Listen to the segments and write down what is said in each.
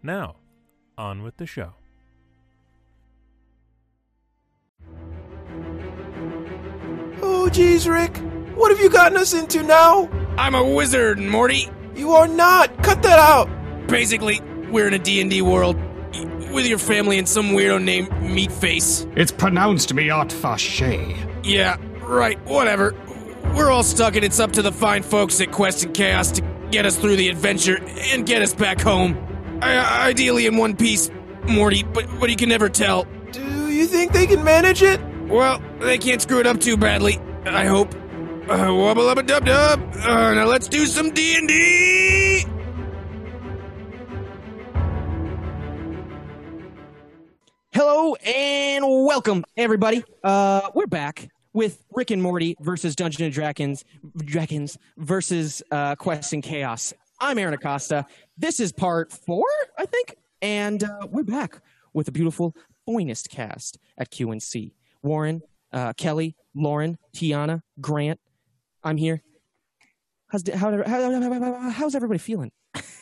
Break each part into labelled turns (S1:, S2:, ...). S1: Now, on with the show.
S2: Oh, geez, Rick. What have you gotten us into now?
S3: I'm a wizard, Morty.
S2: You are not. Cut that out.
S3: Basically, we're in a D&D world with your family and some weirdo named Meatface.
S4: It's pronounced Miat Fache.
S3: Yeah, right, whatever. We're all stuck and it's up to the fine folks at Quest and Chaos to get us through the adventure and get us back home. I- ideally in one piece, Morty, but, but you can never tell.
S2: Do you think they can manage it?
S3: Well, they can't screw it up too badly. I hope. Uh, wubba lubba dub dub. Uh, now let's do some D and D.
S5: Hello and welcome, everybody. Uh, we're back with Rick and Morty versus Dungeon and Dragons, Dragons versus uh, Quest and Chaos. I'm Aaron Acosta. This is part four, I think, and uh, we're back with the beautiful finest cast at QNC: Warren, uh, Kelly, Lauren, Tiana, Grant. I'm here. How's how, how, how- how's everybody feeling?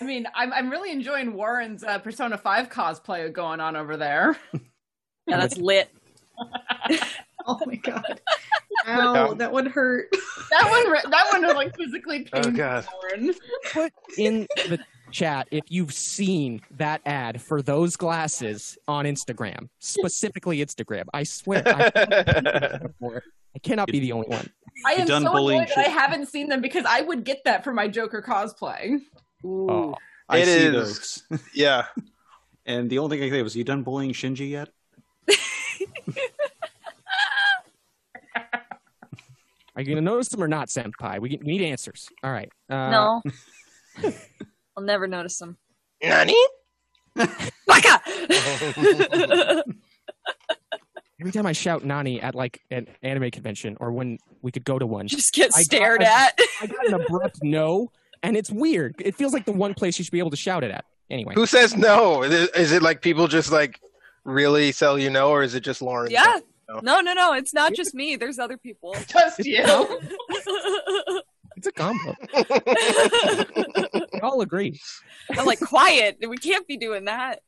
S6: I mean, I'm I'm really enjoying Warren's uh, Persona Five cosplay going on over there.
S7: Yeah, that's lit.
S8: Oh my god. Ow, that one hurt.
S6: That one, re- that one was like physically painful.
S9: Oh, God.
S6: Warren.
S5: put in the chat if you've seen that ad for those glasses on Instagram, specifically Instagram. I swear, I, I cannot be the only one.
S6: I am so
S9: done bullying
S6: annoyed that I
S9: shit.
S6: haven't seen them because I would get that for my Joker cosplay.
S7: Ooh.
S9: It is-
S10: those.
S9: yeah.
S10: And the only thing I think was, you done bullying Shinji yet?
S5: Are you going to notice them or not, Senpai? We, we need answers. All right. Uh,
S7: no. I'll never notice them.
S9: Nani?
S7: Baka!
S5: Every time I shout Nani at like an anime convention or when we could go to one,
S7: Just get
S5: I got-
S7: stared
S5: I-
S7: at.
S5: I got an abrupt no, and it's weird. It feels like the one place you should be able to shout it at. Anyway,
S9: Who says no? Is it- is it like people just like really sell you no, or is it just Lauren?
S7: yeah.
S9: No.
S7: No, no, no. It's not just me. There's other people.
S6: Just you.
S5: it's a combo. we all agree.
S7: I'm like, quiet. We can't be doing that.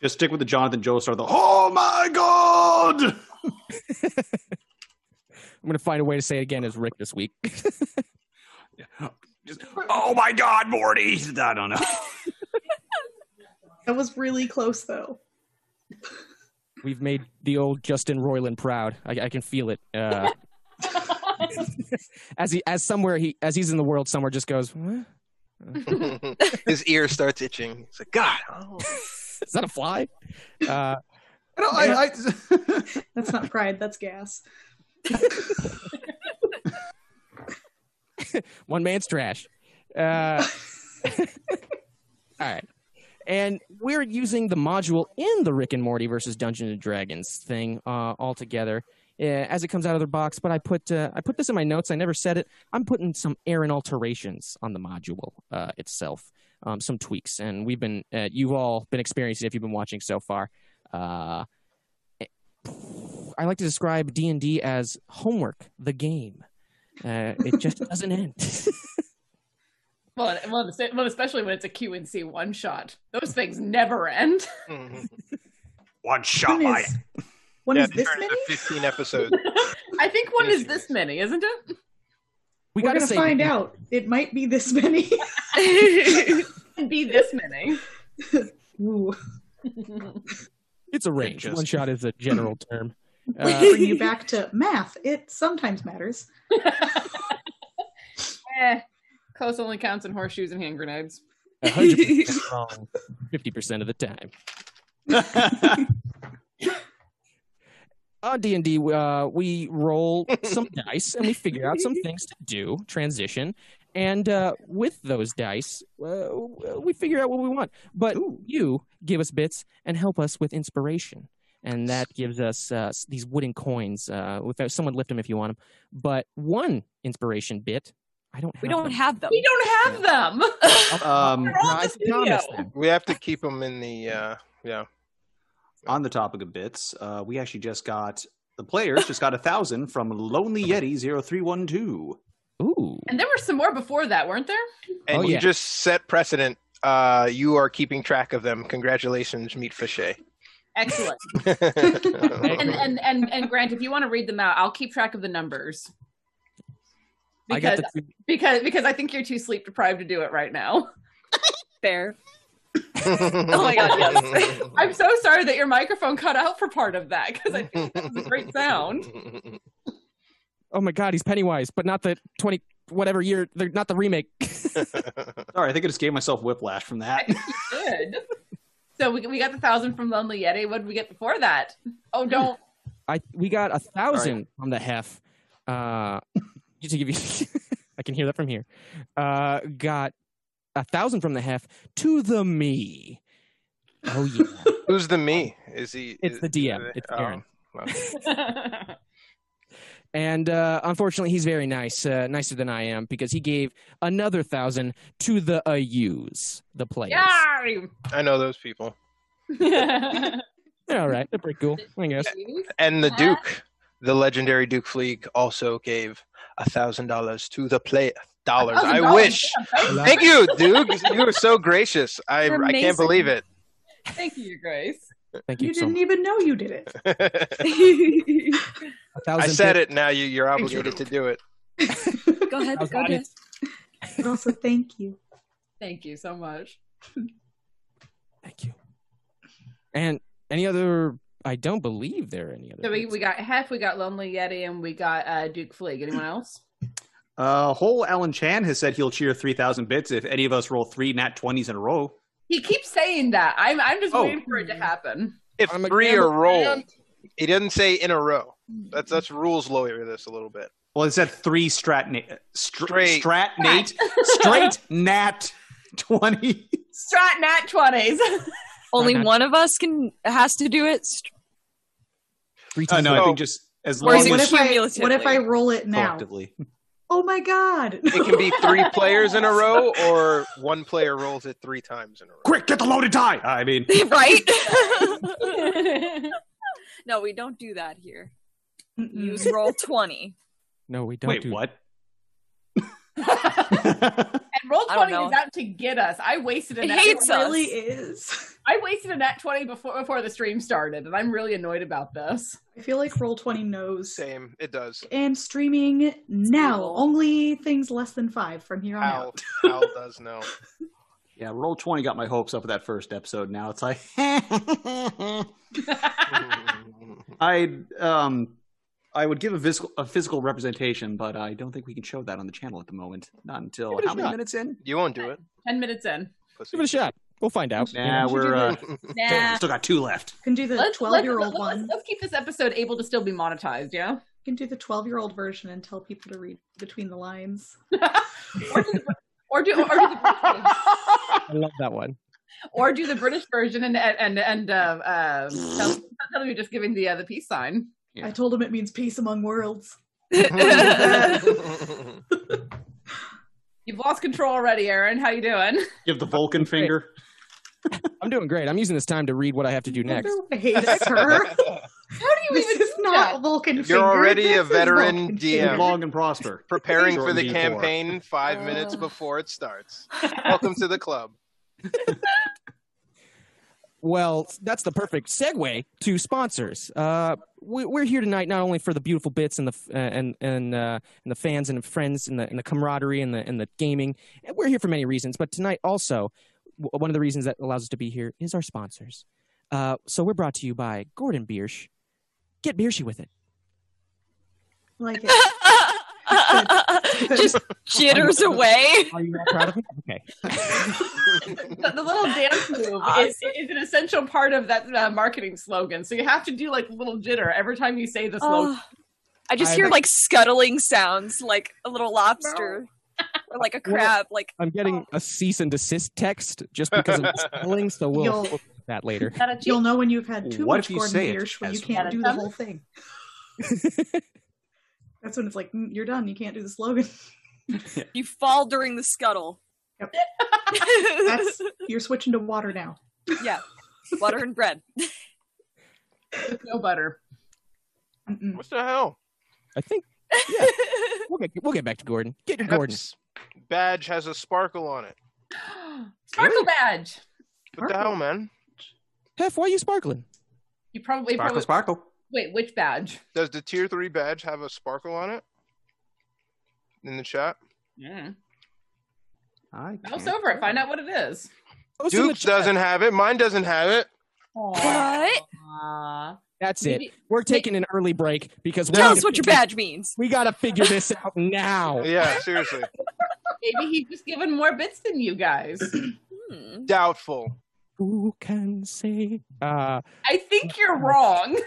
S10: Just stick with the Jonathan Joestar. The oh my god!
S5: I'm going to find a way to say it again as Rick this week.
S10: Just, oh my god, Morty! I don't know.
S8: That was really close though.
S5: We've made the old Justin Roiland proud. I, I can feel it. Uh, as he, as somewhere he, as he's in the world somewhere, just goes. "Huh?
S9: His ear starts itching. It's like God. Oh.
S5: Is that a fly? Uh,
S10: I don't, I, I,
S8: That's not pride, that's gas.
S5: one man's trash. Uh, all right, and we're using the module in the Rick and Morty versus Dungeons and Dragons thing uh, altogether. uh, As it comes out of the box, but I put uh, I put this in my notes. I never said it. I'm putting some errant alterations on the module uh, itself, um, some tweaks, and we've been uh, you've all been experiencing if you've been watching so far. Uh, I like to describe D and D as homework, the game. Uh, it just doesn't end.
S6: Well, and- well, the- well, especially when it's a QNC one shot. Those things never end.
S9: Mhm.
S10: one shot
S8: One
S10: my.
S8: is, one
S9: yeah,
S8: is
S9: they
S8: this
S9: turned it
S8: many?
S9: to Fifteen episodes.
S6: I think one is this many, isn't it?
S5: we
S8: We're
S5: gotta
S8: gonna
S5: say-
S8: find out. It might be this many.
S6: It'd be this many.
S8: Ooh.
S5: It's a range.
S10: just-
S5: One shot is a general term. Uh,
S8: Bring you back to math. It sometimes matters.
S6: eh, close only counts in horseshoes and hand grenades.
S5: 100% wrong 50% of the time. On D&D, uh, we roll some dice and we figure out some things to do, transition, And uh, with those dice, uh, we figure out what we want. But you give us bits and help us with inspiration. And that gives us uh, s- these wooden coins. Uh, without, someone lift them if you want them. But one inspiration bit, I don't have.
S7: We don't
S5: them.
S7: have them.
S6: We don't have them.
S10: Um,
S6: They're all at
S5: I
S6: the studio.
S5: promise them.
S9: We have to keep them in the uh, yeah.
S10: on the topic of bits, uh, we actually just got the players just got a thousand from Lonely Yeti 0312.
S5: Ooh.
S6: And there were some more before that, weren't there?
S9: And
S5: Oh,
S9: you
S5: yeah.
S9: just set precedent. Uh, you are keeping track of them. Congratulations, meat fichet.
S6: Excellent. and, and and and Grant, if you want to read them out, I'll keep track of the numbers.
S5: I got
S6: Because
S5: the
S6: because because I think you're too sleep deprived to do it right now.
S7: Fair. Oh my god, yes.
S6: I'm so sorry that your microphone cut out for part of that because I think that was a great sound.
S5: Oh my God, he's Pennywise, but not the twenty whatever year. They're not the remake.
S10: Sorry, I think I just gave myself whiplash from that.
S6: Good. So we, we got the thousand from Lonely Yeti. What did we get before that? Oh, don't.
S5: I we got a thousand from the hef. Uh, just to give you, I can hear that from here. Uh, got a thousand from the hef to the me. Oh yeah,
S9: Who's the me? Is he?
S5: Um, It's
S9: is-
S5: the DM. It's
S9: oh,
S5: Aaron.
S9: well.
S5: and uh, unfortunately, he's very nice, uh, nicer than I am, because he gave another thousand to the AUs, the players.
S6: Yay!
S9: I know those people.
S5: They're all right. They're pretty cool, I guess.
S9: And the Duke, the legendary Duke Fleek, also gave a thousand dollars to the play dollars. I
S6: $1,000.
S9: wish. Thank you, Duke. You were so gracious. I
S7: You're
S9: I can't
S7: amazing.
S9: believe it.
S6: Thank you, Your Grace.
S5: Thank you,
S11: You
S5: so
S11: didn't
S7: e-
S5: much.
S11: even know you did it.
S5: A thousand
S9: I said
S5: bits.
S9: it. Now you you're obligated to do it.
S7: Go ahead.
S5: How's
S7: Go
S5: that?
S7: ahead.
S11: But also, thank you.
S6: Thank you so much.
S5: Thank you. And any other? I don't believe there are any other.
S6: So we,
S5: bits.
S6: we got Hef, we got Lonely Yeti, and we got uh, Duke Fleeg. Anyone else?
S10: Uh, whole Alan Chan has said he'll cheer 3,000 bits if any of us roll three nat 20s in a row.
S6: He keeps saying that. I'm I'm just
S10: Oh.
S6: waiting for it to happen.
S9: If
S5: I'm a
S9: three are
S5: gamble
S9: rolled, he doesn't say in a row. That's that's rules lawyer this a little bit.
S10: Well, it said three strat, na- str-
S9: Straight.
S10: strat nate, straight nat 20.
S6: Strat Nat twenties.
S7: Only
S5: Not-
S7: one of us can has to do it. St-
S5: Three
S10: Uh, no, I
S9: Oh.
S10: think just as
S7: Or
S10: long
S7: is
S10: as
S7: it
S11: What if, I,
S7: Cumulatively.
S11: what if I roll it now?
S10: collectively.
S11: Oh my god!
S9: It can be three players in a row, or one player rolls it three times in a row.
S10: Quick, get the loaded die. I mean,
S7: right? no, we don't do that here.
S11: Mm-mm.
S7: Use roll twenty.
S5: no, we don't.
S10: wait,
S5: do
S10: what?
S6: and roll
S7: I don't
S6: twenty
S7: know.
S6: is out to get us. I wasted a
S7: It
S6: nat
S7: hates us.
S11: really is.
S6: I wasted a nat twenty before before the stream started, and I'm really annoyed about this.
S11: I feel like roll twenty knows.
S9: Same, it does.
S11: And streaming now. Only things less than five from here on
S9: Al,
S11: out.
S9: Al does know.
S10: Yeah, roll 20 got my hopes up with that first episode. Now it's like, I um I would give a physical a physical representation, but I don't think we can show that on the channel at the moment. Not until
S5: Give it a
S10: how many
S5: shot.
S10: minutes in?
S9: you won't do it.
S6: Ten minutes in.
S5: Give it a shot. We'll find out. you
S10: Nah,
S5: know?
S10: we're uh,
S6: Nah.
S10: still got two left.
S11: Can do the
S6: Let's, let's,
S11: twelve-year-old
S6: let's-
S11: one.
S6: let's keep this episode able to still be monetized, yeah?
S11: can do the 12 year old version and tell people to read between the lines.
S6: or do the, or do, or do the British version.
S5: I love that one.
S6: or do the British version and and and uh, uh, tell, tell them you're just giving the uh, the peace sign.
S10: Yeah.
S11: I told him it means peace among worlds.
S6: You've lost control already, Aaron. How you doing?
S10: Give the Vulcan finger.
S5: I'm doing great. I'm using this time to read what I have to do next.
S11: I hate this, her.
S6: How do you
S11: this
S6: even?
S11: is not Vulcan
S9: You're already a veteran DM.
S10: Live Long and prosper.
S9: Preparing for
S10: Jordan
S9: the
S10: D4.
S9: campaign five minutes before it starts. Welcome to the club.
S5: Well, that's the perfect segue to sponsors. Uh, we, we're here tonight not only for the beautiful bits and the f- uh, and and, uh, and the fans and the friends and the, and the camaraderie and the and the gaming. And we're here for many reasons, but tonight also w- one of the reasons that allows us to be here is our sponsors. Uh, so we're brought to you by Gordon Biersch. Get Biershy with it.
S11: Like it.
S7: Just jitters away.
S5: Are you not proud of me? Okay.
S6: The, the little dance move is, is an essential part of that uh, marketing slogan. So you have to do like a little jitter every time you say the slogan.
S7: Oh, I just
S5: I
S7: hear
S5: think-
S7: like scuttling sounds, like a little lobster. Or like a crab. Like
S5: I'm getting a cease and desist text just because of the spelling, so we'll
S4: You'll-
S5: we'll do that later.
S6: Oh,
S4: You'll know when you've had too
S5: What
S4: much
S5: if you
S4: Gordon
S5: say it
S4: Hirsch when
S5: as
S4: you can't
S5: one?
S4: do the whole thing. That's when it's like, "Mm, you're done. You can't do the slogan.
S7: you fall during the scuttle.
S4: That's, you're switching to water now.
S7: Yeah. Butter and bread.
S6: no butter.
S9: What the hell?
S5: I think yeah. we'll get we'll get back to Gordon. Get your Gordon.
S9: Badge has a sparkle on it.
S6: Sparkle badge.
S9: What the hell, man?
S5: Hef, why are you sparkling?
S6: You probably probably
S12: sparkle.
S6: wait. Which badge?
S9: Does the tier three badge have a sparkle on it? In the chat.
S6: Yeah.
S12: I
S6: Mouse over it. Find out what it is.
S9: Duke's doesn't have it. Mine doesn't have it.
S7: What?
S5: That's
S7: Maybe-
S5: it. We're taking an early break because
S7: Tell us what your badge means.
S5: We gotta figure this out now.
S9: Yeah, seriously.
S6: Maybe he's just given more bits than you guys. Hmm.
S9: Doubtful.
S5: Who can say? Uh,
S6: I think you're wrong.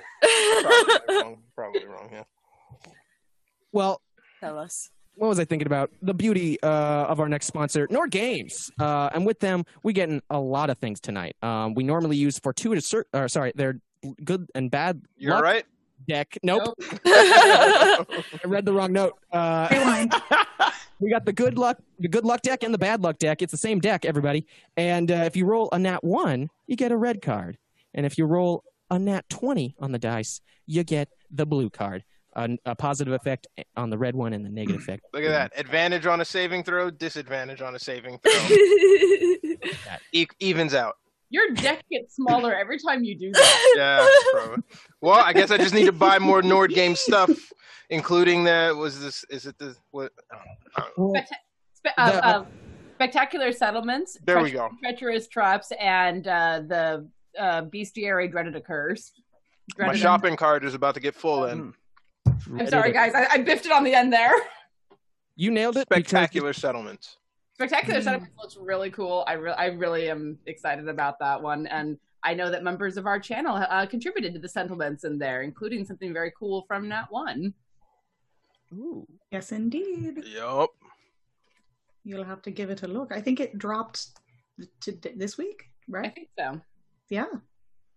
S9: Probably wrong. Probably wrong. Yeah.
S5: well,
S7: Tell us.
S5: what was I thinking about? The beauty uh, of our next sponsor, Nord Games, uh, and with them we getting a lot of things tonight. Um, we normally use fortuitous, cir- or sorry, their good and bad.
S9: You're
S5: luck
S9: right.
S5: Deck. Nope. I read the wrong note. Uh,
S4: Rewind.
S5: we got the good luck, the good luck deck, and the bad luck deck. It's the same deck, everybody. And uh, if you roll a nat one, you get a red card. And if you roll a nat twenty on the dice, you get the blue card. A, a positive effect on the red one and the negative effect.
S9: Look at that. Advantage on a saving throw. Disadvantage on a saving throw. E- evens out.
S6: Your deck gets smaller every time you do that.
S9: Yeah. bro. Well, I guess I just need to buy more Nord game stuff, including the was this is it the what?
S6: Specta- spe- uh, uh, spectacular settlements.
S9: There we
S6: treacherous-
S9: go.
S6: Treacherous traps and uh, the uh, bestiary dreaded occurs.
S9: My
S6: Dreaded
S9: shopping cart is about to get full. Then
S6: I'm sorry, guys. I, I biffed it on the end there.
S5: You nailed it.
S9: spectacular settlements.
S6: Spectacular Settlements looks really cool. I, re- I really am excited about that one. And I know that members of our channel uh, contributed to the settlements in there, including something very cool from that one.
S5: Ooh.
S4: Yes, indeed.
S9: Yup.
S4: You'll have to give it a look. I think it dropped to this week,
S6: I
S4: right?
S6: think so.
S4: Yeah.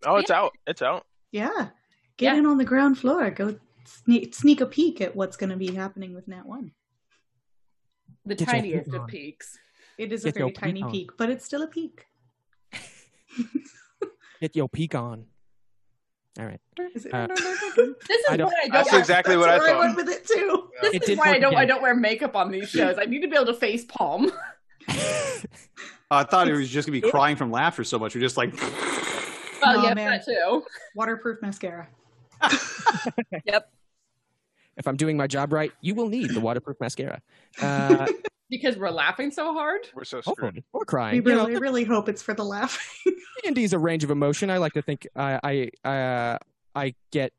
S9: Oh, it's out. It's out.
S4: Yeah. Get in on the ground floor. Go sneak, sneak a peek at what's going to be happening with Nat 1.
S6: The
S5: Get your
S6: tiniest
S5: peek
S6: of
S5: on.
S6: peaks.
S4: It is a
S5: Get your
S4: very tiny
S5: peek on.
S4: peek, but it's still a peek.
S5: Get your peak on. All right.
S4: Is it?
S5: Uh,
S6: This is
S5: I don't-
S6: what I don't.
S9: That's
S6: wear-
S9: exactly what I
S4: That's where
S9: thought.
S4: went with it too.
S6: This
S5: It
S6: is
S5: did
S6: why I
S5: work
S6: don't. I
S5: again.
S6: don't wear makeup on these shows. I need to be able to face palm.
S12: I thought it was just gonna be crying from laughter so much. We're just like,
S6: Well,
S4: Oh,
S6: yeah,
S4: man.
S6: that too.
S4: Waterproof mascara.
S7: Yep.
S5: If I'm doing my job right, you will need the waterproof mascara. Uh,
S6: Because we're laughing so hard.
S9: We're so screwed.
S5: hopefully, or
S4: We
S5: crying. You know,
S4: really, really hope it's for the laugh.
S5: D&D is a range of emotion. I like to think I I uh, I get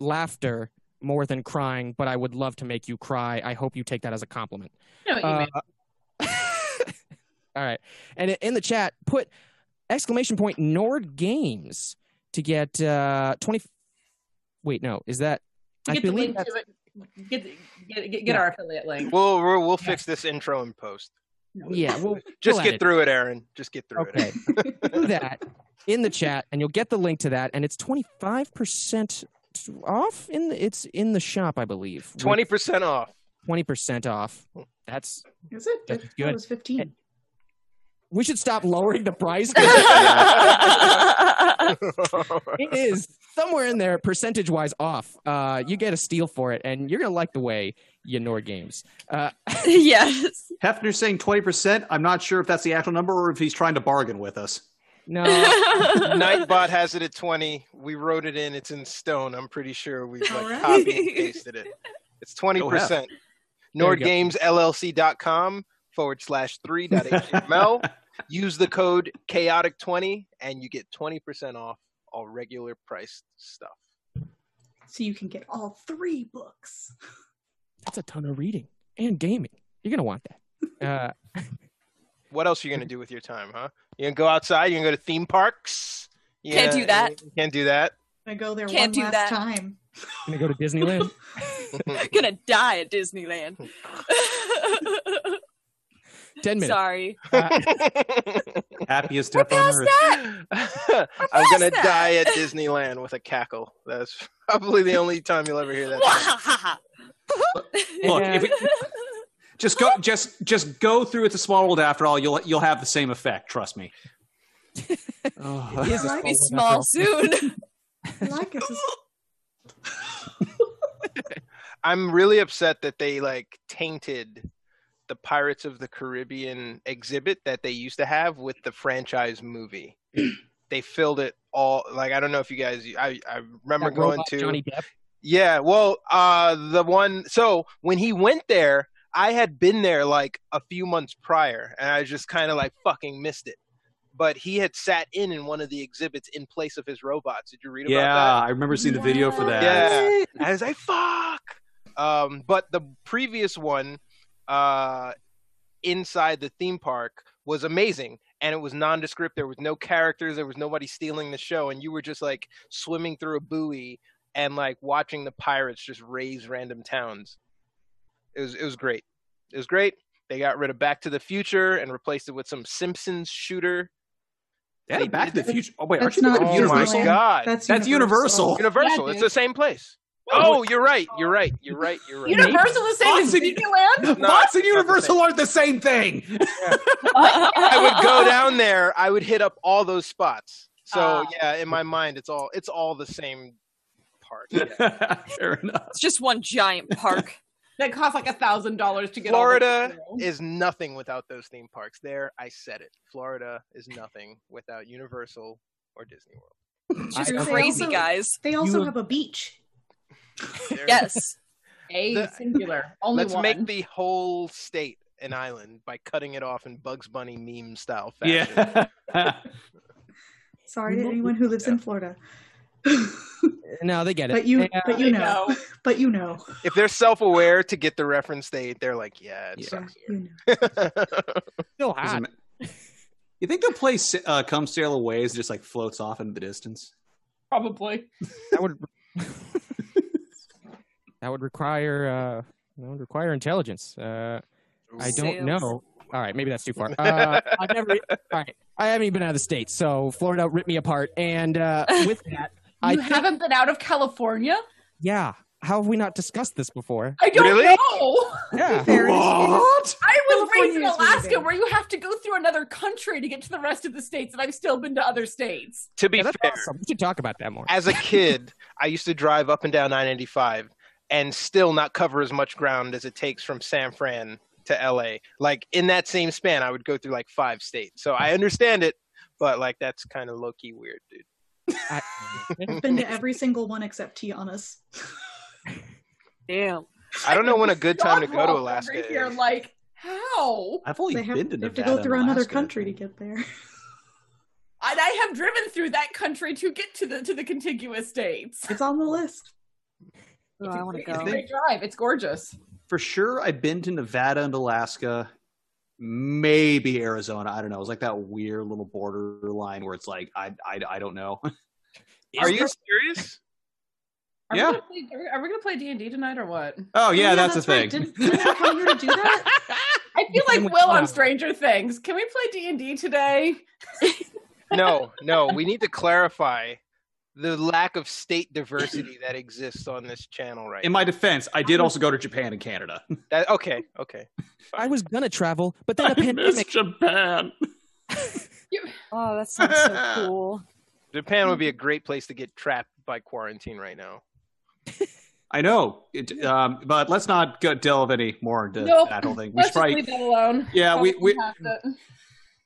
S5: laughter more than crying, but I would love to make you cry. I hope you take that as a compliment.
S6: You know what you mean.
S5: Uh, all right, and in the chat, put exclamation point Nord Games to get uh, twenty. Wait, no, is that? I
S6: Get the
S5: believe
S6: link
S5: that's
S6: to it. Get get, get,
S5: Yeah.
S6: our affiliate link.
S9: We'll we'll, we'll fix this intro and post.
S5: yeah. We'll,
S9: Just
S5: we'll
S9: get
S5: edit.
S9: through it, Aaron. Just get through
S5: Okay.
S9: it.
S5: Do that in the chat, and you'll get the link to that, and it's twenty five percent off in the, it's in the shop, I believe.
S9: Twenty percent off.
S5: twenty percent off. That's
S4: Is it?
S5: That's
S4: I thought
S5: good.
S4: It was 15.
S5: we should stop lowering the price. 'cause it is somewhere in there, percentage wise off. Uh, you get a steal for it, and you're gonna like the way you Nord games. Uh,
S7: yes.
S12: Hefner's saying twenty percent. I'm not sure if that's the actual number or if he's trying to bargain with us.
S5: no, Uh,
S9: Nightbot has it at twenty. We wrote it in. It's in stone. I'm pretty sure we
S4: All
S9: like
S4: right.
S9: copied and pasted it. It's twenty percent.
S5: There you go.
S9: NordGamesLLC.com forward slash three dot HTML. Use the code chaotic twenty and you get twenty percent off all regular priced stuff.
S4: So you can get all three books.
S5: that's a ton of reading and gaming. You're gonna want that. Uh,
S9: What else are you gonna do with your time, huh? You gonna go outside? You gonna go to theme parks? You
S7: Can't
S9: gonna-
S7: do that.
S9: Can't do that.
S4: I go there
S7: Can't do
S4: one last
S7: that.
S4: time.
S5: Gonna go to Disneyland.
S7: gonna die at Disneyland.
S5: Ten minutes.
S7: Sorry.
S12: Happiest death on earth.
S9: I'm gonna
S7: that.
S9: die at Disneyland with a cackle. That's probably the only time you'll ever hear that.
S12: Look, if it, just go, just just go through it to Smallwood. After all, you'll you'll have the same effect. Trust me.
S5: It is a
S7: Be
S5: small world after all.
S7: small soon.
S4: I like it.
S9: I'm really upset that they like tainted the Pirates of the Caribbean exhibit that they used to have with the franchise movie. they filled it all. Like I don't know if you guys. I I remember
S5: That
S9: going
S5: robot
S9: to
S5: Johnny Depp.
S9: Yeah, well, uh the one so when he went there, I had been there like a few months prior and I just kind of like fucking missed it. But he had sat in in one of the exhibits in place of his robots. Did you read about
S12: Yeah,
S9: that?
S12: I remember seeing the video for that.
S9: Yeah. And I was like, fuck. Um, but the previous one uh, inside the theme park was amazing. And it was nondescript. There was no characters. There was nobody stealing the show. And you were just like swimming through a buoy and like watching the pirates just raise random towns. It was, it was great. It was great. They got rid of Back to the Future and replaced it with some Simpsons shooter.
S12: Yeah, Back to the Future. Oh wait, aren't
S4: That's
S12: you
S4: not
S12: thinking
S9: Oh
S12: of
S9: my
S12: Universal?
S4: Disneyland.
S9: God.
S4: That's,
S12: That's Universal.
S9: Universal.
S6: Yeah,
S9: it's
S6: dude.
S9: the same place. Oh, you're right. You're right. You're right. You're right.
S6: Universal is saying
S12: Austin, you-
S6: Disneyland.
S9: No,
S12: Bots and
S9: it's not the same.
S12: Universal aren't the same thing.
S9: I would go down there. I would hit up all those spots. So
S6: Ah.
S9: yeah, in my mind, it's all it's all the same part. Yeah.
S12: Fair enough.
S7: It's just one giant park.
S6: That costs like a thousand dollars to get. all the way
S9: Florida
S6: through.
S9: is nothing without those theme parks. There, I said it. Florida is nothing without Universal or Disney World.
S7: It's just
S4: I- I-
S7: crazy,
S4: also-
S7: guys.
S4: They also
S5: You-
S4: have a beach.
S9: There-
S7: Yes.
S6: a
S9: The-
S6: singular. Only
S9: Let's
S6: one.
S9: make the whole state an island by cutting it off in Bugs Bunny meme style fashion.
S12: Yeah.
S4: Sorry to anyone who lives in Florida.
S5: No, they get it.
S4: But you,
S5: Yeah.
S4: but you know, but you know,
S9: If they're self-aware to get the reference, they they're like, yeah, it
S12: Yeah.
S4: yeah,
S9: sucks
S4: you know.
S9: here.
S5: still hot.
S12: You think they'll play Sa- uh, "Come Sail Away" as it just like floats off into the distance?
S6: probably.
S5: that would that would require uh, that would require intelligence. Uh, I
S7: Sales.
S5: don't know. All right, maybe that's too far. Uh, I've never. All right, I haven't even been out of the state, so Florida ripped me apart. And uh, with that, I
S6: you
S5: think-
S6: haven't been out of California.
S5: yeah, how have we not discussed this before?
S6: I don't
S9: Really?
S6: know.
S5: Yeah,
S4: Fair enough.
S12: What?
S6: I was
S4: California
S6: raised in
S4: is really
S6: Alaska,
S4: big.
S6: where you have to go through another country to get to the rest of the states, and I've still been to other states.
S9: to be
S5: Yeah, that's
S9: fair,
S5: awesome. We should talk about that more.
S9: as a kid, I used to drive up and down 995 and still not cover as much ground as it takes from San Fran to LA. Like in that same span, I would go through like five states. So I understand it, but like that's kind of low key weird, dude.
S5: I-
S4: I've been to every single one except Tiana's.
S7: Damn.
S9: I don't know when a good time to go to
S6: Dodgeball
S9: Alaska
S6: over Here,
S9: is.
S6: like how?
S12: I've only
S4: They have,
S12: been to
S4: they have
S12: Nevada.
S4: to go through
S12: and
S4: another
S12: Alaska.
S4: country to get there.
S6: And I have driven through that country to get to the to the contiguous states.
S4: It's on the list.
S7: Oh, I want to
S6: It's a
S7: go.
S6: great drive. It's gorgeous.
S12: For sure, I've been to Nevada and Alaska, maybe Arizona. I don't know. It's like that weird little borderline where it's like I I, I don't know.
S9: Are you serious?
S6: Are
S12: Yeah.
S6: We gonna play, are we- are we gonna play D and D tonight or what?
S12: Oh yeah, that's, the
S4: right.
S12: thing.
S4: Didn't, didn't I come here to do that?
S6: I feel like
S5: Then we-
S6: Will
S5: yeah.
S6: on Stranger Things. Can we play D and D today?
S9: No, no. We need to clarify the lack of state diversity that exists on this channel right
S12: In my defense, I
S4: Um,
S12: did also go to Japan and Canada.
S9: now. That, okay, okay.
S5: I was gonna travel, but then a pandemic.
S12: Japan.
S7: Oh, that sounds so cool.
S9: Japan would be a great place to get trapped by quarantine right now.
S12: I know, it, um, but let's not go delve any more into
S6: Nope.
S12: that whole thing. We
S6: Let's
S12: should
S6: just
S12: probably
S6: leave that alone.
S12: Yeah, we-
S6: Probably
S12: we-
S6: have to-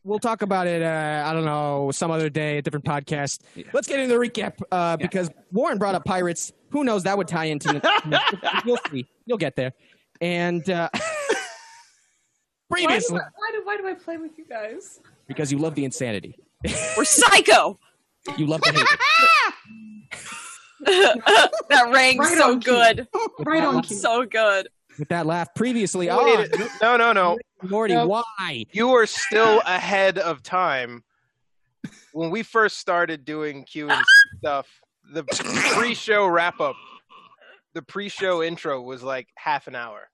S5: We'll talk about it. Uh, I don't know, some other day, a different podcast.
S12: Yeah.
S5: Let's get into the recap uh, because Warren brought up pirates. Who knows? That would tie into. The- You'll see. You'll get there. And uh,
S6: Why do,
S5: previously,
S6: I, why, do, why do I play with you guys?
S5: because you love the insanity.
S7: We're psycho.
S5: You love the hate. it.
S7: that rang
S4: Right
S7: so
S4: on cue.
S7: good.
S4: Right on cue.
S7: So good.
S5: With that laugh previously on,
S9: Wait a- no, no, no.
S5: Morty,
S6: Nope.
S5: why?
S9: you are still ahead of time. When we first started doing Q and stuff, the pre-show wrap-up the pre-show intro was like half an hour.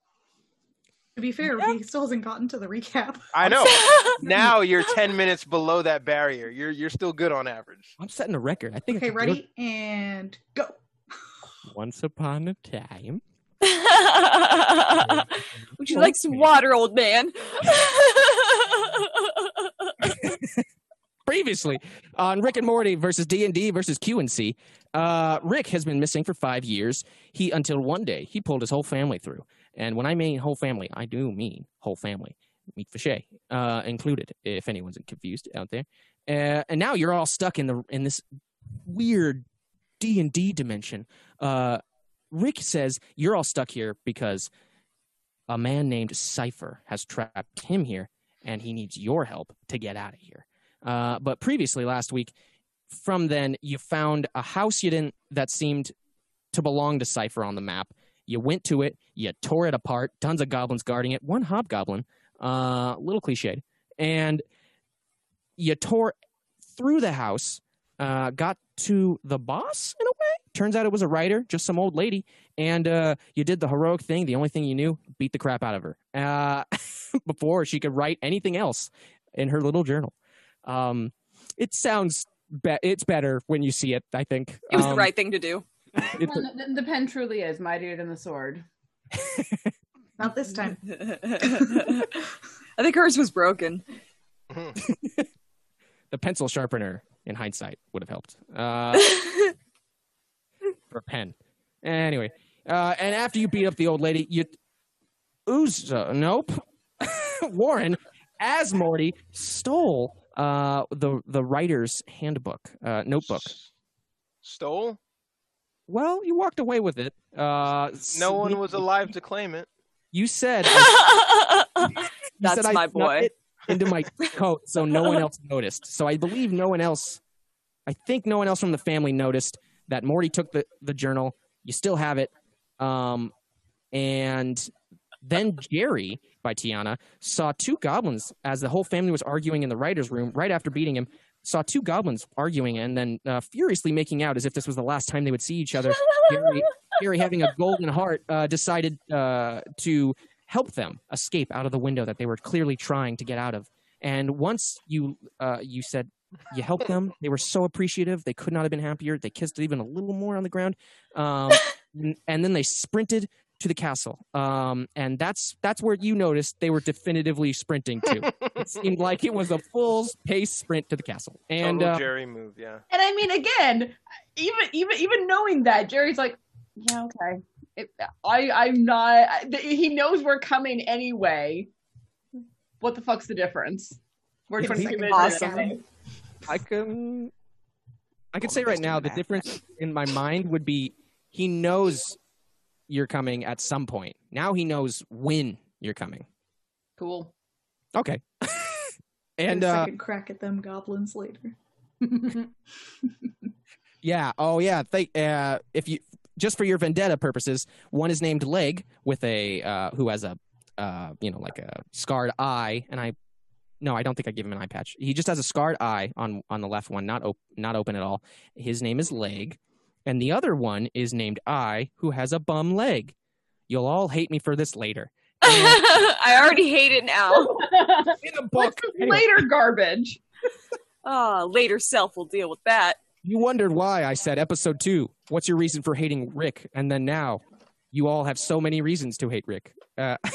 S4: To be fair, he still hasn't gotten to the recap.
S9: I know.
S5: Oh.
S9: now you're ten minutes below that barrier. You're you're still good on average.
S5: I'm setting a record. I think
S4: Okay,
S5: I can do it.
S4: ready and go.
S5: Once upon a time.
S7: Would you like some water, old man?
S5: previously on Rick and Morty versus D and D versus Q and C. Uh, Rick has been missing for five years. He until one day he pulled his whole family through, and when I mean whole family, I do mean whole family, meat Fichet uh, included, if anyone's confused out there. Uh, and now you're all stuck in the in this weird D and D dimension. Uh, Rick says you're all stuck here because a man named Cypher has trapped him here, and he needs your help to get out of here. Uh, but previously, last week, from then, you found a house you didn't that seemed to belong to Cypher on the map. You went to it, you tore it apart, tons of goblins guarding it, one hobgoblin, a uh, little cliched, and you tore through the house, uh, got to the boss in a way. Turns out it was a writer, just some old lady, and uh, you did the heroic thing. The only thing you knew, beat the crap out of her uh, before she could write anything else in her little journal. Um, it sounds be- it's better when you see it. I think
S7: It was the
S5: Um,
S7: right thing to do.
S5: it's a-
S6: Well, the, the pen truly is mightier than the sword.
S4: Not this time.
S7: I think hers was broken.
S5: the pencil sharpener in hindsight would have helped. Uh, or a pen. Anyway, uh, and after you beat up the old lady, you Uza, nope, Warren, as Morty stole uh, the the writer's handbook uh, notebook.
S9: Stole?
S5: Well, you walked away with it. Uh,
S9: No one was alive to claim it.
S5: You said You
S7: That's
S5: said I
S7: my
S5: snuck
S7: boy.
S5: it into my coat so no one else noticed. So I believe no one else, I think no one else from the family noticed that Morty took the, the journal. You still have it. Um, and then Jerry by Tiana saw two goblins as the whole family was arguing in the writer's room right after beating him. Saw two goblins arguing and then uh, furiously making out as if this was the last time they would see each other. Jerry, Jerry having a golden heart, uh, decided uh, to help them escape out of the window that they were clearly trying to get out of. And once you uh, you said you helped them, they were so appreciative. They could not have been happier. They kissed even a little more on the ground, um, and, and then they sprinted to the castle. Um, and that's that's where you noticed they were definitively sprinting to. it seemed like it was a full pace sprint to the castle. And
S9: Total
S5: uh,
S9: Jerry move, yeah.
S6: And I mean, again, even even even knowing that, Jerry's like, yeah, okay. It, I I'm not. I- th- He knows we're coming anyway. What the fuck's the difference? We're
S4: It's
S6: 22
S4: like
S6: minutes
S7: awesome.
S6: away.
S5: I can I could say right now the difference in my mind would be he knows you're coming at some point. Now he knows when you're coming.
S6: Cool.
S5: Okay. and
S4: Get a
S5: uh,
S4: second crack at them goblins later.
S5: yeah, oh yeah, thank uh, if you just for your vendetta purposes, one is named Leg with a uh, who has a uh, you know like a scarred eye and I no, I don't think I give him an eye patch. He just has a scarred eye on on the left one, not op- not open at all. His name is Leg, and the other one is named I, who has a bum leg. You'll all hate me for this later.
S7: I already hate it now.
S5: In a book,
S6: What's this
S5: anyway,
S6: later garbage?
S7: Ah, later self will deal with that.
S5: you wondered why I said episode two. What's your reason for hating Rick? And then now, you all have so many reasons to hate Rick. Uh,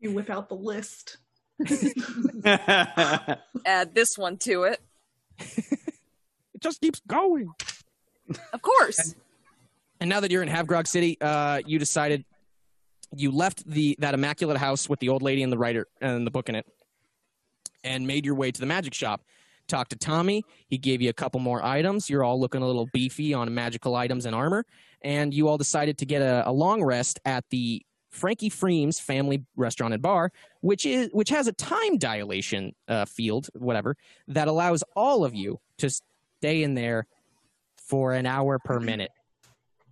S4: You whip out the list.
S7: Add this one to it.
S5: it just keeps going.
S7: Of course.
S5: And now that you're in Havgrog City, uh, you decided you left the that immaculate house with the old lady and the writer and the book in it, and made your way to the magic shop. Talked to Tommy. He gave you a couple more items. You're all looking a little beefy on magical items and armor, and you all decided to get a, a long rest at the Frankie Freem's Family Restaurant and Bar, which is which has a time dilation uh, field, whatever, that allows all of you to stay in there for an hour per minute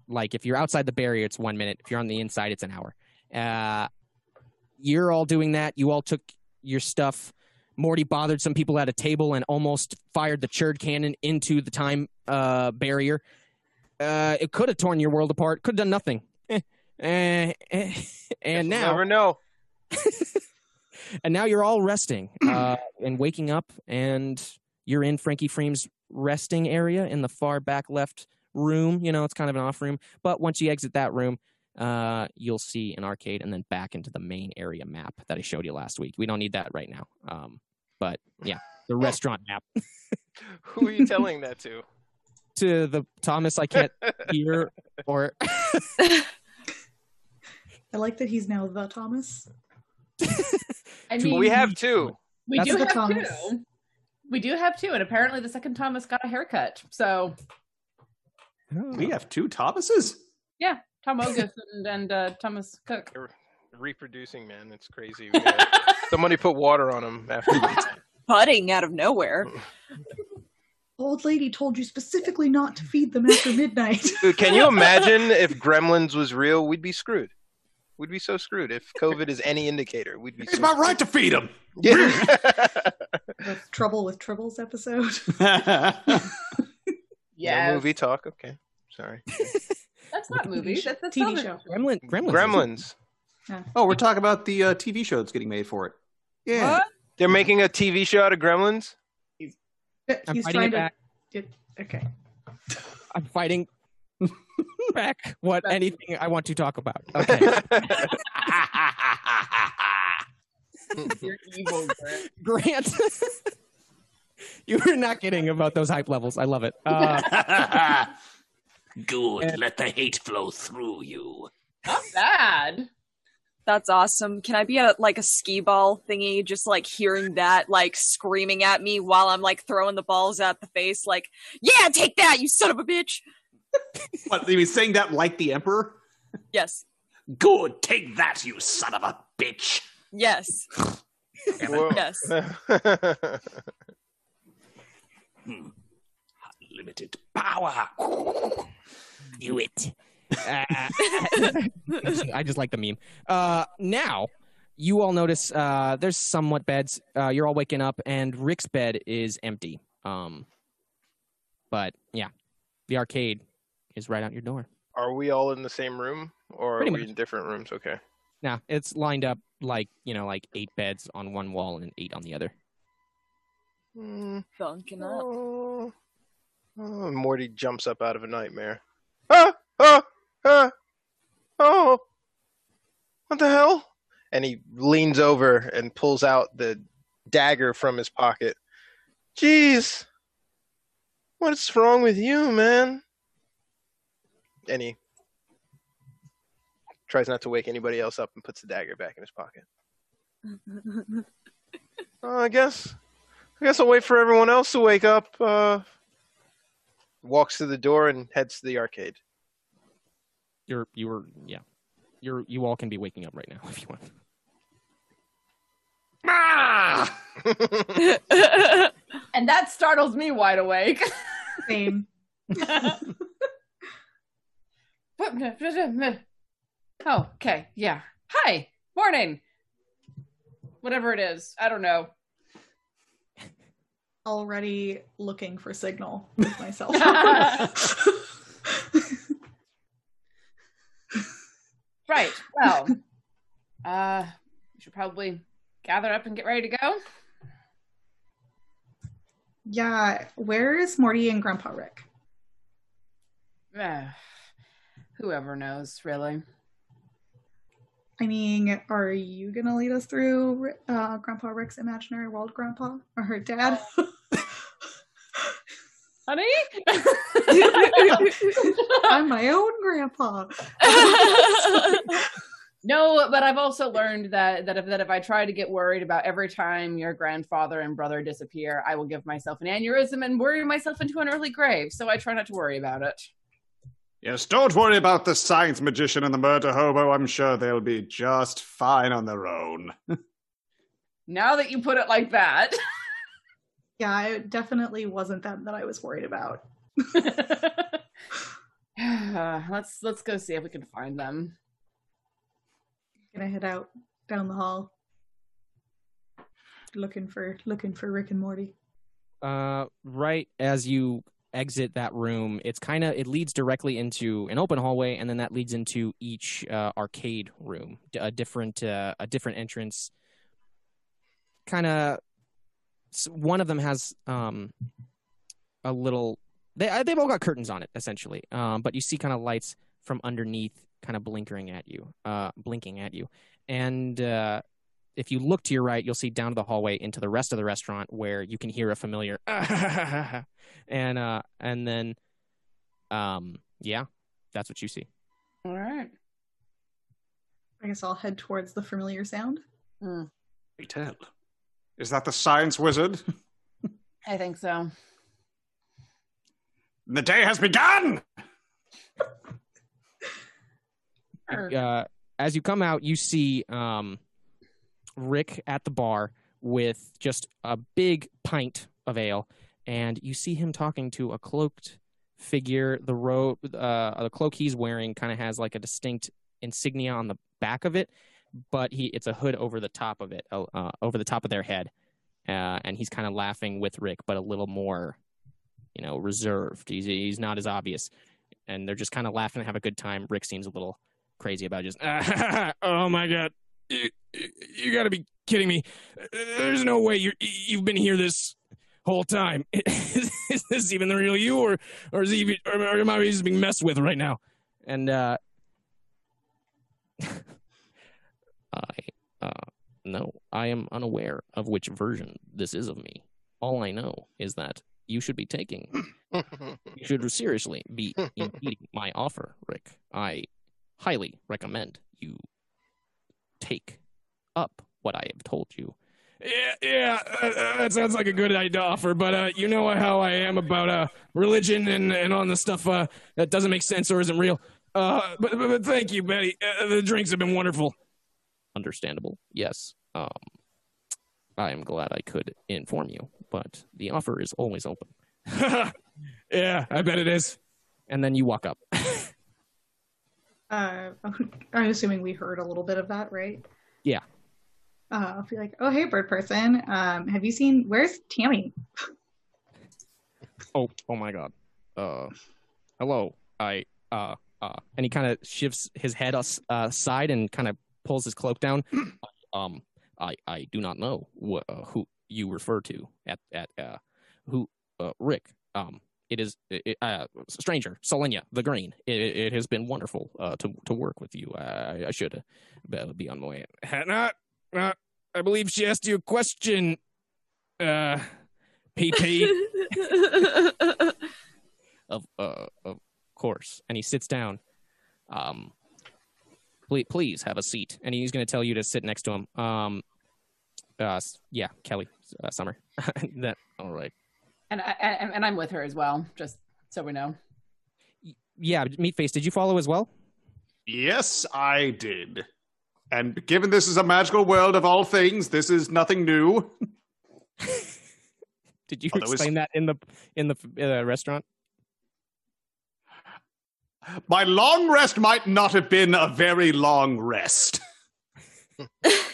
S5: like if you're outside the barrier it's one minute if you're on the inside it's an hour uh, you're all doing that you all took your stuff morty bothered some people at a table and almost fired the cherd cannon into the time uh, barrier Uh, it could have torn your world apart. Could have done nothing. Eh, eh, eh. and now,
S9: never know.
S5: and now you're all resting uh, and waking up, and you're in Frankie Freem's resting area in the far back left room. You know, it's kind of an off room. But once you exit that room, uh, you'll see an arcade, and then back into the main area map that I showed you last week. We don't need that right now. Um, but yeah, the restaurant map.
S9: Who are you telling that to?
S5: to the Thomas I can't hear or
S4: I like that he's now the Thomas.
S6: I
S9: Well,
S6: mean,
S9: we have two.
S6: we
S4: That's
S6: do
S4: the
S6: have
S4: Thomas.
S6: two. We do have two, and apparently the second Thomas got a haircut. So
S12: We have two Thomases.
S6: yeah, Tom Ogus and, and uh, Thomas Cook.
S9: Reproducing, man. It's crazy. We got- Somebody put water on him afterwards.
S7: Budding out of nowhere.
S4: Old lady told you specifically not to feed them after midnight.
S9: Dude, can you imagine if Gremlins was real? We'd be screwed. We'd be so screwed. If COVID is any indicator, we'd be.
S10: It's
S9: so
S10: my right to feed him.
S9: Yeah.
S4: the Trouble with Tribbles episode.
S9: No
S6: Yeah,
S9: movie talk. Okay. Sorry.
S6: that's not movies. That's, that's
S4: TV
S6: television.
S4: show.
S5: Gremlin Gremlins.
S9: Gremlins.
S12: oh, we're talking about the uh, TV show that's getting made for it. Yeah.
S7: What?
S9: They're making a TV show out of Gremlins.
S4: But
S5: I'm
S4: he's
S5: fighting
S4: trying
S5: it
S4: to.
S5: back.
S4: It, okay.
S5: I'm fighting back what anything I want to talk about. Okay.
S6: You're evil. Grant.
S5: Grant. you were not kidding about those hype levels. I love it. Uh,
S13: Good, let the hate flow through you.
S6: Not bad.
S7: That's awesome. Can I be at like a skee ball thingy, just like hearing that, like screaming at me while I'm like throwing the balls at the face, like, yeah, take that, you son of a bitch.
S12: What, he was saying that like the Emperor?
S7: Yes,
S13: Good, take that, you son of a bitch.
S7: yes,
S9: Whoa.
S7: yes.
S13: Hmm. Limited power. Do it.
S5: ah. I just like the meme. Uh, now, you all notice uh, there's somewhat beds. Uh, you're all waking up, and Rick's bed is empty. Um, but yeah, the arcade is right out your door.
S9: Are we all in the same room, or are
S5: Pretty
S9: we
S5: much.
S9: in different rooms? Okay.
S5: Now it's lined up like you know, like eight beds on one wall and eight on the other.
S9: Mm,
S7: Bunking up.
S9: oh. Oh, Morty jumps up out of a nightmare. Ah, ah, ah, oh, what the hell? And he leans over and pulls out the dagger from his pocket. Jeez, what's wrong with you, man? And he tries not to wake anybody else up and puts the dagger back in his pocket. Uh, I guess. I guess I'll wait for everyone else to wake up. Uh, walks to the door and heads to the arcade.
S5: You're you were yeah, you're you all can be waking up right now if you want.
S10: Ah!
S4: Oh.
S6: And that startles me wide awake.
S4: Same.
S6: oh, okay. Yeah. Hi. Morning. Whatever it is. I don't know.
S4: Already looking for signal with myself. I
S6: Right. Well, uh, we should probably gather up and get ready to go.
S4: Yeah, where is Morty and Grandpa Rick?
S6: Uh, whoever knows, really.
S4: I mean, are you gonna lead us through uh, Grandpa Rick's imaginary world, Grandpa or her dad?
S6: Honey?
S4: I'm my own grandpa.
S6: no, but I've also learned that that if, that if I try to get worried about every time your grandfather and brother disappear, I will give myself an aneurysm and worry myself into an early grave. So I try not to worry about it.
S10: Yes, don't worry about the science magician and the murder hobo. I'm sure they'll be just fine on their own.
S6: Now that you put it like that,
S4: yeah, it definitely wasn't them that I was worried about.
S6: Uh, let's let's go see if we can find them.
S4: Gonna head out down the hall, looking for looking for Rick and Morty.
S5: Uh, right as you exit that room, it's kind of it leads directly into an open hallway, and then that leads into each uh, arcade room, d- a different uh, a different entrance. Kind of, one of them has um, a little. They uh, they've all got curtains on it essentially, um, but you see kind of lights from underneath, kind of blinkering at you, uh, blinking at you, and. Uh, if you look to your right, you'll see down the hallway into the rest of the restaurant where you can hear a familiar and uh and then um yeah, that's what you see.
S14: All right.
S6: I guess I'll head towards the familiar sound.
S10: tell. Is that the science wizard?
S14: I think so.
S10: The day has begun!
S5: Uh, as you come out, you see um Rick at the bar with just a big pint of ale and you see him talking to a cloaked figure. The robe uh the cloak he's wearing kind of has like a distinct insignia on the back of it, but he it's a hood over the top of it, uh, uh, over the top of their head. Uh, and he's kind of laughing with Rick, but a little more you know, reserved. He's he's not as obvious, and they're just kind of laughing and have a good time. Rick seems a little crazy about just. oh my god,
S3: you, you- you gotta be kidding me! There's no way you you've been here this whole time. is this even the real you, or or is he even, or, or am I just being messed with right now?
S5: And uh, I uh, no, I am unaware of which version this is of me. All I know is that you should be taking, you should seriously be impeding my offer, Rick. I highly recommend you take up what I have told you.
S3: Yeah, yeah, uh, uh, that sounds like a good idea to offer, but uh, you know how I am about uh, religion and, and on the stuff uh, that doesn't make sense or isn't real. Uh, but, but, but thank you, Betty. Uh, the drinks have been wonderful.
S5: Understandable, yes. Um, I am glad I could inform you, but the offer is always open.
S3: yeah, I bet it is.
S5: And then you walk up.
S6: Uh, I'm assuming we heard a little bit of that, right?
S5: Yeah.
S6: Uh, I'll be like, oh, hey, bird person. Um, have you seen, where's Tammy?
S5: oh oh my god uh hello i uh uh and he kind of shifts his head us uh side and kind of pulls his cloak down um i i do not know wh- uh, who you refer to at at uh who uh rick um it is i i- uh stranger Selenia the green it, it it has been wonderful uh to to work with you i i should uh, be on my way
S3: Hannah, uh, I believe she asked you a question, uh, PP.
S5: of uh, of course and he sits down um please, please have a seat and he's going to tell you to sit next to him um uh s- yeah kelly uh, summer that all right
S14: And I, I and I'm with her as well, just so we know.
S5: yeah meatface did you follow as well
S10: Yes, I did. And given this is a magical world of all things, this is nothing new.
S5: did you
S10: Although it's-
S5: explain that in the in the uh, restaurant
S10: My long rest might not have been a very long rest.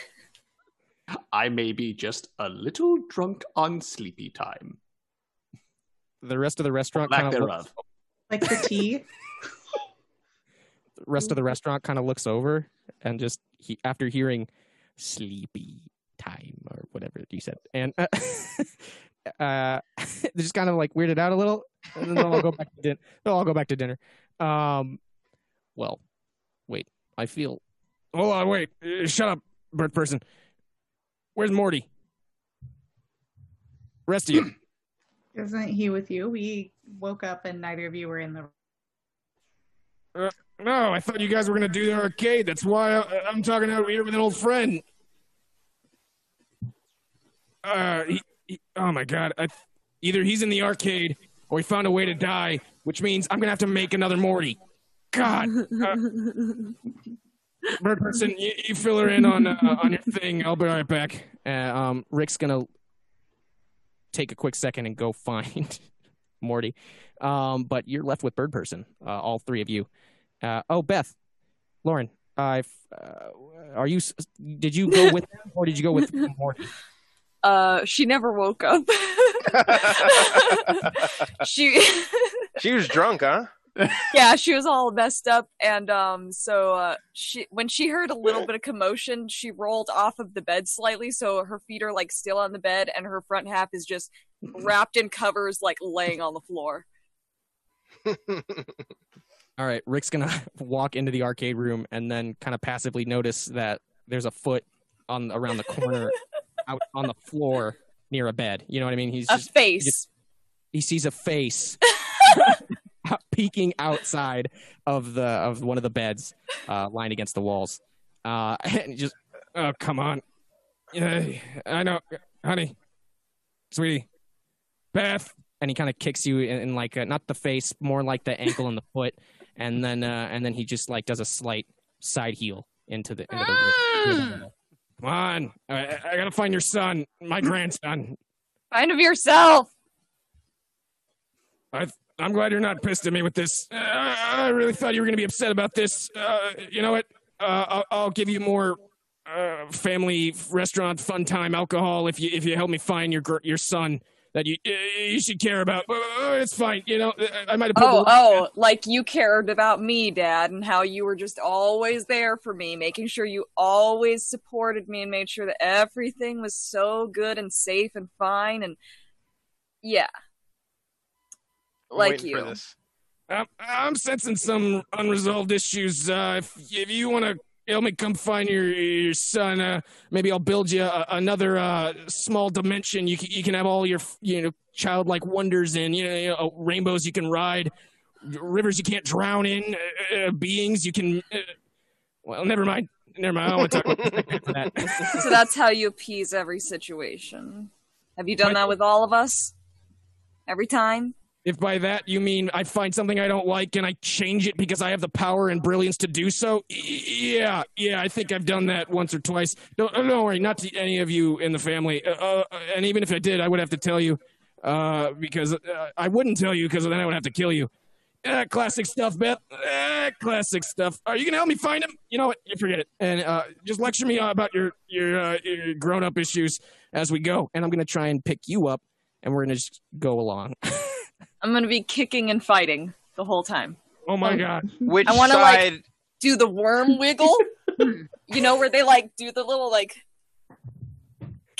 S10: I may be just a little drunk on sleepy time.
S5: the rest of the restaurant
S10: Lack
S5: kind of
S10: thereof.
S6: Like the tea?
S5: the rest of the restaurant kind of looks over and just he, after hearing sleepy time or whatever you said and uh, uh they're just kind of like weirded out a little and then they'll all go back to dinner they'll all go back to dinner um well wait i feel
S3: Hold on, wait. Uh, shut up, bird person. Where's Morty? Rest of you.
S6: Isn't he with you? We woke up and neither of you were in the
S3: Uh, no, I thought you guys were gonna do the arcade. That's why I, I'm talking out here with an old friend. Uh, he, he- oh my god! I, either he's in the arcade or he found a way to die, which means I'm gonna have to make another Morty. God, uh, bird person, you, you fill her in on uh, on your thing. I'll be right back.
S5: uh, um rick's gonna take a quick second and go find morty um but you're left with bird person uh, all three of you uh oh beth lauren i uh, are you s- did you go with them or did you go with morty
S7: uh, she never woke up. she,
S9: She was drunk, huh?
S7: yeah, she was all messed up, and um, so uh, she when she heard a little bit of commotion, she rolled off of the bed slightly, so her feet are like still on the bed, and her front half is just wrapped in covers, like laying on the floor.
S5: All right, Rick's gonna walk into the arcade room and then kind of passively notice that there's a foot on around the corner, out on the floor near a bed. You know what I mean? He's
S7: A
S5: just- he
S7: face.
S5: just- He, sees a face peeking outside of the of one of the beds, uh, lined against the walls, uh, and he just oh come on, Yeah, I know, honey, sweetie, Beth. And he kind of kicks you in, in like uh not the face, more like the ankle and the foot, and then uh, and then he just like does a slight side heel into the. Into the Mm. Come on, I, I gotta find your son, my grandson.
S7: Find him yourself.
S5: I, I'm glad you're not pissed at me with this. Uh, I really thought you were gonna be upset about this. Uh, you know what? Uh, I'll, I'll give you more uh, family restaurant fun time alcohol if you if you help me find your gr- your son that you uh, you should care about. Uh, it's fine. You know, I- I might have. put
S7: Oh,
S5: the-
S7: oh, like you cared about me, Dad, and how you were just always there for me, making sure you always supported me and made sure that everything was so good and safe and fine and yeah.
S9: I'm
S7: Like
S9: waiting for
S7: you.
S9: this.
S5: I'm, I'm sensing some unresolved issues. Uh, if, if you want to help me come find your your son, uh, maybe I'll build you a, another uh, small dimension. You can, you can have all your you know childlike wonders in. You know, you know, rainbows you can ride, rivers you can't drown in, uh, uh, beings you can. Uh, well, never mind. Never mind. I don't want to talk about that.
S7: so that's how you appease every situation. Have you done that with all of us? Every time?
S5: If by that you mean I find something I don't like and I change it because I have the power and brilliance to do so, y- yeah, yeah, I think I've done that once or twice. Don't, uh, don't worry, not to any of you in the family. Uh, uh, and even if I did, I would have to tell you uh, because uh, I wouldn't tell you because then I would have to kill you. Uh, classic stuff, Beth. Uh, classic stuff. Are you gonna help me find him? You know what? You forget it, and uh, just lecture me about your your, uh, your grown up issues as we go. And I'm gonna try and pick you up, and we're gonna just go along.
S7: I'm gonna be kicking and fighting the whole time.
S5: Oh my god.
S9: Which
S7: I wanna, like,
S9: side?
S7: do the worm wiggle. you know, where they like do the little like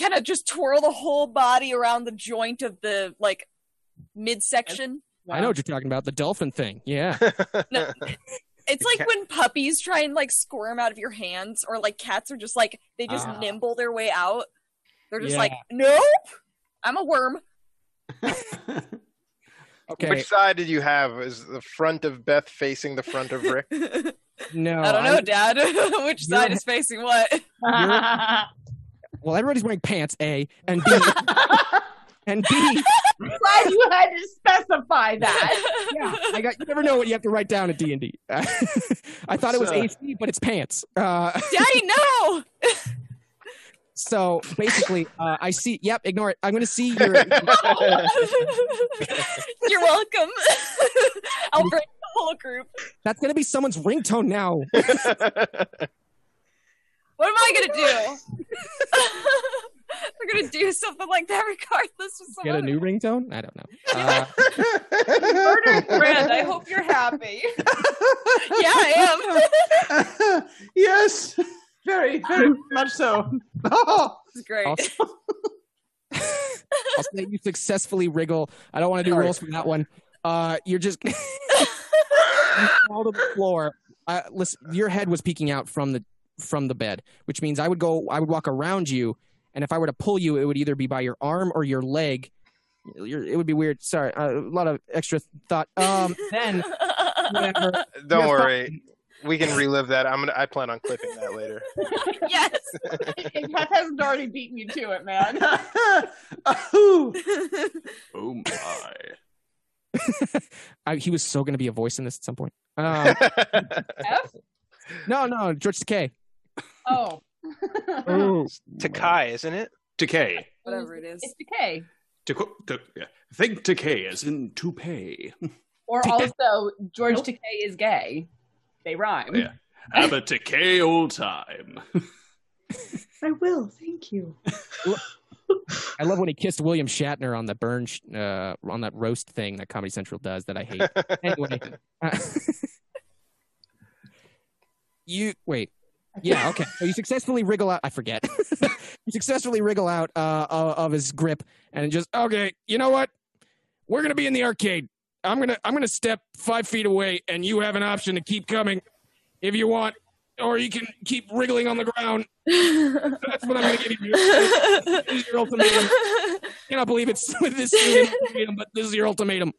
S7: kind of just twirl the whole body around the joint of the like midsection.
S5: I know what you're talking about. The dolphin thing. Yeah.
S7: It's like when puppies try and like squirm out of your hands, or like cats are just like they just
S5: Ah.
S7: nimble their way out. They're just
S5: Yeah.
S7: like, nope, I'm a worm.
S5: Okay.
S9: Which side did you have? Is the front of Beth facing the front of Rick?
S5: no.
S7: I don't know,
S5: I'm-
S7: Dad. Which
S5: Oh, You're-
S7: side is facing what?
S5: Well, everybody's wearing pants, A, and B. and B.
S6: Glad you had to specify that.
S5: Yeah, I got, you never know what you have to write down at D&D. I thought it was
S12: So-
S5: AC, but it's pants. Uh,
S7: Daddy, no.
S5: so basically, uh, I see. Yep, ignore it. I'm going to see your.
S7: You're welcome. I'll bring the whole group.
S5: That's going to be someone's ringtone now.
S7: What am I gonna do? We're gonna do something like that regardless of some
S5: Get a
S7: other-
S5: new ringtone? I don't know. Uh,
S6: Murdered friend, I hope you're happy.
S7: Yeah, I am.
S12: yes, very, very much so. Oh,
S7: It's great.
S5: I'll, I'll say you successfully wriggle. I don't want to do rolls for that one. Uh, you're just you fall to the floor. Uh, listen, your head was peeking out from the from the bed, which means I would go. I would walk around you, and if I were to pull you, it would either be by your arm or your leg. Your, it would be weird. Sorry, uh, a lot of extra thought. Um, then whatever.
S9: Don't
S5: Yeah,
S7: um,
S9: worry, we can relive that. I'm gonna. I plan on clipping that later.
S7: yes.
S6: Beth hasn't already beaten you to it, man.
S12: oh, oh my!
S5: I, he was so going to be a voice in this at some point. Um,
S6: F?
S5: no, no, George Takei.
S6: Oh.
S7: um,
S10: Oh
S9: Takai, isn't it?
S12: Decay.
S7: Whatever it is.
S6: It's decay.
S12: To, qu- to, yeah. Think decay as in to pay.
S6: Or also, George Takei is gay. They rhyme.
S12: Yeah. Have a decay old time.
S4: I will. Thank you.
S5: I love when he kissed William Shatner on the burn sh- uh, on that roast thing that Comedy Central does that I hate. anyway, uh, you wait. Yeah, okay. So you successfully wriggle out. I forget. you successfully wriggle out uh, of, of his grip and just okay. You know what? We're gonna be in the arcade. I'm gonna I'm gonna step five feet away, and you have an option to keep coming if you want, or you can keep wriggling on the ground. That's what I'm gonna give you. This is your ultimatum. Cannot believe it's with this is your ultimatum, but this is your ultimatum.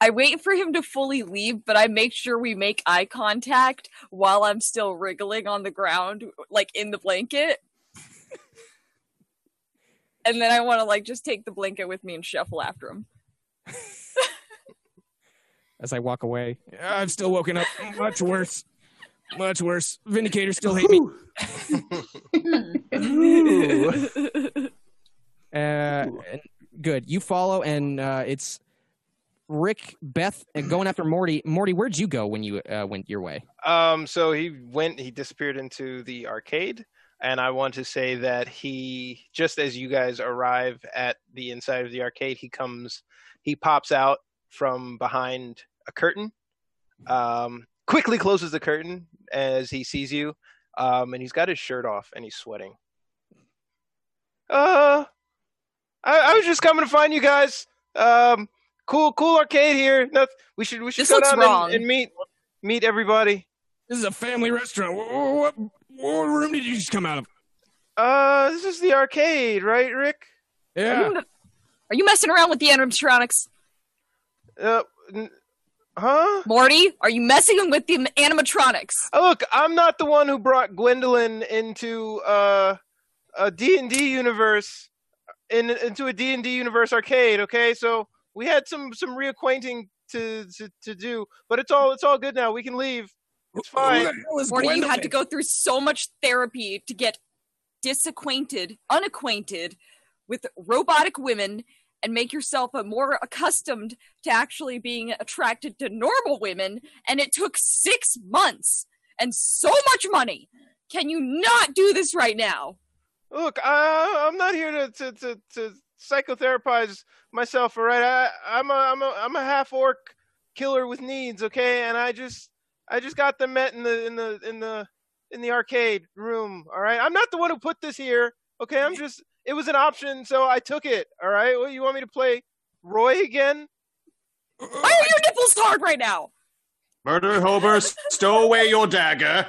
S7: I wait for him to fully leave, but I make sure we make eye contact while I'm still wriggling on the ground, like in the blanket. and then I want to like just take the blanket with me and shuffle after him.
S5: As I walk away, I've still woken up. Much worse. Much worse. Vindicators still hate me. Uh, good. You follow, and uh, it's Rick, Beth, and going after Morty. Morty, where'd you go when you uh, went your way?
S9: Um, so he went, he disappeared into the arcade. And I want to say that he, just as you guys arrive at the inside of the arcade, he comes, he pops out from behind a curtain, um, quickly closes the curtain as he sees you, um, and he's got his shirt off and he's sweating. Uh, I, I was just coming to find you guys. Um, cool, cool arcade here. Noth- we should, we should
S7: This
S9: go
S7: looks
S9: down
S7: wrong.
S9: and, and meet, meet everybody.
S5: This is a family restaurant. What, what, what room did you just come out of?
S9: Uh, this is the arcade, right, Rick?
S5: Yeah.
S7: Are you messing around with the animatronics?
S9: Uh, n- huh?
S7: Morty, are you messing with the animatronics?
S9: Oh, look, I'm not the one who brought Gwendolyn into uh, a D&D universe, in, into a D&D universe arcade, okay? So we had some, some reacquainting to, to, to do, but it's all, it's all good now. We can leave. It's fine.
S7: Morty, you had to go through so much therapy to get disacquainted, unacquainted with robotic women and make yourself a more accustomed to actually being attracted to normal women. And it took six months and so much money. Can you not do this right now?
S9: Look, I, I'm not here to, to, to, to psychotherapize myself, all right? I, I'm a, I'm a, I'm a half orc killer with needs, okay? And I just, I just got them met in the, in the, in the, in the arcade room, all right? I'm not the one who put this here, okay? I'm just, it was an option, so I took it, all right? Well, you want me to play Roy again?
S7: Why are your nipples hard right now?
S10: Murder Hober, stow away your dagger.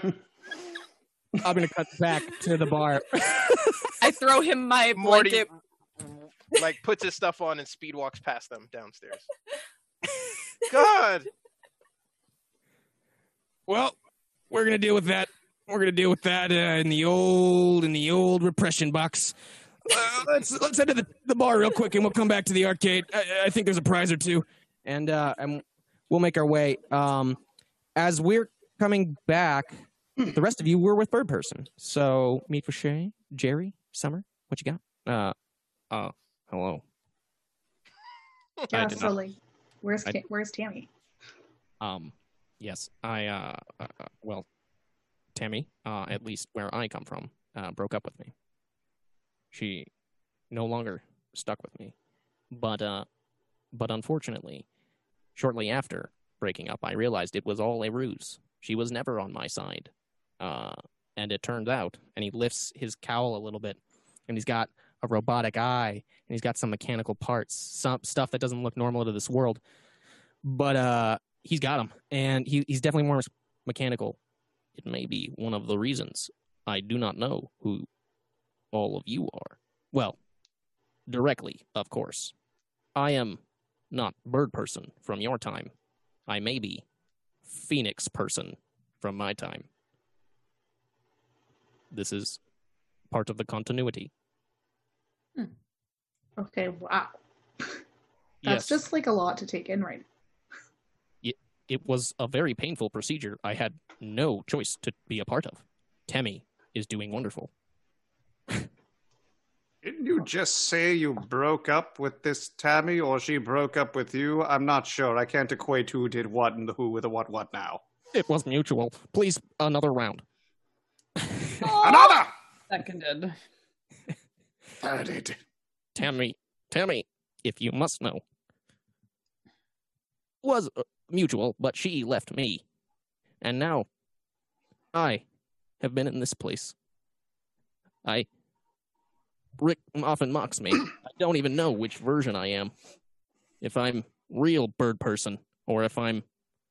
S5: I'm gonna cut back to the bar.
S7: I throw him my
S9: Morty-
S7: blanket.
S9: Like, puts his stuff on and speed walks past them downstairs. God!
S5: Well, we're gonna deal with that. We're gonna deal with that uh, in the old in the old repression box. Uh, let's let's head to the, the bar real quick, and we'll come back to the arcade. I, I think there's a prize or two, and uh, and we'll make our way. Um, as we're coming back, the rest of you were with Bird Person. So meet for Shay, Jerry, Summer. What you got? Uh, uh, hello. I
S4: Yeah,
S5: did not-
S4: slowly. Where's
S5: I-
S4: Ca- Where's Tammy?
S5: Um, yes, I, uh, uh uh, well, Tammy, uh, at least where I come from, uh, broke up with me. She no longer stuck with me. But, uh, but unfortunately, shortly after breaking up, I realized it was all a ruse. She was never on my side. Uh, and it turned out, and he lifts his cowl a little bit, and he's got a robotic eye, and he's got some mechanical parts, some stuff that doesn't look normal to this world. But, uh, he's got him, and he, he's definitely more mechanical. It may be one of the reasons I do not know who all of you are. Well, directly, of course. I am not bird person from your time. I may be phoenix person from my time. This is part of the continuity.
S4: Okay, wow.
S5: Yes.
S4: That's just like a lot to take in right
S5: it was a very painful procedure I had no choice to be a part of. Tammy is doing wonderful.
S10: Didn't you just say you broke up with this Tammy or she broke up with you? I'm not sure. I can't equate who did what and the who with a what what now.
S5: It was mutual. Please, another round.
S6: Another seconded.
S10: padded.
S5: Tell me, tell me, if you must know. Was uh, mutual, but she left me, and now I have been in this place. I Rick often mocks me. I don't even know which version I am. If I'm real bird person, or if I'm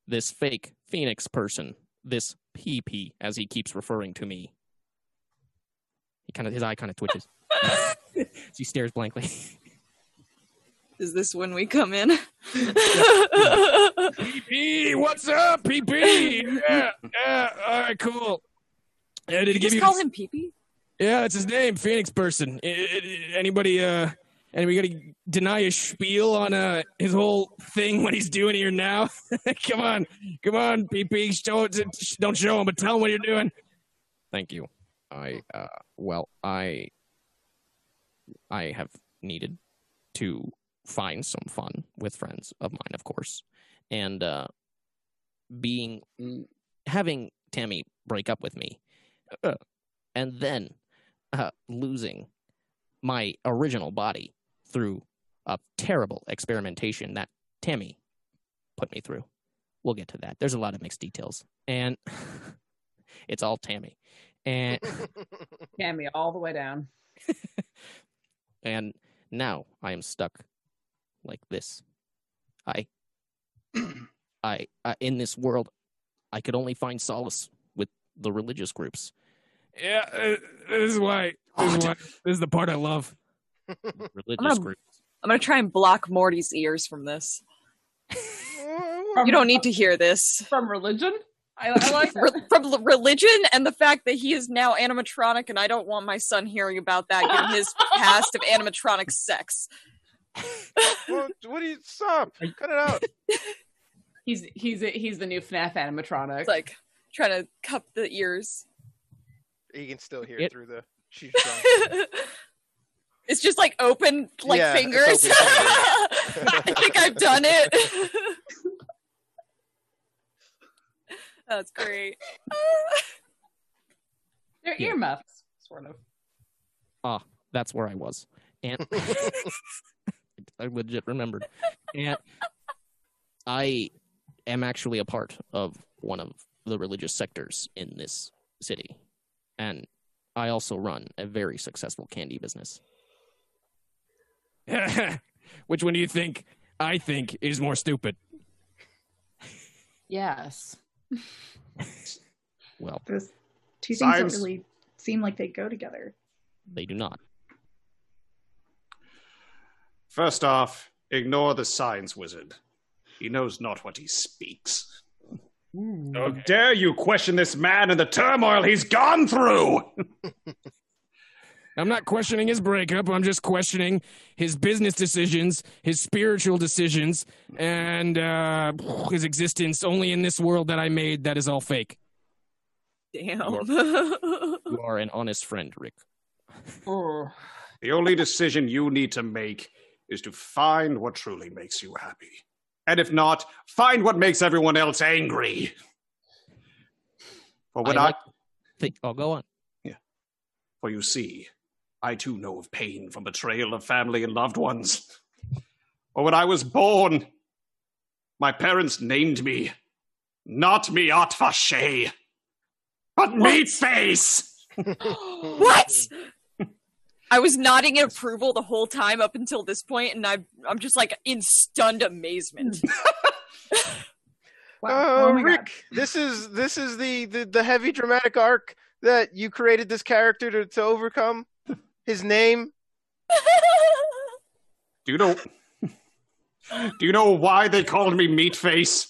S5: this fake phoenix person, this PP, as he keeps referring to me. He kind of his eye kind of twitches. he stares blankly.
S7: Is this when we come in?
S15: PP, what's up, PP? Yeah, yeah, all right, cool. Yeah, did he give
S7: Just
S15: you?
S7: call him Peepee.
S15: Yeah, it's his name, Phoenix Person. I- I- I- Anybody, uh, anybody gonna deny his spiel on uh his whole thing? What he's doing here now? come on, come on, PP, show it. to- Don't show him, but tell him what you're doing.
S5: Thank you. I uh well, I I have needed to find some fun with friends of mine, of course. And uh being having Tammy break up with me uh, and then uh losing my original body through a terrible experimentation that Tammy put me through. We'll get to that. There's a lot of mixed details. And it's all Tammy. And
S6: Tammy, all the way down.
S5: and now I am stuck like this. I, I, I in this world, I could only find solace with the religious groups.
S15: Yeah, uh, this is why. This is why. This is the part I love.
S5: Religious
S7: gonna-
S5: groups.
S7: I'm gonna try and block Morty's ears from this. you don't need to hear this
S6: from religion. I, I like
S7: from l- religion and the fact that he is now animatronic, and I don't want my son hearing about that given his past of animatronic sex.
S9: well, what do you stop? Cut it out.
S6: He's he's he's the new FNAF animatronic.
S7: like trying to cup the ears.
S9: He can still hear
S7: It-
S9: through the. She's
S7: It's just like open like
S9: Yeah, it's
S7: fingers.
S9: open
S7: I think I've done it. That's great.
S6: They're
S5: Yeah.
S6: earmuffs, sort of.
S5: Ah, that's where I was, and I legit remembered. And I am actually a part of one of the religious sectors in this city, and I also run a very successful candy business.
S15: Which one do you think? I think is more stupid.
S6: Yes.
S5: Well,
S4: Those two things
S5: Science-
S4: don't really seem like they go together.
S5: they do not.
S10: First off, ignore the science wizard. He knows not what he speaks.
S4: Hmm.
S10: How dare you question this man and the turmoil he's gone through?
S15: I'm not questioning his breakup. I'm just questioning his business decisions, his spiritual decisions, and uh, his existence only in this world that I made that is all fake.
S7: Damn.
S5: You are an honest friend, Rick.
S10: The only decision you need to make is to find what truly makes you happy. And if not, find what makes everyone else angry. For when I,
S5: I Think, oh, go on.
S10: for you see, I too know of pain from betrayal of family and loved ones. For when I was born, my parents named me not me Atfashe, but Meatface.
S7: what? I was nodding in approval the whole time up until this point, and I'm I'm just like in stunned amazement.
S9: Oh, Rick, this is this is the, the the heavy dramatic arc that you created this character to to overcome. His name.
S10: Do you know? do you know why they called me Meatface?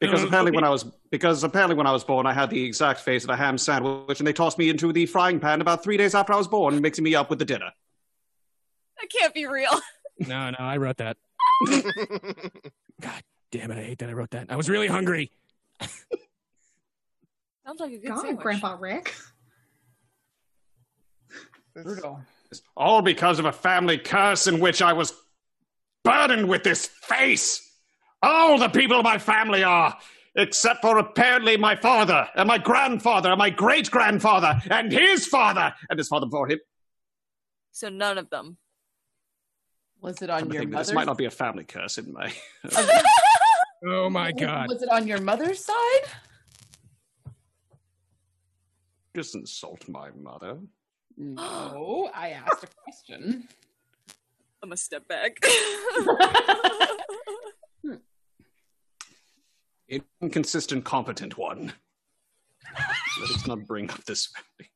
S10: because apparently when I was because apparently when I was born, I had the exact face of a ham sandwich, and they tossed me into the frying pan about three days after I was born, mixing me up with the dinner.
S7: that can't be real.
S15: No, no, I wrote that. Damn it, I hate that I wrote that. I was really hungry.
S7: Sounds like a good
S4: God,
S7: sandwich.
S4: Grandpa Rick.
S6: Brutal.
S10: All because of a family curse in which I was burdened with this face. All the people of my family are, except for apparently my father and my grandfather and my great grandfather and his father and his father before him
S7: So none of them.
S6: Was it on
S10: I'm
S6: your
S10: thinking this
S6: mother's?
S10: might not be a family curse in my.
S15: oh my
S6: Was it on your mother's side?
S10: Just insult my mother.
S6: No, I asked a question.
S7: I'm gonna step back.
S10: Inconsistent, competent one. Let us not bring up this family.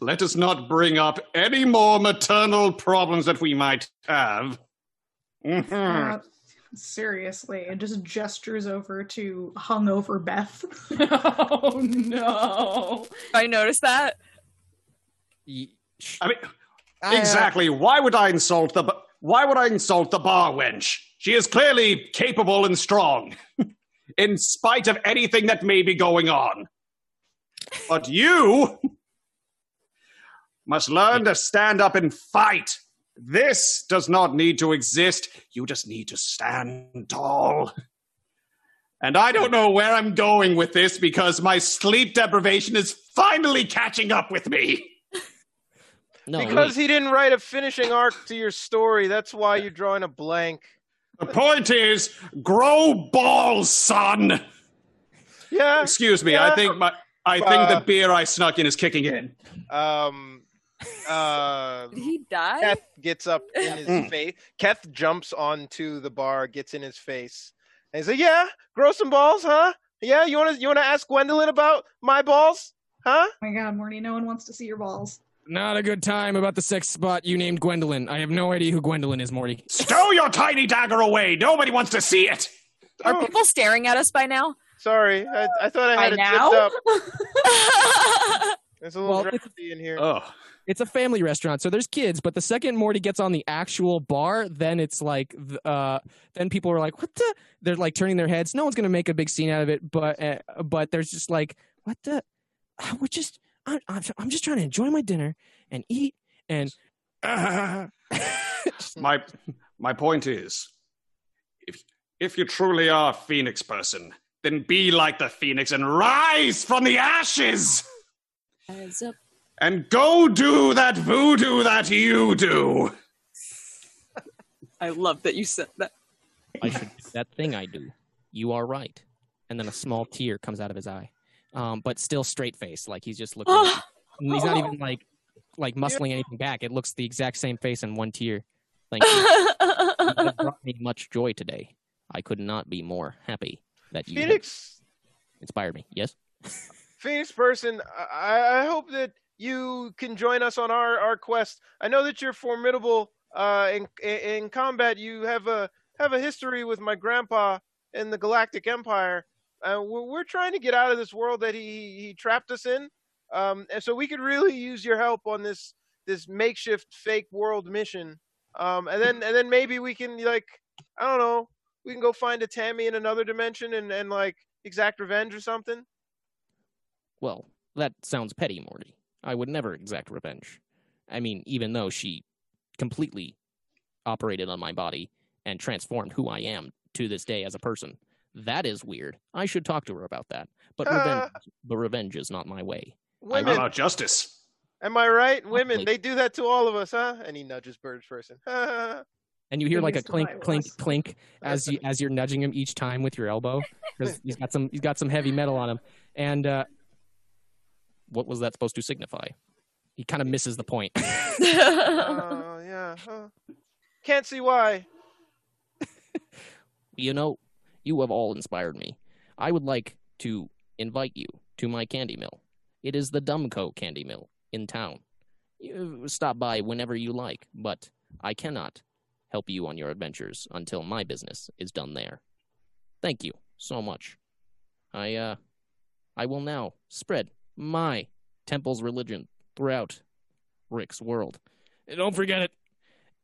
S10: Let us not bring up any more maternal problems that we might have. Mhm.
S4: Uh, seriously, and just gestures over to hungover Beth.
S6: oh no!
S7: I noticed that.
S10: I mean, exactly. Why would I insult the? ba- Why would I insult the bar wench? She is clearly capable and strong, in spite of anything that may be going on. But you must learn to stand up and fight. This does not need to exist. You just need to stand tall. And I don't know where I'm going with this because my sleep deprivation is finally catching up with me.
S5: No,
S9: Because he didn't write a finishing arc to your story, that's why you're drawing a blank.
S10: The point is, grow balls, son.
S9: Yeah.
S10: Excuse me. I think my I think the beer I snuck in is kicking in.
S9: Um. Uh.
S7: Did he die?
S9: Keth gets up in his
S10: Mm.
S9: face. Keth jumps onto the bar, gets in his face, and he's like, "Yeah, grow some balls, huh? Yeah, you wanna you wanna ask Gwendolyn about my balls, huh?"
S4: Oh my god, Morty, no one wants to see your balls.
S15: Not a good time about the sex spot you named Gwendolyn. I have no idea who Gwendolyn is, Morty.
S10: Stow your tiny dagger away. Nobody wants to see it.
S9: Oh,
S7: Are people staring at us by now?
S9: Sorry, I, I thought I
S6: By
S9: had it
S6: now?
S9: zipped up. There's a little
S5: Well,
S9: drafty in here.
S10: Oh,
S5: it's a family restaurant, so there's kids. But the second Morty gets on the actual bar, then it's like, th- uh, then people are like, "What the?" They're like turning their heads. No one's gonna make a big scene out of it, but uh, but there's just like, "What the?" I would just, I, I'm, I'm just trying to enjoy my dinner and eat and.
S10: my my point is, if if you truly are a phoenix person, then be like the phoenix and rise from the ashes and go do that voodoo that you do.
S7: I love that you said that.
S5: I should do that thing I do. You are right. And then a small tear comes out of his eye, um, but still straight face, like he's just looking. at you. And he's not even like like muscling anything back. It looks the exact same face and one tear. Thank you. You have brought me much joy today. I could not be more happy that you have
S9: Phoenix,
S5: inspired me. Yes.
S9: Phoenix person, I, I hope that you can join us on our, our quest. I know that you're formidable uh, in in combat. You have a have a history with my grandpa in the Galactic Empire. Uh, we're, we're trying to get out of this world that he he trapped us in, um, and so we could really use your help on this this makeshift fake world mission. Um, and then and then maybe we can like I don't know we can go find a Tammy in another dimension and, and like exact revenge or something.
S5: Well, that sounds petty, Morty. I would never exact revenge. I mean, even though she completely operated on my body and transformed who I am to this day as a person. That is weird. I should talk to her about that. But revenge, but revenge is not my way. I
S10: Not
S9: Women,
S10: about Uh, justice.
S9: am I right? Women,
S5: Exactly.
S9: they do that to all of us, huh? And he nudges Birds person. Oh, That's
S5: And you hear
S4: It
S5: like a
S4: is the
S5: clink,
S4: right
S5: clink,
S4: ones.
S5: clink as you as you're nudging him each time with your elbow because he's got some he's got some heavy metal on him. And uh, what was that supposed to signify? He kind of misses the point.
S9: Oh yeah. Huh. Can't see why.
S5: you know, you have all inspired me. I would like to invite you to my candy mill. It is the Dumco Candy Mill in town. You stop by whenever you like, but I cannot help you on your adventures until my business is done there. Thank you so much. I uh I will now spread my temple's religion throughout Rick's world. And don't forget it.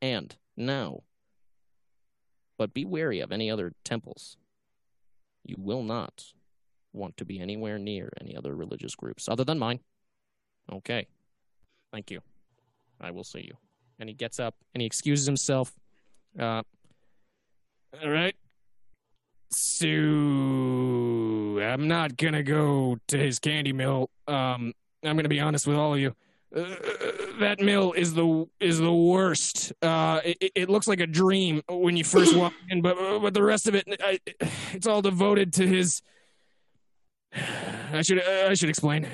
S5: And now but be wary of any other temples. You will not want to be anywhere near any other religious groups other than mine. Okay. Thank you. I will see you. And he gets up and he excuses himself. Uh, All right.
S15: So I'm not gonna go to his candy mill. Um, I'm gonna be honest with all of you. Uh,
S3: that mill is the is the worst. Uh, it, it- it looks like a dream when you first walk in, but but the rest of it, I, it's all devoted to his. I should I should explain.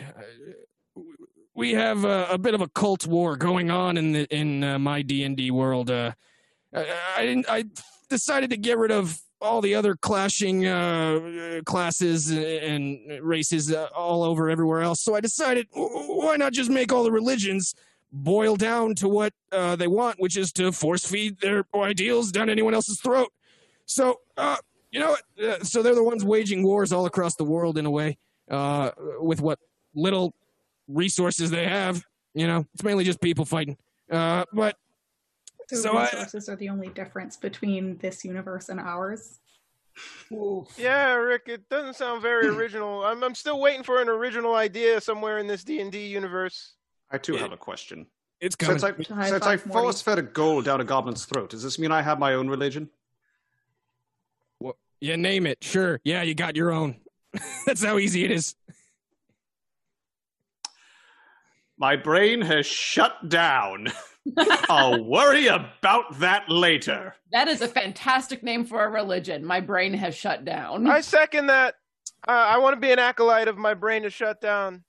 S3: We have a, a bit of a cult war going on in the in uh, my D and D world. Uh, I, I didn't. I decided to get rid of all the other clashing uh, classes and races uh, all over everywhere else. So I decided, w- w- why not just make all the religions boil down to what uh, they want, which is to force feed their ideals down anyone else's throat. So uh, you know, what? uh, so they're the ones waging wars all across the world in a way uh, with what little resources they have. You know, it's mainly just people fighting. Uh, but
S16: The
S3: So I-
S16: resources are the only difference between this universe and ours.
S9: Yeah, Rick, it doesn't sound very original. I'm, I'm still waiting for an original idea somewhere in this D and D universe.
S10: I too have a question.
S3: It's
S10: since I,
S9: coming. High
S10: since I
S9: five, Morty.
S10: force fed a goal down a goblin's throat. Does this mean I have my own religion?
S3: yeah, name it. Sure. Yeah, you got your own. That's how easy it is.
S10: My brain has shut down. I'll worry about that later.
S6: That is a fantastic name for a religion. My brain has shut down.
S9: I second that. Uh, I want to be an acolyte of my brain to shut down.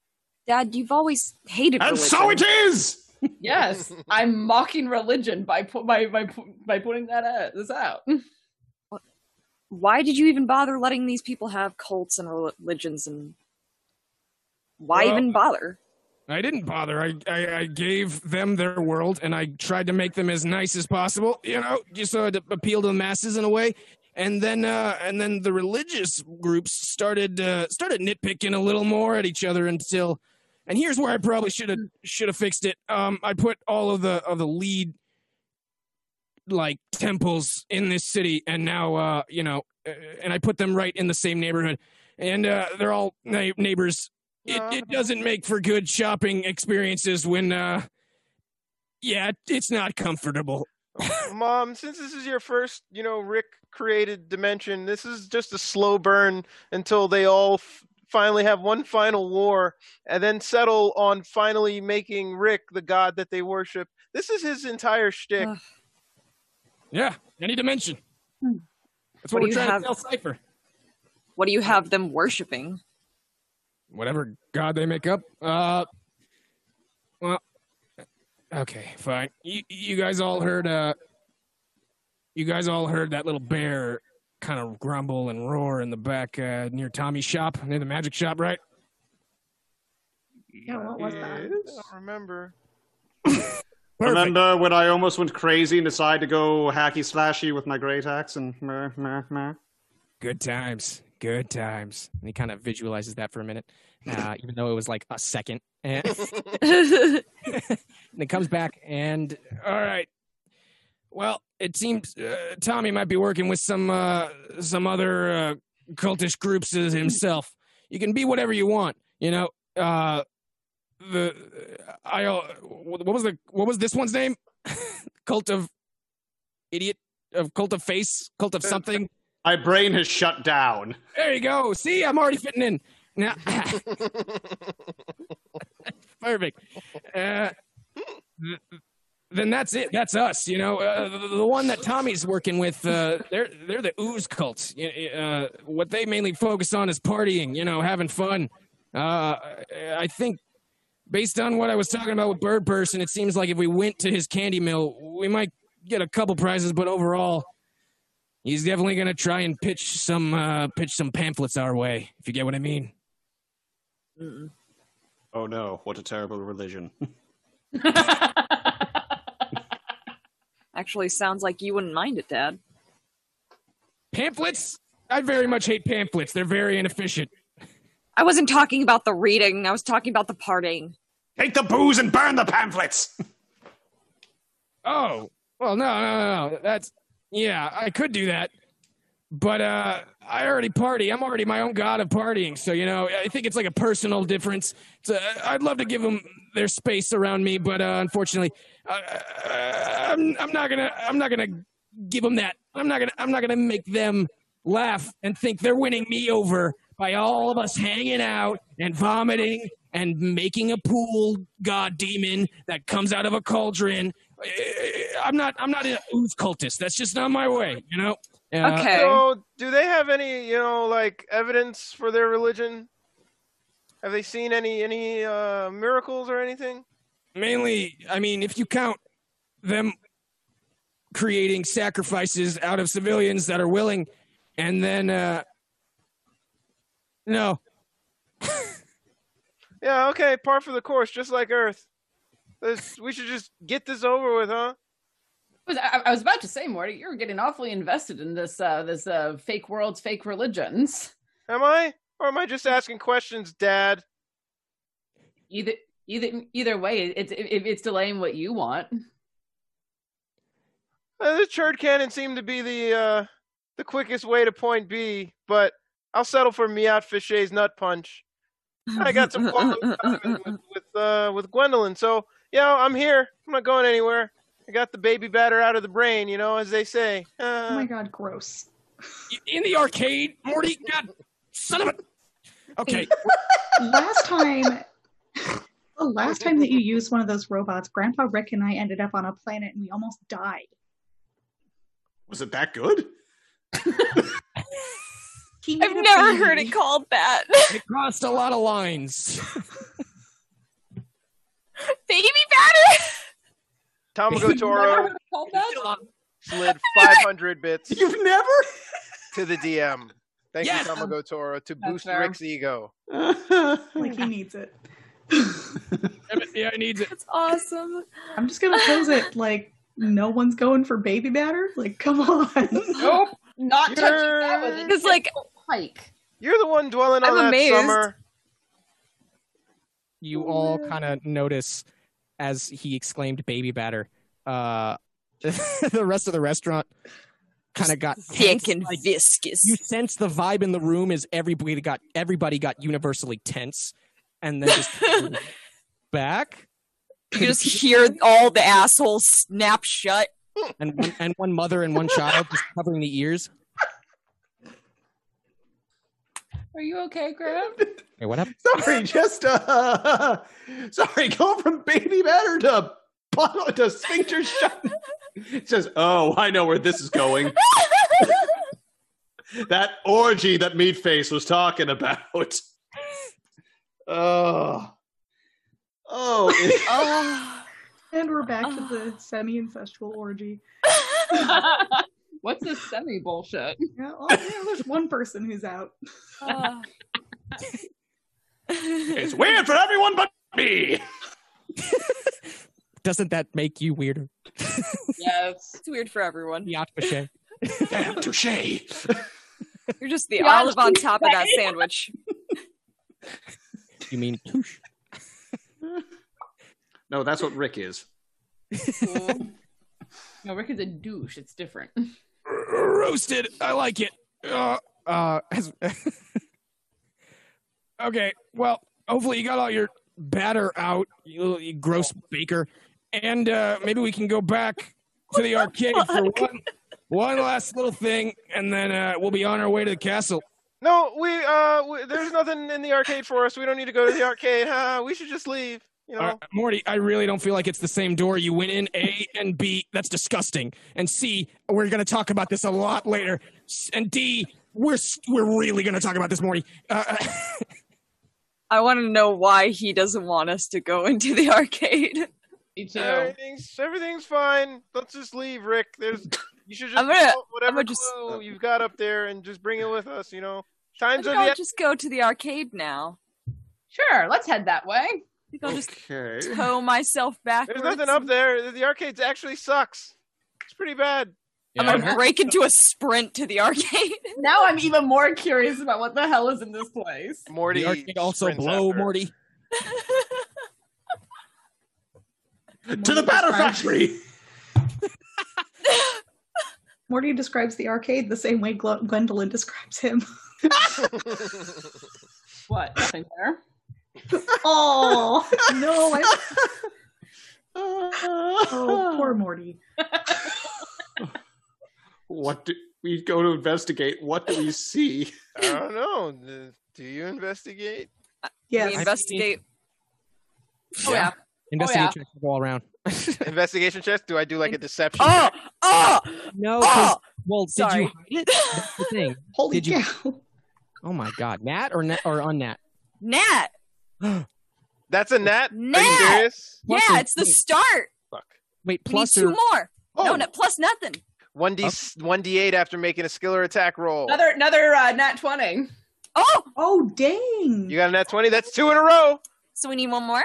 S7: Dad, you've always hated
S10: And so it is.
S6: yes, I'm mocking religion by pu- by by pu- by putting that uh, this out.
S7: Why did you even bother letting these people have cults and rel- religions and why
S3: Well-
S7: even bother?
S3: I didn't bother. I, I, I gave them their world and I tried to make them as nice as possible, you know, just so to appeal to the masses in a way. And then uh, and then the religious groups started uh, started nitpicking a little more at each other until and here's where I probably should have should have fixed it. Um, I put all of the of the lead like temples in this city and now uh you know uh, and i put them right in the same neighborhood and uh they're all na- neighbors it,
S7: Uh-huh.
S3: it doesn't make for good shopping experiences when uh yeah it's not comfortable
S9: Mom, since this is your first, you know, Rick created dimension, this is just a slow burn until they all f- finally have one final war and then settle on finally making Rick the god that they worship. This is his entire shtick.
S3: yeah any dimension that's what,
S7: What do
S3: we're
S7: you
S3: trying
S7: have-
S3: to tell cypher
S7: What do you have them worshiping?
S3: whatever god they make up uh well okay fine you, you guys all heard uh you guys all heard that little bear kind of grumble and roar in the back uh, near tommy's shop near the magic shop right
S16: Yeah, what was that?
S9: I don't remember.
S10: Remember when I almost went crazy and decided to go hacky slashy with my great axe and meh, meh, meh?
S3: Good times. Good times. And he kind of visualizes that for a minute, uh, even though it was like a second. And, and it comes back, and all right. Well, it seems uh, Tommy might be working with some uh, some other uh, cultish groups as himself. You can be whatever you want, you know. Uh, the I uh, what was the what was this one's name? cult of idiot of cult of face cult of something.
S10: My brain has shut down.
S3: There you go. See, I'm already fitting in. Now, perfect. Uh, th- then that's it. That's us. You know, uh, the, the one that Tommy's working with. Uh, they're they're the ooze cults. Y- y- Uh, what they mainly focus on is partying. You know, having fun. Uh, I think. Based on what I was talking about with Bird Person, it seems like if we went to his candy mill, we might get a couple prizes, but overall, He's definitely gonna try and pitch some uh, pitch some pamphlets our way, if you get what I mean.
S10: Oh no, what a terrible religion.
S7: Actually, sounds like you wouldn't mind it, Dad.
S3: Pamphlets? I very much hate pamphlets. They're very inefficient.
S7: I wasn't talking about the reading. I was talking about the partying.
S17: Take the booze and burn the pamphlets.
S3: Oh, well, no, no, no, no. That's yeah, I could do that, but uh, I already party. I'm already my own god of partying, so you know, I think it's like a personal difference. It's uh, I'd love to give them their space around me, but uh, unfortunately, uh, I'm I'm not gonna I'm not gonna give them that. I'm not gonna I'm not gonna make them laugh and think they're winning me over by all of us hanging out and vomiting and making a pool god demon that comes out of a cauldron. I'm not I'm not an ooze cultist. That's just not my way, you know. Uh,
S5: Oh,
S9: So, do they have any, you know, like evidence for their religion? Have they seen any any uh, miracles or anything?
S3: mainly i mean if you count them creating sacrifices out of civilians that are willing and then uh no
S9: Yeah, okay, par for the course, just like Earth. This, we should just get this over with, huh?
S6: I was, I, I was about to say, Morty, you're getting awfully invested in this uh, this uh, fake worlds, fake religions.
S9: Am I, or am I just asking questions, Dad?
S6: Either either either way, it's it, it's delaying what you want.
S9: Uh, the church cannon seemed to be the uh, the quickest way to point B, but I'll settle for Miat Fiche's nut punch. I got some quality time with with, uh, with Gwendolyn, so yeah, I'm here. I'm not going anywhere. I got the baby batter out of the brain, you know, as they say. oh my
S5: god, gross.
S3: in the arcade morty god son of a okay
S5: last time the last time that you used one of those robots grandpa rick and i ended up on a planet and we almost died
S18: Was it that good?
S7: I've never heard it called that.
S3: it crossed a lot of lines
S7: Baby batter.
S9: Tomago Toro slid 500 bits. You've
S10: never
S9: to the DM. Thank
S5: Yes.
S9: you, Tomago Toro, to
S5: That's
S9: boost
S5: fair.
S9: Rick's ego.
S5: like he needs it
S3: yeah i need it
S7: That's awesome.
S5: i'm just gonna pose it like no one's going for baby batter like come on
S6: Nope, not touching that
S9: You're-
S6: with
S7: Because like
S6: Pike.
S9: You're the one dwelling on
S7: I'm
S9: that
S7: amazed.
S9: summer.
S3: you
S7: Oh,
S3: all kind of notice as he exclaimed baby batter uh the rest of the restaurant kind of got
S7: thick
S3: tense,
S7: and
S3: like,
S7: viscous.
S3: you sense the vibe in the room is everybody got everybody got universally tense and then just back
S7: You just hear all the assholes snap shut.
S3: and one, and one mother and one child just covering the ears
S6: Are you okay, Graham?
S3: hey what happened
S10: Sorry, just uh, sorry. Go from baby batter to bottle to sphincter shut. It says, "Oh, I know where this is going." that orgy that Meatface was talking about. Oh, oh, it-
S7: Oh,
S5: and we're back to the semi-incestual orgy
S6: What's this semi bullshit?
S5: yeah, oh, yeah there's one person who's out
S3: Ah.
S7: oh.
S19: It's weird for everyone but me.
S3: doesn't that make you weirder
S6: Yes.
S7: it's weird for everyone.
S3: Yacht Vashay.
S19: Damn, touche.
S7: You're just the
S6: Yeah,
S7: olive on
S6: she's
S7: top of that
S6: right.
S7: sandwich.
S3: you mean touche
S10: no, that's what Rick is.
S6: No, Rick is a douche. It's different.
S3: roasted i like it uh, uh, as- okay well hopefully you got all your batter out you, little- you gross baker and uh, maybe we can go back to the arcade for one one last little thing and then uh, we'll be on our way to the castle
S9: No, we uh, we, there's nothing in the arcade for us. We don't need to go to the arcade. Huh? We should just leave. You know,
S3: Uh, Morty, I really don't feel like it's the same door you went in. A and B, that's disgusting. And C, we're gonna talk about this a lot later. S- And D, we're s- we're really gonna talk about this, Morty. Uh,
S7: I want to know why he doesn't want us to go into the arcade.
S6: Me too.
S9: everything's everything's fine. Let's just leave, Rick. There's you should just
S7: I'm gonna-
S9: pull out whatever
S7: gonna just-
S9: clue you've got up there and just bring it with us. You know,
S7: I
S9: times
S7: think
S9: are the
S7: I'll just go to the arcade now.
S6: Sure, let's head that way.
S7: I think I'll just
S10: Okay.
S7: tow myself backwards.
S9: there's nothing up there. The arcade actually sucks. It's pretty bad.
S7: I'm gonna break into a sprint to the arcade.
S6: Now I'm even more curious about what the hell is in this place.
S9: Morty
S3: the arcade also
S9: sprints
S3: blow,
S9: after.
S7: Oh,
S3: Morty.
S19: to the batter factory.
S5: morty describes the arcade the same way Gl- gwendolyn describes him
S6: What? Nothing there.
S5: oh no I- oh poor morty
S10: What do we go to investigate? What do we see?
S9: I don't know. Do you investigate?
S5: yes
S7: We investigate Oh, yeah.
S5: Investigate
S7: Oh, yeah.
S5: checks will go all around.
S9: Investigation chest? Do I do like a deception?
S7: Oh, oh,
S5: No. 'cause-
S7: oh!
S5: Well, did
S7: Sorry.
S5: you hide it? That's the thing.
S2: Holy
S5: did you? Oh my God, Nat or Nat or unnat?
S7: Nat.
S9: That's a nat? Are you
S7: Nat!
S9: serious?
S7: Yeah,
S5: Plus or-
S7: it's the
S5: wait,
S7: start.
S5: Wait,
S7: We need
S5: plus
S7: two
S5: or
S7: more. No,
S9: Oh.
S7: no, plus nothing.
S9: 1D, 1d8 after making a skill or attack roll.
S6: Another another uh, nat twenty.
S7: Oh,
S4: Oh dang!
S9: You got a nat 20? That's two in a row.
S7: so we need one more.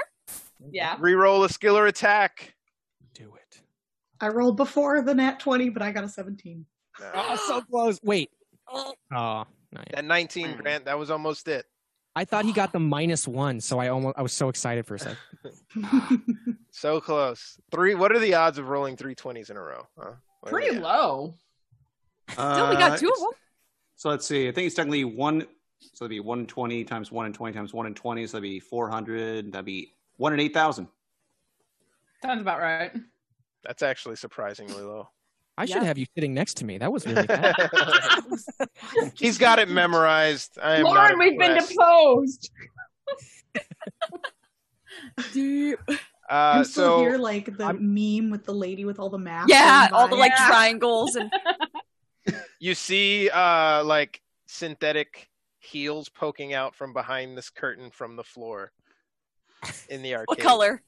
S6: Yeah.
S9: Reroll a skill or attack.
S5: do it.
S4: I rolled before the nat twenty, but I got a seventeen.
S5: Oh, so close. Wait.
S7: Oh,
S5: Oh,
S9: That 19, Grant, that was almost it.
S5: I thought he got the minus one, so I almost I was so excited for a second.
S9: So close. Three. What are the odds of rolling three 20s in a row? Huh? What are
S6: Pretty
S9: they at?
S6: low.
S7: we only got two of
S12: it's-
S7: them.
S12: Uh, So let's see. I think it's technically one. So that'd be one twenty times one and twenty times one and twenty. So that'd be four hundred. That'd be one and eight thousand.
S6: Sounds about right.
S9: That's actually surprisingly low.
S5: I should
S7: Yeah.
S5: have you sitting next to me. That was really bad.
S9: He's got it memorized. I am not
S6: Lauren, we've been
S9: impressed.
S6: deposed.
S9: Uh,
S4: I'm still
S9: so
S4: here, like the meme with the lady with all the masks.
S7: Yeah,
S4: going
S7: all the
S4: by.
S7: like
S6: Yeah.
S7: triangles and
S9: you see, uh, like synthetic heels poking out from behind this curtain from the floor in the arcade.
S7: what color?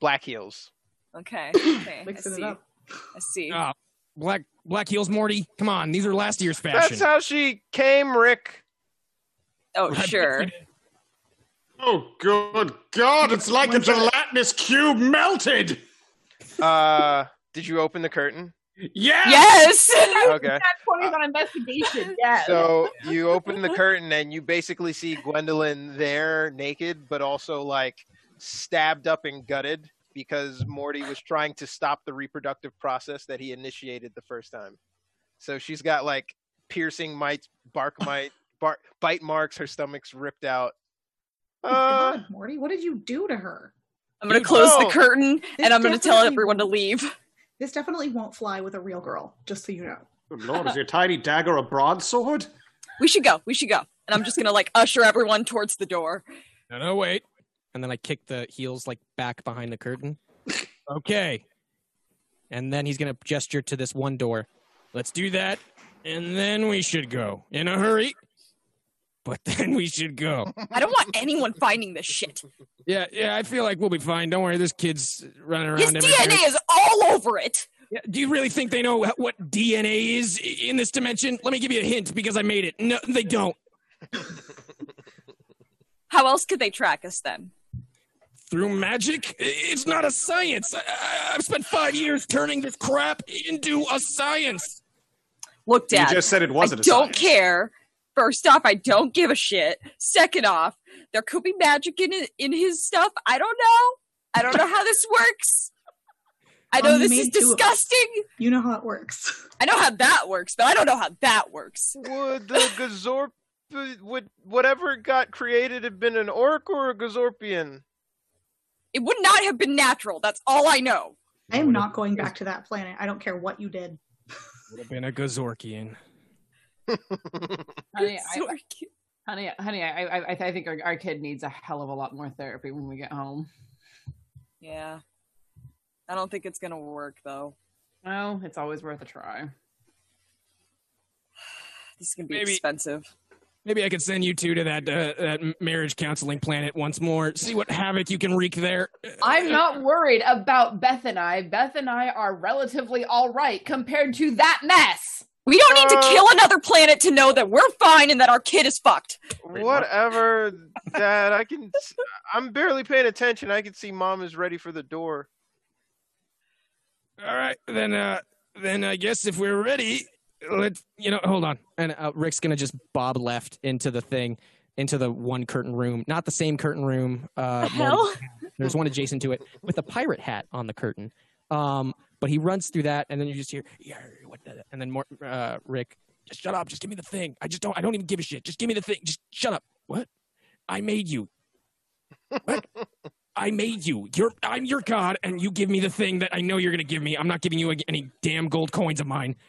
S9: Black heels.
S7: Okay. okay. I
S4: mixing
S7: see.
S4: it up.
S7: I see.
S5: Ah, black black heels, Morty. Come on, these are last year's fashion.
S9: That's how she came, Rick.
S7: Oh,
S5: Right.
S7: sure.
S10: Oh, good God! It's like a gelatinous cube melted.
S9: Uh, did you open the curtain?
S10: Yes.
S7: Yes.
S9: Okay.
S6: Nat twenties on investigation. Yes.
S9: So you open the curtain and you basically see Gwendolyn there naked, but also like stabbed up and gutted because Morty was trying to stop the reproductive process that he initiated the first time. So she's got like piercing mites, bark mite, bark, bite marks. Her stomach's ripped out.
S4: Oh,
S9: Uh,
S4: God, Morty, what did you do to her?
S7: I'm gonna close
S9: No.
S7: the curtain
S4: This
S7: and I'm gonna tell
S4: definitely
S7: everyone to
S4: won't-
S7: leave.
S4: This definitely won't fly with a real girl, just so you know.
S10: Good Lord, is your tiny dagger a broadsword?
S7: We should go. We should go. And I'm just gonna like usher everyone towards the door.
S5: No, no, wait. And then I kick the heels like back behind the curtain. okay. And then he's gonna gesture to this one door. Let's do that, and then we should go in a hurry. But then we should go.
S7: I don't want anyone finding this shit.
S5: Yeah, yeah. I feel like we'll be fine. Don't worry. This kid's running around.
S7: His
S5: everywhere.
S7: DNA is all over it.
S5: Yeah, do you really think they know wh- what DNA is i- in this dimension? Let me give you a hint because I made it. No, they don't.
S7: How else could they track us then?
S5: Through magic? I- It's not a science. I- I- I've spent five years turning this crap into a science.
S7: Look, Dad.
S10: You just said it
S7: I
S10: wasn't. a
S7: don't
S10: science.
S7: care. First off, I don't give a shit. Second off, there could be magic in it, in his stuff. I don't know. I don't know how this works. I know
S4: Um, you
S7: this is
S4: made two of-
S7: disgusting.
S4: You know how it works.
S7: I know how that works, but I don't know how that works.
S9: would the Gazorp, would whatever got created have been an orc or a Gazorpian?
S7: It would not have been natural. That's all I know.
S4: I am not going back to that planet. I don't care what you did.
S5: Would have been a Gazorkian.
S6: honey, I,
S7: So cute.
S6: honey, honey, I, I, I think our, our kid needs a hell of a lot more therapy when we get home.
S7: yeah. I don't think it's going to work, though.
S6: Oh, it's always worth a try.
S7: This is going to be
S5: Maybe-
S7: expensive.
S5: Maybe I could send you two to that uh, that m- marriage counseling planet once more. See what havoc you can wreak there.
S6: I'm not worried about Beth and I. Beth and I are relatively all right compared to that mess.
S7: We don't need to
S9: Uh,
S7: kill another planet to know that we're fine and that our kid is fucked.
S10: Wait, what?
S9: Whatever, Dad. I can. I'm barely paying attention. I can see Mom is ready for the door.
S5: All right, then. uh Then I guess if we're ready, let's. You know, hold on. And uh, Rick's gonna just bob left into the thing, into the one curtain room, not the same curtain room. Uh,
S7: The
S5: Morty
S7: hell?
S5: There's one adjacent to it with a pirate hat on the curtain. Um, but he runs through that, and then you just hear, "Yarr, what the-" and then more, uh, Rick, just shut up. Just give me the thing. I just don't. I don't even give a shit. Just give me the thing. Just shut up. What? I made you. What? I made you. You're. I'm your god, and you give me the thing that I know you're gonna give me. I'm not giving you any damn gold coins of mine. Oh,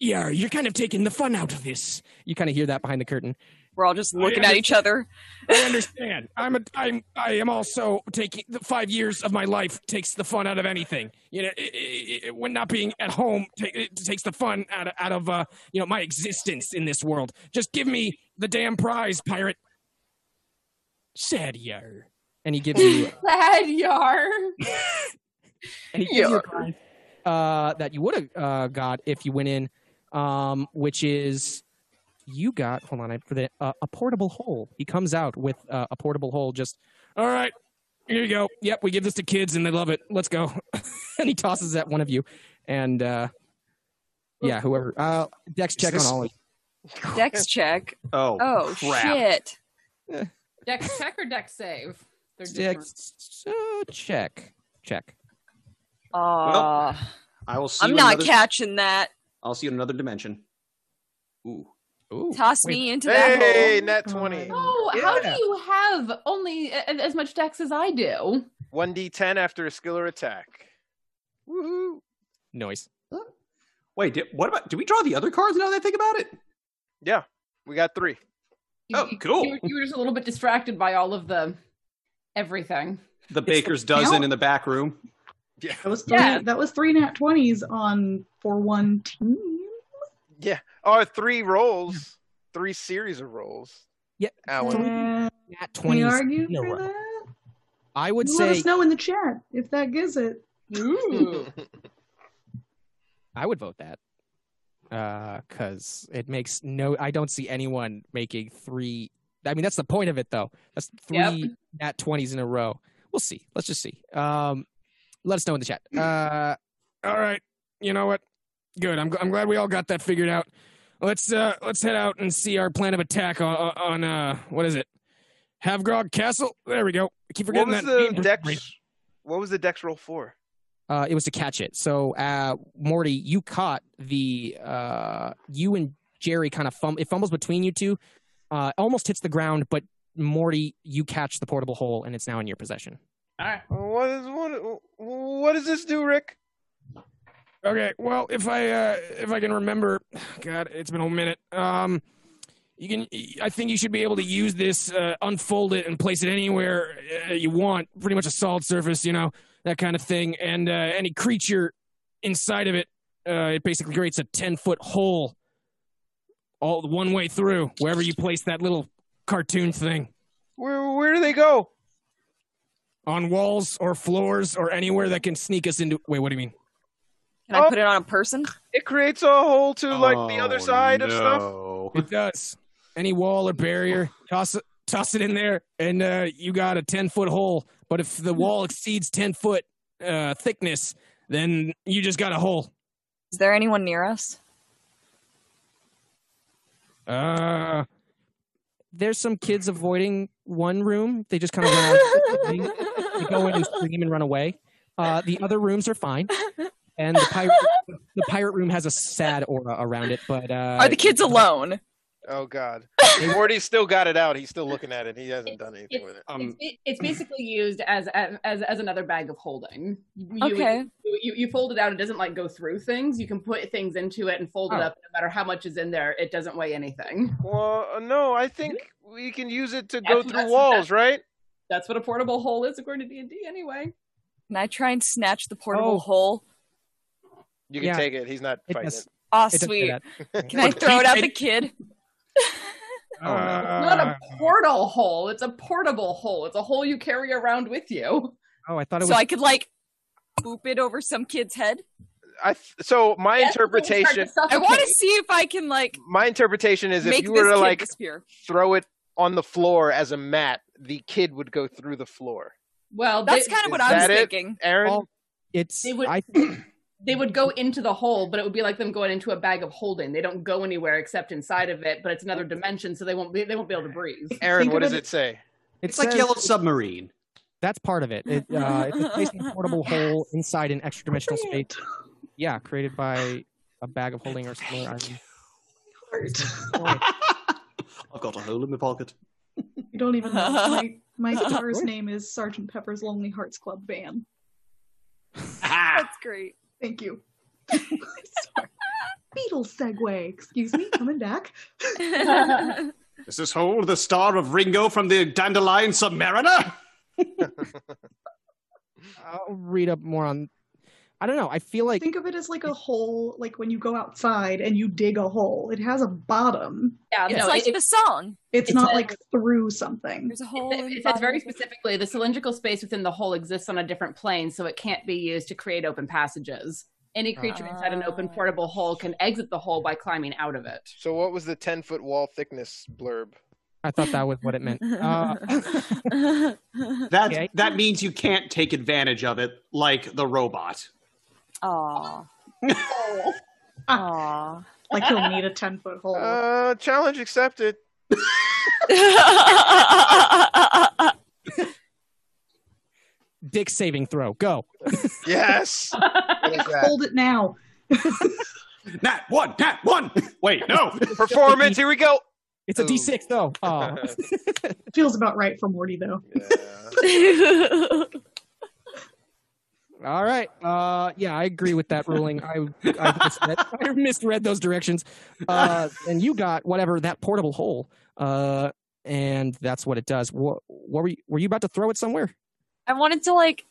S5: Yeah, you're kind of taking the fun out of this. You kind of hear that behind the curtain.
S7: We're all just looking at each other.
S3: I understand. I'm a. I'm. I am also taking the five years of my life takes the fun out of anything. You know, it, it, it, when not being at home ta- it takes the fun out of, out of uh, you know my existence in this world. Just give me the damn prize, pirate. Sadyar.
S5: And he gives you
S20: Sad yar.
S5: and he gives you a prize uh, that you would have uh, got if you went in, um, which is you got. Hold on, I for the uh, a portable hole. He comes out with uh, a portable hole. Just
S3: All right, here you go. Yep, we give this to kids and they love it. Let's go.
S5: and he tosses at one of you, and uh, yeah, whoever. Uh, Dex check on all. of you.
S7: Dex check.
S10: Oh,
S7: Oh shit.
S6: Dex check or deck save? They're different.
S5: Dex uh, check check.
S7: Uh,
S10: I will see.
S7: I'm
S10: you
S7: not
S10: another,
S7: catching that.
S10: I'll see you in another dimension. Ooh.
S5: Ooh.
S7: Toss me into that
S9: Hey,
S7: hole.
S9: net twenty.
S6: Oh, how do
S9: Yeah.
S6: you have only a- as much dex as I do?
S9: One d ten after a skill or attack. Woohoo!
S5: Noise.
S10: Wait, did, what about? Did we draw the other cards now that I think about it?
S9: Yeah, we got three.
S10: Oh, cool.
S6: You, you were just a little bit distracted by all of the everything.
S10: The baker's dozen in the back room.
S9: Yeah.
S21: That was three, that was three nat twenties on for one team.
S9: Yeah. Oh, three rolls. Three series of rolls.
S5: Yeah.
S9: Alan.
S5: Nat
S21: Can we
S5: 20s
S21: argue
S5: in a
S21: for
S5: row.
S21: that?
S5: I would
S21: You
S5: say
S21: let us know in the chat if that gives it.
S6: Ooh.
S5: I would vote that. Because it makes no, I don't see anyone making three. I mean, that's the point of it, though. That's three
S6: Yep.
S5: nat 20s in a row. We'll see. Let's just see. Um, let us know in the chat. Uh,
S3: All right. You know what? Good. I'm, I'm glad we all got that figured out. Let's uh let's head out and see our plan of attack on on uh what is it? Havegrog Castle. There we go. I keep
S9: What
S3: forgetting
S9: was
S3: that.
S9: the dex? What was the dex roll for?
S5: uh, it was to catch it. So, uh, Morty, you caught the uh, you and Jerry kind of fum- it fumbles between you two, uh, almost hits the ground, but Morty, you catch the portable hole, and it's now in your possession.
S6: All right.
S9: What is what? What does this do, Rick?
S3: Okay. Well, if I uh if I can remember, God, it's been a minute. Um, you can. I think you should be able to use this, uh, unfold it, and place it anywhere uh, you want. Pretty much a solid surface, you know, that kind of thing. And uh, any creature inside of it, uh, it basically creates a ten foot hole, all one way through wherever you place that little cartoon thing
S9: Where where do they go?
S3: on walls or floors or anywhere that can sneak us into. Wait, what do you mean?
S7: Can I
S9: Oh.
S7: put it on a person?
S9: It creates a hole to like the
S10: Oh,
S9: other side of stuff.
S3: It does. Any wall or barrier, toss it, toss it in there, and uh, you got a ten foot hole. But if the wall exceeds ten foot uh, thickness, then you just got a hole.
S7: Is there anyone near us?
S3: Uh,
S5: There's some kids avoiding one room. They just kind of run out. they go in and scream and run away. Uh, the other rooms are fine, and the pirate the pirate room has a sad aura around it. But uh,
S7: Are the kids alone?
S9: Oh God. Morty's still got it out. He's still looking at it. He hasn't done anything with it.
S6: It's,
S10: Um,
S6: ba- it's basically used as, as as as another bag of holding. You,
S7: Okay.
S6: You, you you fold it out. It doesn't like go through things. You can put things into it and fold
S5: Oh.
S6: it up. No matter how much is in there, it doesn't weigh anything.
S9: Well, uh, no, I think we can use it to go
S6: That's-
S9: through
S6: that's-
S9: walls, right?
S6: That's what a portable hole is according to D and D. Anyway,
S7: Can I try and snatch the portable
S5: Oh.
S7: hole?
S9: You can
S5: Yeah.
S9: take it. He's not
S5: it
S9: fighting
S5: does,
S9: it.
S7: Aw,
S5: it does say
S7: sweet.
S5: that.
S7: Can I throw it at the kid?
S4: Oh,
S3: uh,
S6: not a portal hole. It's a portable hole. It's a hole you carry around with you.
S5: Oh, I thought it was.
S7: So I could like boop it over some kid's head.
S9: I th- so my
S6: That's when we start to
S9: interpretation.
S7: I
S6: suffocate.
S7: want to see if I can like
S9: My interpretation is if
S7: make
S9: you
S7: this
S9: were to
S7: kid
S9: like
S7: disappear.
S9: throw it on the floor as a mat, the kid would go through the floor.
S6: Well,
S7: That's
S6: they,
S7: kind of what
S9: Is
S7: I was
S9: that it?
S7: thinking.
S9: Aaron,
S5: All- it's
S6: They would-
S5: I
S6: they would go into the hole, but it would be like them going into a bag of holding. They don't go anywhere except inside of it, but it's another dimension, so they won't be they won't be able to breathe.
S9: Aaron,
S10: think
S9: what
S10: of
S9: does
S10: it-
S9: it say?
S5: it
S10: It's like
S5: says-
S10: Yellow Submarine.
S5: That's part of it. It, uh, it's a place in a portable hole inside an extra dimensional space. Yeah, created by a bag of holding or similar item.
S10: I've got a hole in my pocket.
S21: You don't even know. My, my guitar's name is Sergeant Pepper's Lonely Hearts Club Band.
S7: That's great.
S21: Thank you. Sorry. Beatles segue. Excuse me, coming back.
S10: Is this hole the star of Ringo from the Dandelion Submariner?
S5: I'll read up more on. I don't know. I feel like
S4: think of it as like a hole, like when you go outside and you dig a hole, it has a bottom.
S7: Yeah, it's like the song.
S4: It's, not like through something.
S7: There's a whole.
S22: It it says very specifically the cylindrical space within the hole exists on a different plane, so it can't be used to create open passages. Any creature inside an
S6: Ah.
S22: open portable hole can exit the hole by climbing out of it.
S9: So, what was the 10 foot wall thickness blurb?
S5: I thought that was what it meant. Uh,
S12: That that means you can't take advantage of it like the robot.
S7: Aw. Aw.
S4: Like you'll need a ten foot hole.
S9: Uh, challenge accepted.
S5: Dick saving throw. Go.
S9: Yes.
S4: Hold it now.
S10: Nat one, nat one. Wait, no.
S9: Performance. Here we go.
S5: It's a D6 though. Oh.
S4: Feels about right for Morty though.
S5: All right. Uh, yeah, I agree with that ruling. I I misread, I misread those directions. Uh, and you got whatever that portable hole. Uh, and that's what it does. What, what were you were you about to throw it somewhere?
S7: I wanted to like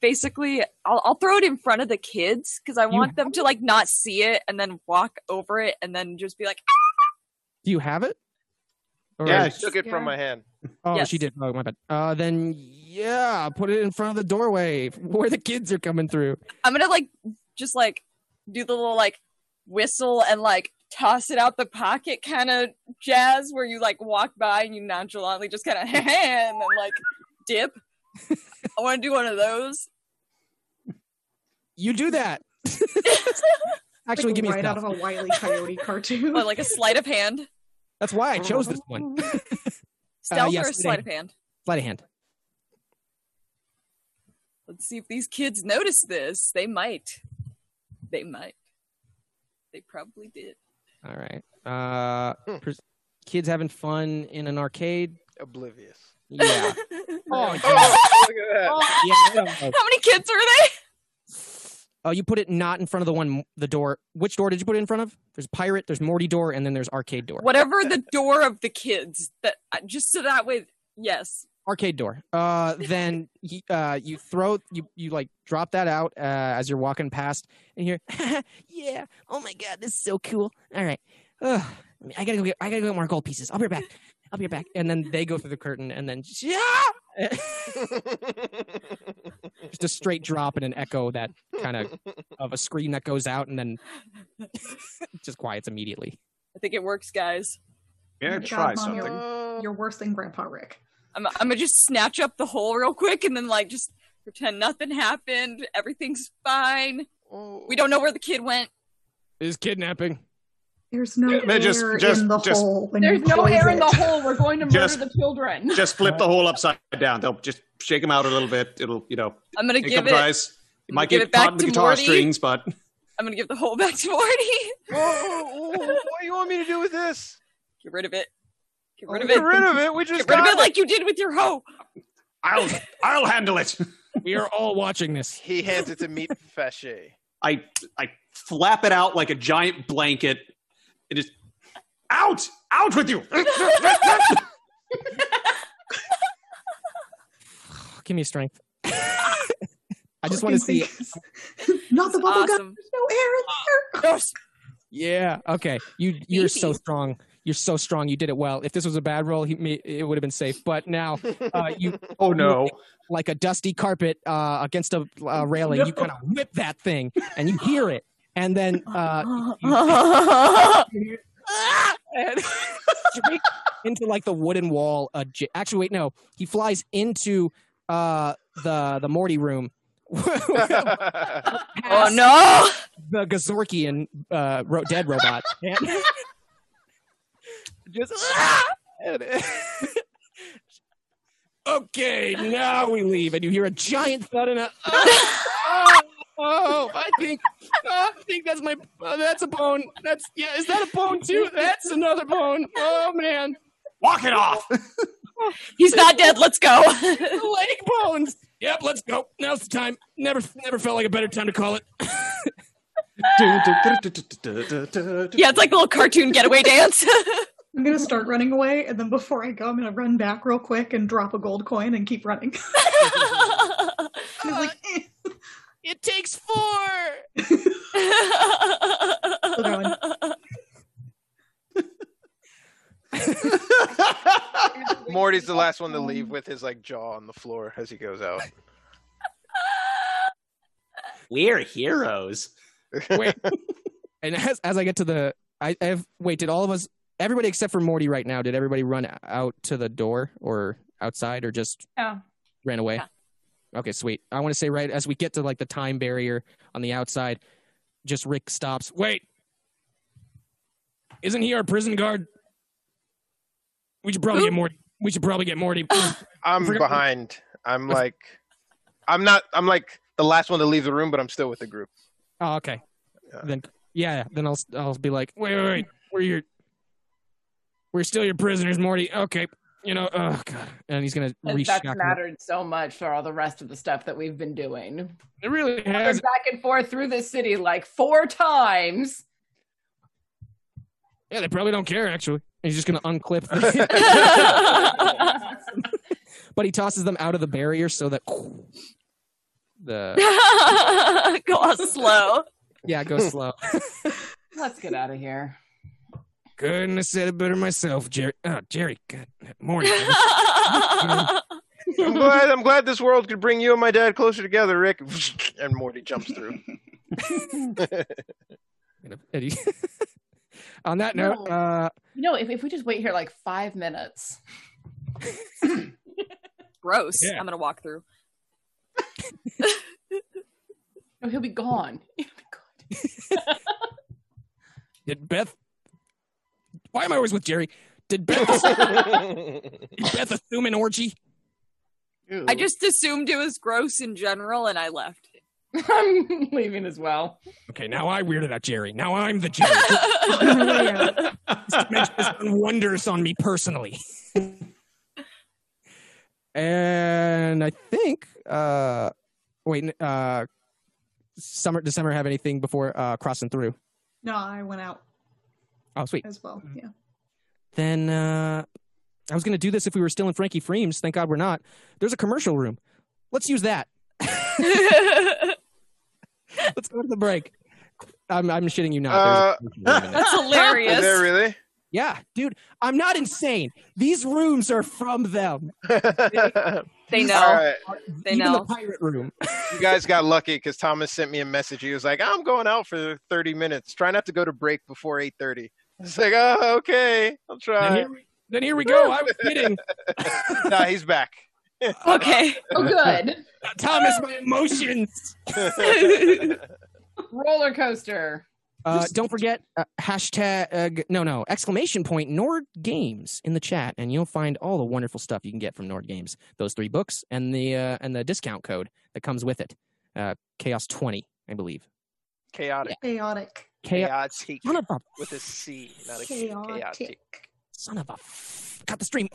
S7: basically I'll, I'll throw it in front of the kids because I want them to like not see it and then walk over it and then just be like,
S5: Do you have it? Or-
S9: Yeah, I took it from my hand.
S5: Oh,
S7: Yes.
S5: she did. Oh, my bad. Uh, then yeah, put it in front of the doorway where the kids are coming through.
S7: "Ah!" I'm gonna like just like do the little like whistle and like toss it out the pocket kind of jazz where you like walk by and you nonchalantly just kind of and then like dip. I want to do one of those.
S5: You do that. Actually,
S4: Like
S5: give me a
S4: right out of
S5: stealth.
S4: a Wiley Coyote cartoon.
S7: Or, like a sleight of hand.
S5: That's why I chose this one.
S7: Stealth
S5: yes,
S7: or
S5: sleight of
S7: a sleight of
S5: hand.
S7: hand.
S5: Sleight of hand.
S7: Let's see if these kids notice this. They might. They might. They probably did.
S5: All right. Uh, pres- kids having fun in an arcade.
S9: Oblivious.
S5: Yeah. oh,
S9: Oh, look at that.
S5: yeah, I don't know.
S7: How many kids are they?
S5: Oh, you put it not in front of the one, the door. Which door did you put it in front of? There's pirate, there's Morty door, and then there's arcade door.
S7: Whatever the door of the kids. That uh, just so that way. Yes.
S5: arcade door. Uh, then you, uh, you throw you you like drop that out uh, as you're walking past, and you're yeah, oh my god, this is so cool. All right, Ugh, I gotta go get I gotta go get more gold pieces. I'll be right back. I'll be right back. And then they go through the curtain, and then yeah, just a straight drop and an echo that kind of of a scream that goes out, and then just quiets immediately.
S7: I think it works, guys.
S4: Oh
S10: Yeah,
S4: my God,
S10: try
S7: Oh.
S4: Mom,
S10: something.
S4: You're,
S9: Uh,
S4: you're worse than Grandpa Rick.
S7: I'm, I'm gonna just snatch up the hole real quick and then like just pretend nothing happened. Everything's fine.
S9: oh.
S7: We don't know where the kid went.
S5: Is kidnapping.
S4: There's no
S10: Yeah,
S4: air
S10: just- just-
S4: in the
S10: just-
S4: hole. When
S22: There's
S4: you
S22: no
S4: close
S22: air in
S4: it.
S22: the hole. We're going to murder
S10: Just-
S22: the children.
S10: Just flip the hole upside down. They'll just shake them out a little bit. It'll, you know,
S7: I'm gonna
S10: take
S7: give
S10: up
S7: it.
S10: tries.
S7: I'm
S10: It
S7: gonna
S10: might
S7: give
S10: get
S7: it back
S10: caught in the
S7: to
S10: guitar
S7: Morty.
S10: strings, but
S7: I'm gonna give the hole back to Morty.
S9: Oh, what do you want me to do with this?
S7: Get rid of it. Get rid
S9: Oh,
S7: of
S9: Get
S7: it.
S9: rid of it. We just
S7: Get rid of
S9: got
S7: it like you did with your hoe.
S10: I'll I'll handle it.
S5: We are all watching this.
S9: He hands it to Meat Feshe.
S12: I I flap it out like a giant blanket. It is
S10: Out! Out with you!
S5: Give me strength. I just
S4: Fucking
S5: want to see.
S4: things. Not the bubble gum.
S7: Awesome.
S4: There's no air in there.
S5: Yeah. Okay. You you're so
S7: Maybe.
S5: strong. You're so strong. You did it well. If this was a bad roll, he may, it would have been safe. But now, uh, you
S12: oh no.
S5: like a dusty carpet uh, against a uh, railing. You kind of whip that thing, and you hear it, and then uh, you- and straight into like the wooden wall. adj- Actually, wait, no. He flies into uh, the the Morty room.
S7: oh no!
S5: the Gazorkian uh, ro- dead robot. And- Just ah! And- okay, now we leave, and you hear a giant thud and a oh, oh, oh, I think I think that's my uh, that's a bone. That's yeah, is that a bone too? That's another bone. Oh man,
S10: Walk it off!
S7: He's not dead. Let's go.
S5: leg bones. Yep, let's go. Now's the time. Never never felt like a better time to call it.
S7: yeah, it's like the little cartoon getaway dance.
S4: I'm gonna start running away, and then before I go, I'm gonna run back real quick and drop a gold coin and keep running.
S23: It takes four.
S9: Morty's the last one to leave with his like jaw on the floor as he goes out.
S24: We're heroes.
S5: Wait. And as as I get to the, I, I have wait. Did all of us, everybody except for Morty, right now, did everybody run out to the door or outside or just
S22: Oh.
S5: ran away? Okay, sweet. I want to say right as we get to like the time barrier on the outside, just Rick stops. Wait, isn't he our prison guard? We should probably get Morty. We should probably get Morty.
S9: I'm behind. I'm like, I'm not. I'm like the last one to leave the room, but I'm still with the group.
S5: Oh, okay. Then yeah, yeah, then I'll I'll be like, wait, wait, wait, we're your, we're still your prisoners, Morty. Okay, you know, oh god, and he's gonna
S23: And
S5: reach.
S23: that's mattered so much for all the rest of the stuff that we've been doing.
S5: It really
S23: has. Back and forth through this city like four times.
S5: Yeah, they probably don't care actually. And he's just gonna unclip. but he tosses them out of the barrier so that the
S7: Go on slow.
S5: yeah, go slow.
S23: Let's get out of here.
S5: Couldn't have said it better myself, Jerry. Oh, Jerry, God, Morty.
S9: I'm glad. I'm glad this world could bring you and my dad closer together, Rick. And Morty jumps through.
S5: And he- on that note, uh,
S23: You know, if, if we just wait here like five minutes.
S7: Gross.
S23: Yeah.
S7: I'm gonna walk through.
S23: Oh, he'll be gone.
S5: Did Beth? Why am I always with Jerry? Did Beth? did Beth assume an orgy?
S7: I just assumed it was gross in general, and I left.
S23: I'm leaving as well.
S5: Okay, now I weirded out Jerry. Now I'm the Jerry. This man has done wonders on me personally. and I think, uh, wait, uh, summer. Does summer have anything before uh, crossing through?
S4: no, I went out
S5: Oh, sweet.
S4: as well. Yeah.
S5: then uh, I was going to do this if we were still in Frankie Freems. Thank God we're not. There's a commercial room. Let's use that. Let's go to the break. I'm, I'm shitting you not.
S9: Uh,
S5: There's a commercial room in it.
S9: That's hilarious. Is there really?
S5: Yeah, dude, I'm not insane. These rooms are from them. They,
S7: They know.
S9: All right.
S7: They
S5: Even
S7: know.
S5: the pirate room.
S9: You guys got lucky because Thomas sent me a message. He was like, "I'm going out for 30 minutes. Try not to go to break before 8:30." It's like, "Oh, okay, I'll
S5: Then
S9: try."
S5: here we- Then here we go. I was kidding.
S9: nah, he's back.
S7: okay.
S23: Oh, good.
S5: Thomas, my emotions.
S23: Roller coaster.
S5: Uh, don't forget uh, hashtag no no exclamation point Nord Games in the chat, and you'll find all the wonderful stuff you can get from Nord Games. Those three books and the uh, and the discount code that comes with it, uh, Chaos Twenty, I believe.
S9: Chaotic.
S4: Chaotic.
S9: Chaotic.
S5: Son of a
S9: With a C, not a K. Chaotic.
S5: son of a cut the stream.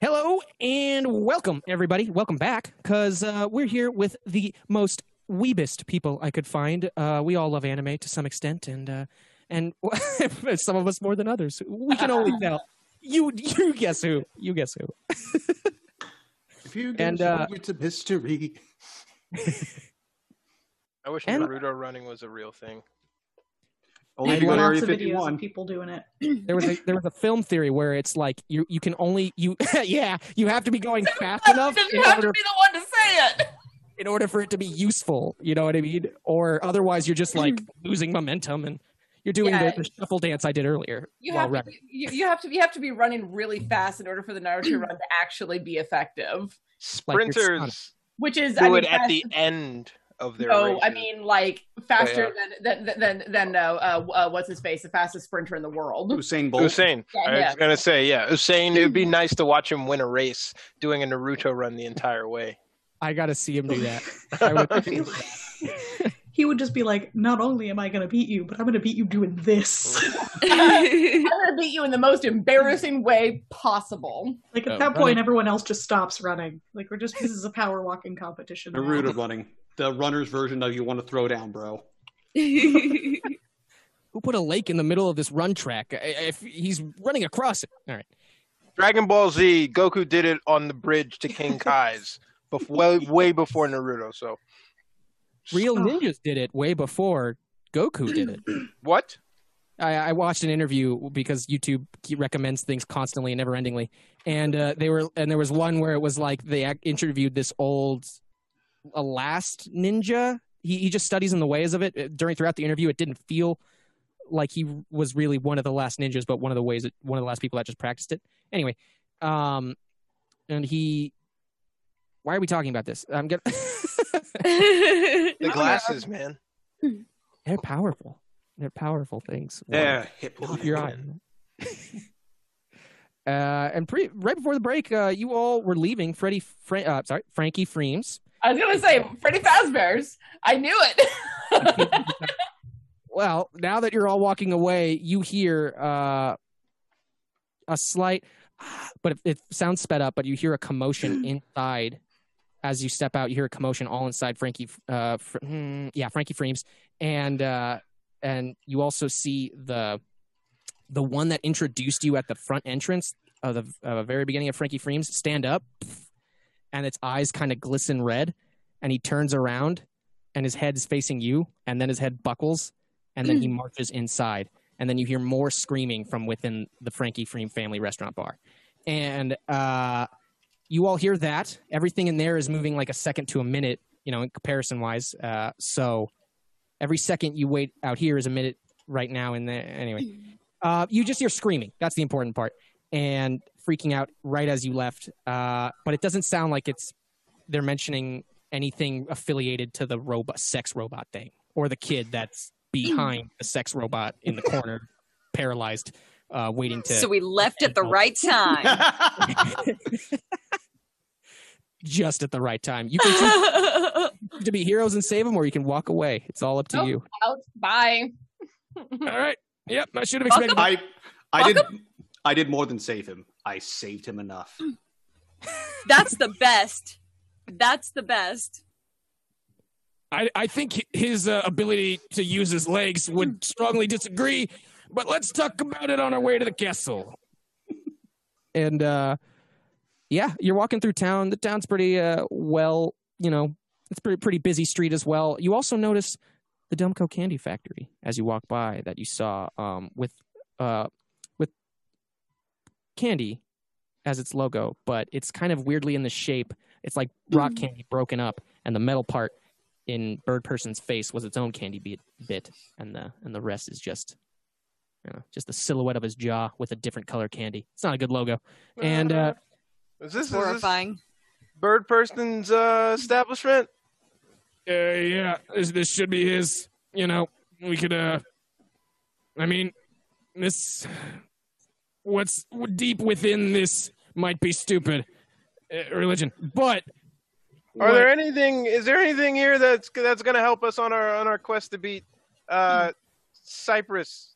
S5: Hello and welcome, everybody. Welcome back, because uh, we're here with the most weebest people I could find. Uh, we all love anime to some extent, and uh, and some of us more than others. We can only tell. You you guess who? You guess who?
S12: If you
S5: get And, uh,
S12: it's a mystery.
S9: I wish
S5: And-
S9: Naruto running was a real thing.
S12: Only
S5: if you go to Area
S4: lots of videos
S5: 51.
S4: of people doing it.
S5: There was a there was a film theory where it's like you you can only you yeah you have to be going fast enough in order
S7: the one to say it.
S5: in order for it to be useful. You know what I mean? Or otherwise, you're just like losing momentum and you're doing
S23: Yeah.
S5: the, the shuffle dance I did earlier.
S23: You
S5: while
S23: have, to,
S5: running.
S23: you, you have to you have to be running really fast in order for the Naruto run to actually be effective.
S5: Like your
S9: Sprinters
S23: Which is
S9: do
S23: I mean,
S9: it at
S23: fast-
S9: the end of their
S23: No,
S9: races.
S23: I mean like faster
S9: Oh, Yeah.
S23: than than than than uh, uh, uh, what's his face, the fastest sprinter in the world.
S10: Usain
S9: Usain.
S23: Yeah,
S9: I
S23: yeah.
S9: was gonna say, yeah, Usain. It would be nice to watch him win a race, doing a Naruto run the entire way.
S5: I gotta see him do that.
S4: He would just be like, not only am I going to beat you, but I'm going to beat you doing this.
S23: I'm gonna beat you in the most embarrassing way possible.
S4: Like at that point, everyone else just stops running. Like we're just this is a power walking competition.
S12: The root of running. The runner's version of you want to throw down, bro.
S5: Who put a lake in the middle of this run track? I- I- If he's running across it. All right.
S9: Dragon Ball Z. Goku did it on the bridge to King Kai's, bef- way, way before Naruto. So
S5: Real ninjas did it way before Goku did it.
S9: what?
S5: I, I watched an interview because YouTube ke- recommends things constantly and never endingly, and uh, they were and there was one where it was like they ac- interviewed this old, a last ninja. He he just studies in the ways of it Uh, during throughout the interview. It didn't feel like he was really one of the last ninjas, but one of the ways that, one of the last people that just practiced it. Anyway, um, and he. Why are we talking about this? I'm gonna.
S9: The glasses, man.
S5: They're powerful. They're powerful things.
S9: They're
S5: Wow.
S9: hip
S5: Keep your eye on that. uh, and pre- right before the break, uh, you all were leaving. Freddie, Fra- uh, sorry, Frankie Freems.
S23: I was gonna say Freddy Fazbear's. I knew it.
S5: Well, now that you're all walking away, you hear uh, a slight, but it, it sounds sped up. But you hear a commotion inside as you step out. You hear a commotion all inside Frankie. Uh, fr- hmm, yeah, Frankie Freems, and uh, and you also see the the one that introduced you at the front entrance of the uh, very beginning of Frankie Freems stand up, and its eyes kind of glisten red, and he turns around, and his head's facing you, and then his head buckles, and then he marches inside, and then you hear more screaming from within the Frankie Freem family restaurant bar, and uh, you all hear that. Everything in there is moving like a second to a minute, you know, in comparison wise. Uh, so every second you wait out here is a minute right now in there anyway uh, you just hear screaming that's the important part and freaking out right as you left uh, but it doesn't sound like it's they're mentioning anything affiliated to the robot sex robot thing or the kid that's behind the sex robot in the corner paralyzed uh, waiting to
S7: So we left at the right time.
S5: just at the right time you can choose to be heroes and save them or you can walk away it's all up to you
S23: Out. Bye.
S5: all right. Yep. I should have
S23: Welcome.
S5: expected.
S12: I, I did. I did more than save him. I saved him enough.
S7: That's the best. That's the best.
S3: I, I think his uh, ability to use his legs would strongly disagree, but let's talk about it on our way to the castle.
S5: and uh yeah you're walking through town the town's pretty uh well you know it's pretty pretty busy street as well you also notice the dumco candy factory as you walk by that you saw um with uh with candy as its logo but it's kind of weirdly in the shape it's like rock candy broken up and the metal part in bird person's face was its own candy bit, bit and the and the rest is just you know, just the silhouette of his jaw with a different color candy. It's not a good logo. And uh,
S9: Is this Is
S7: horrifying?
S9: this bird person's uh, establishment?
S3: Uh, yeah, this, this should be his. You know, we could. uh I mean, this. What's deep within this might be stupid uh, religion, but
S9: Are there
S3: what-
S9: anything? Is there anything here that's that's going to help us on our on our quest to beat
S23: Hmm.
S9: uh, Cyprus?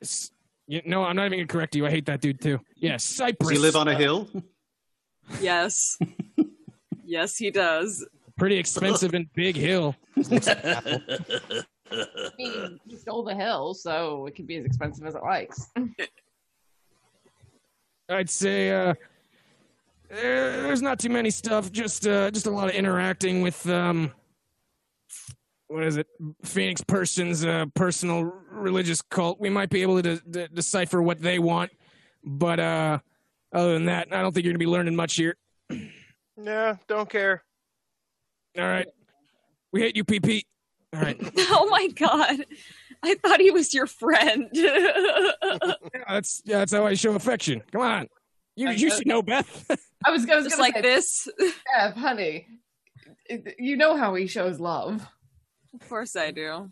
S3: Yes. Y- no, I'm not even gonna correct you. I hate that dude too. Yes, Cyprus.
S12: Does he live on a hill?
S7: Yes. yes, he does.
S3: Pretty expensive and big hill.
S23: I mean, he stole the hill, so it can be as expensive as it likes.
S3: I'd say uh, there- there's not too many stuff. Just uh, just a lot of interacting with um, what is it? Phoenix person's uh, personal religious cult. We might be able to de- de- decipher what they want, but uh, other than that, I don't think you're gonna be learning much here.
S9: Yeah, don't care.
S3: All right, we hate you, PP. All right,
S7: Oh my god. I thought he was your friend.
S3: Yeah, that's yeah, that's how I show affection. Come on, uh,
S5: uh,
S3: you you should know, Beth.
S23: I was going
S7: Just like
S23: say,
S7: this.
S23: Ev, honey, you know how he shows love.
S7: Of course I do.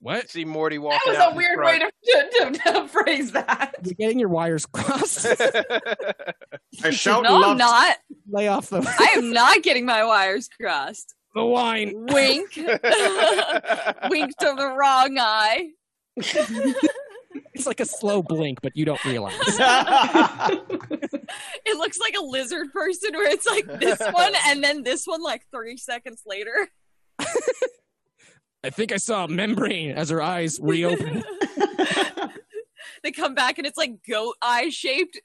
S9: What? See Morty
S23: That
S9: walking
S23: was
S9: out
S23: a
S9: in
S23: weird way
S9: front.
S23: to, to, to, to phrase that.
S5: You're getting your wires crossed.
S10: I
S7: shout No, I'm love- not.
S5: Lay off the.
S7: I am not getting my wires crossed.
S3: The wine.
S7: Wink. Wink to the wrong eye.
S5: It's like a slow blink, but you don't realize.
S7: It looks like a lizard person where it's like this one and then this one like three seconds later.
S3: I think I saw a membrane as her eyes reopened.
S7: They come back and it's like goat eye shaped.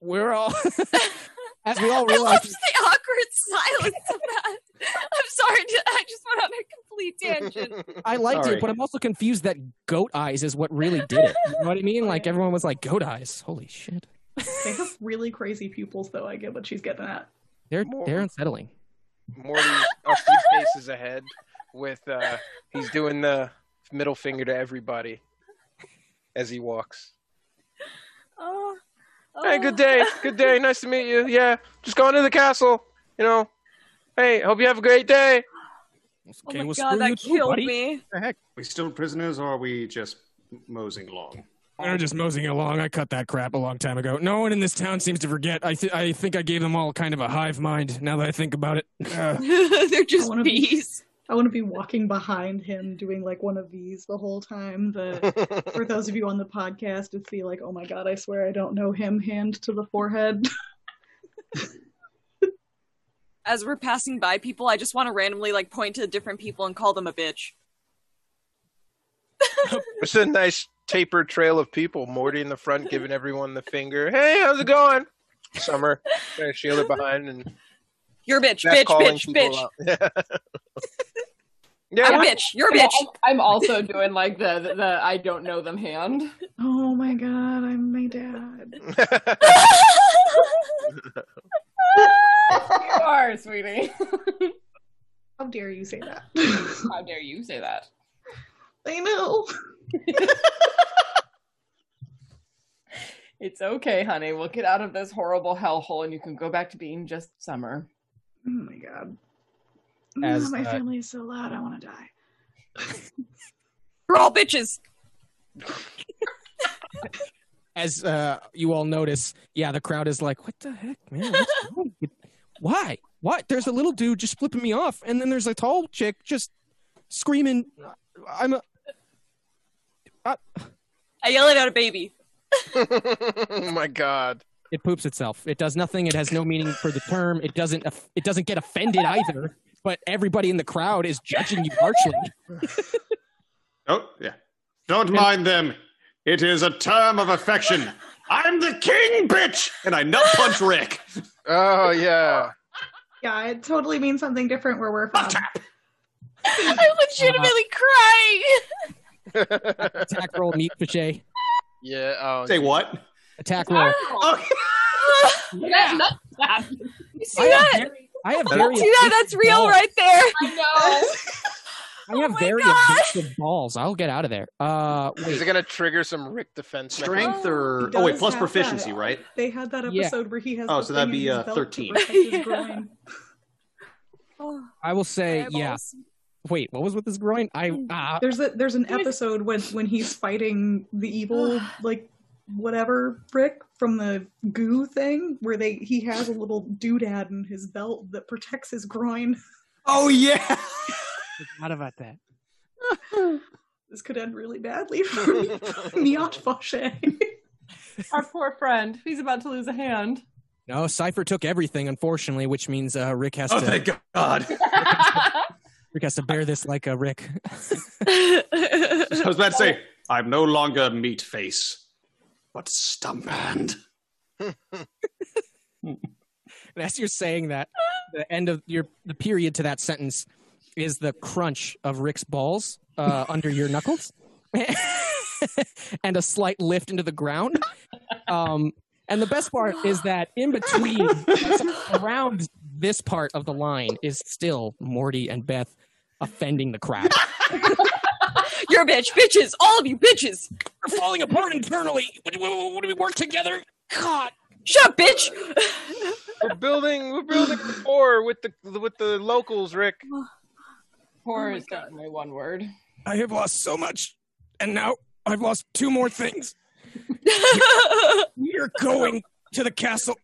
S3: We're all, as we all
S7: I love
S3: realize,
S7: just the awkward silence of that. I'm sorry, I just went on a complete tangent.
S3: I
S5: liked
S3: Sorry.
S5: it, but I'm also confused that goat eyes is what really did it. You know what I mean? Like everyone was like goat eyes. Holy shit.
S4: They have really crazy pupils, though. I get what she's getting at.
S5: They're
S9: More-
S5: they're unsettling.
S9: Morty's a few paces ahead with uh he's doing the middle finger to everybody as he walks.
S7: Oh,
S9: Hey, good day. Good day. Nice to meet you. Yeah. Just going to the castle, you know. Hey, hope you have a great day.
S7: Oh my god, that killed me.
S10: We still prisoners, or are we just moseying along?
S3: they're just moseying along. I cut that crap a long time ago. No one in this town seems to forget. I th- I think I gave them all kind of a hive mind. Now that I think about it, Uh,
S7: They're just bees.
S4: I want to be walking behind him doing like one of these the whole time. The for those of you on the podcast, it's the like, oh my god, I swear I don't know him. Hand to the forehead.
S7: As we're passing by people, I just want to randomly like point to different people and call them a bitch.
S9: It's a nice tapered trail of people. Morty in the front giving everyone the finger. Hey, how's it going? Summer. Trying to shield her behind and
S7: You're a bitch,
S9: Jeff
S7: bitch,
S9: calling
S7: bitch,
S9: people
S7: bitch.
S9: out. Yeah,
S7: I'm a
S9: what-
S7: bitch. You're a
S23: I'm-
S7: bitch.
S23: I'm, I'm also doing like the, the the I don't know them hand.
S4: oh my god, I'm my dad.
S23: You are, sweetie.
S4: How dare you say that?
S23: How dare you say that?
S4: I know.
S23: It's okay, honey. We'll get out of this horrible hellhole, and you can go back to being just summer.
S4: Oh my god.
S23: As,
S4: oh, my
S23: uh,
S4: family is so loud. I want to die.
S7: We're all bitches.
S3: as uh, you all notice, yeah, the crowd is like, "What the heck, man? What's wrong with- Why? Why?" There's a little dude just flipping me off, and then there's a tall chick just screaming, "I'm a."
S7: I yell it at a baby.
S9: oh my god!
S5: It poops itself. It does nothing. It has no meaning for the term. It doesn't. Aff- it doesn't get offended either. But everybody in the crowd is judging you harshly.
S10: Oh, yeah. Don't mind them. It is a term of affection. I'm the king, bitch! And I nut punch Rick.
S9: Oh, yeah.
S4: Yeah, it totally means something different where we're from.
S7: I'm legitimately crying.
S5: Attack roll, meat fiche.
S9: Yeah. Oh,
S10: Say what?
S5: Attack roll.
S7: Oh,
S23: yeah.
S7: You see
S5: I have
S7: that?
S5: very- I have
S7: See
S5: very
S7: that? Ah, That's real
S5: balls.
S7: right Oh there.
S23: I
S5: I have very addictive balls. I'll get out of there. Uh,
S9: Is
S5: wait.
S9: it gonna trigger some Rick defense?
S10: Strength or.
S4: He
S10: Oh, wait,
S4: does
S10: plus
S4: have
S10: proficiency,
S4: that.
S10: right?
S4: They had that
S5: Yeah.
S4: episode where he has.
S10: Oh,
S4: the
S10: so that'd
S4: thing in
S10: be,
S4: his
S10: uh,
S4: belt to
S10: 13.
S4: protect his
S7: Yeah.
S4: groin.
S7: Oh,
S5: I will say, yeah.
S7: eyeballs.
S5: Wait, what was with this groin? I uh,
S4: There's a there's an episode when when he's fighting the evil like whatever brick from the goo thing where they he has a little doodad in his belt that protects his groin.
S10: Oh, yeah!
S5: forgot about that.
S4: This could end really badly for me. Miat Fauché.
S23: Our poor friend. He's about to lose a hand.
S5: No, Cipher took everything, unfortunately, which means uh, Rick has
S10: Oh,
S5: to
S10: thank God.
S5: Rick has to bear this like a Rick.
S10: I was about to say,
S4: Oh.
S10: I'm no longer meat face, but stump hand.
S5: And as you're saying that, the end of your the period to that sentence is the crunch of Rick's balls uh, under your knuckles, and a slight lift into the ground. Um, and the best part is that in between, around this part of the line, is still Morty and Beth offending the crowd.
S7: You're a bitch, bitches. All of you bitches.
S3: We're falling apart internally. Would, would, would we work together? God,
S7: Shut up, bitch!
S9: we're building we're building rapport with the with the locals, Rick.
S23: Horror is not my one word.
S3: I have lost so much, and now I've lost two more things. We're going to the castle.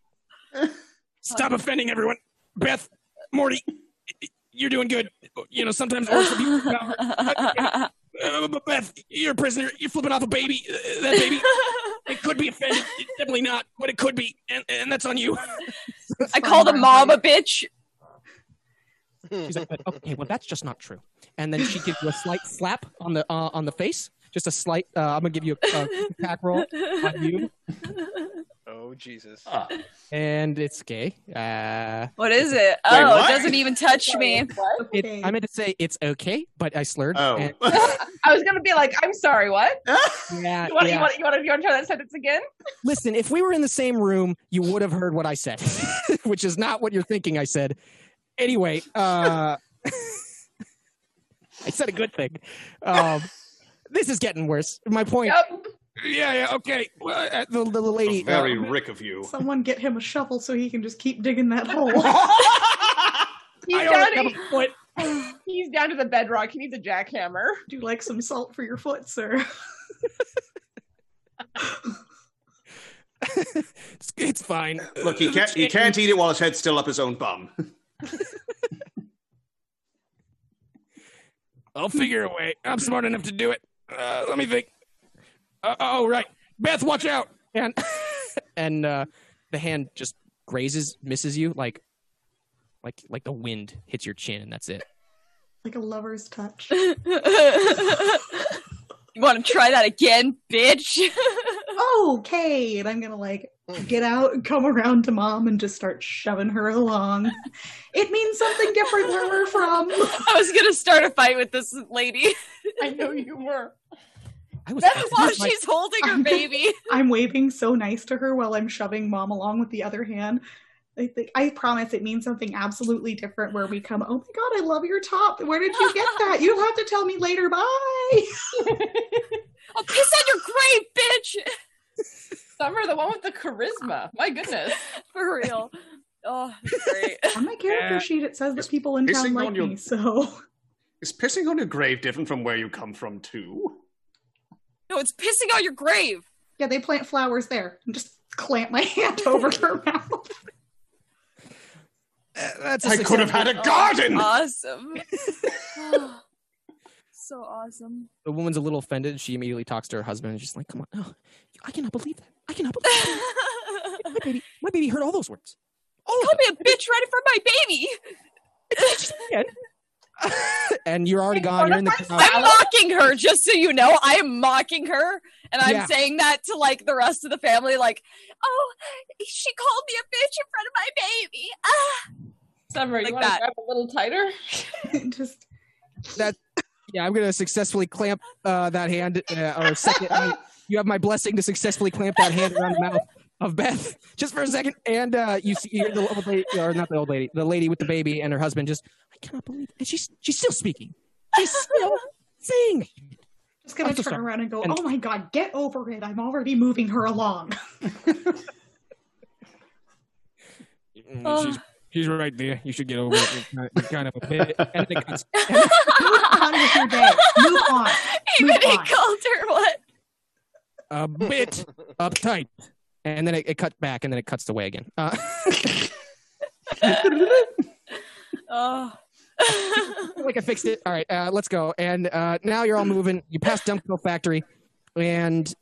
S3: Stop offending everyone. Beth, Morty, you're doing good. You know, sometimes orcs abuse power. Uh, but Beth, you're a prisoner. You're flipping off a baby. Uh, That baby, it could be offended. It's definitely not, but it could be, and, and that's on you.
S7: I called a mom a bitch.
S5: She's like, okay, well that's just not true. And then she gives you a slight slap on the uh, on the face, just a slight. Uh, I'm gonna give you a, a attack roll on you,
S9: Oh Jesus.
S5: and it's gay. Uh,
S7: What is it?
S5: Wait,
S7: oh,
S5: what?
S7: it doesn't even touch me.
S5: it, I meant to say it's okay, but I slurred.
S12: Oh.
S5: and-
S6: I was gonna be like, I'm sorry, what?
S5: yeah,
S6: you want to
S5: yeah.
S6: you want you want to try that sentence again?
S5: Listen, if we were in the same room, you would have heard what I said, which is not what you're thinking I said. Anyway, uh, I said a good thing. Um, this is getting worse. My point.
S3: Yeah, yeah, okay. Well, uh,
S5: The, the lady.
S10: Very
S5: uh,
S10: Rick of you.
S4: Someone get him a shovel so he can just keep digging that hole.
S6: He's
S4: already
S6: down,
S4: have a foot.
S6: he's down to the bedrock. He needs a jackhammer.
S4: Do you like some salt for your foot, sir?
S3: It's, it's fine.
S10: Look, he can't he can't eat it while his head's still up his own bum.
S3: I'll figure a way. I'm smart enough to do it. Uh, let me think. Uh, oh, right. Beth, watch out.
S5: and and uh, the hand just grazes, misses you like like like the wind hits your chin, and that's it.
S4: like a lover's touch.
S7: You want to try that again, bitch?
S4: Oh, okay. And I'm gonna like get out and come around to mom and just start shoving her along. It means something different where we're from.
S7: I was gonna start a fight with this lady.
S6: I know you were.
S5: I was
S7: That's why
S4: like-
S7: she's holding her baby.
S4: I'm waving so nice to her while I'm shoving mom along with the other hand. I think I promise it means something absolutely different where we come, oh my god, I love your top. Where did you get that? You'll have to tell me later. Bye.
S7: I'll Oh, piss on your grave, bitch.
S23: Summer, the one with the charisma. My goodness.
S7: For real. Oh, that's great.
S4: On my character
S10: Yeah.
S4: sheet it says that people in town
S10: pissing
S4: like
S10: on your-
S4: me, so
S10: Is pissing on your grave different from where you come from too?
S7: No, it's pissing on your grave.
S4: yeah, they plant flowers there and just clamp my hand over her mouth.
S3: That's
S10: I could have had
S4: uh,
S10: a garden.
S7: Awesome. so awesome.
S5: The woman's a little offended. and She immediately talks to her husband and she's like, "Come on, oh, I cannot believe that. I cannot believe that. my baby. My baby heard all those words.
S7: Call me a bitch right in front of my baby.
S5: And you're already gone. You're in the
S7: I'm mocking her, just so you know. I am mocking her, and I'm
S5: Yeah.
S7: saying that to like the rest of the family. Like, oh, she called me a bitch in front of my baby. Ah.
S23: Summer,
S7: Like
S23: you want to
S7: that.
S23: grab a little tighter?
S4: just
S5: that. Yeah, I'm gonna successfully clamp uh, that hand uh, or second. I- you have my blessing to successfully clamp that hand around the mouth of Beth just for a second. And uh, you see, you're the old lady, or not the old lady, the lady with the baby and her husband. Just I cannot believe. And she's she's still speaking. She's still saying.
S4: just gonna
S5: I'm so
S4: turn
S5: sorry.
S4: around and go,
S5: And-
S4: Oh my god, get over it. I'm already moving her along.
S3: Mm, she's, she's right there. You should get over it. You're kind- You're kind of a bit. And it cuts.
S4: Move on with your day. Move on.
S7: Even
S4: Move
S7: he
S4: on.
S7: called her what?
S5: a bit uptight. And then it, it cuts back and then it cuts away again. Uh,
S7: Oh,
S5: like I fixed it. All right, uh, let's go. And uh, now you're all moving. You pass Dumpkill Factory. And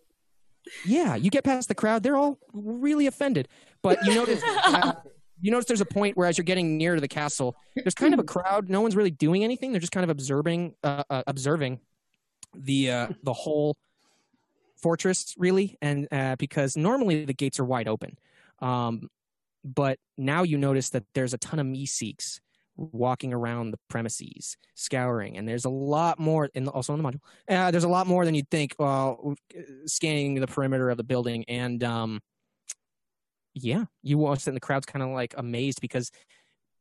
S5: yeah, you get past the crowd. They're all really offended. But you notice. Uh, you notice there's a point where, as you're getting near to the castle, there's kind of a crowd. No one's really doing anything. They're just kind of observing, uh, uh, observing the uh, the whole fortress, really. And uh, because normally the gates are wide open, um, but now you notice that there's a ton of me seeks walking around the premises, scouring, and there's a lot more. And also on the module, uh, there's a lot more than you'd think while uh, scanning the perimeter of the building. And um, yeah, you watch that, and the crowd's kind of like amazed because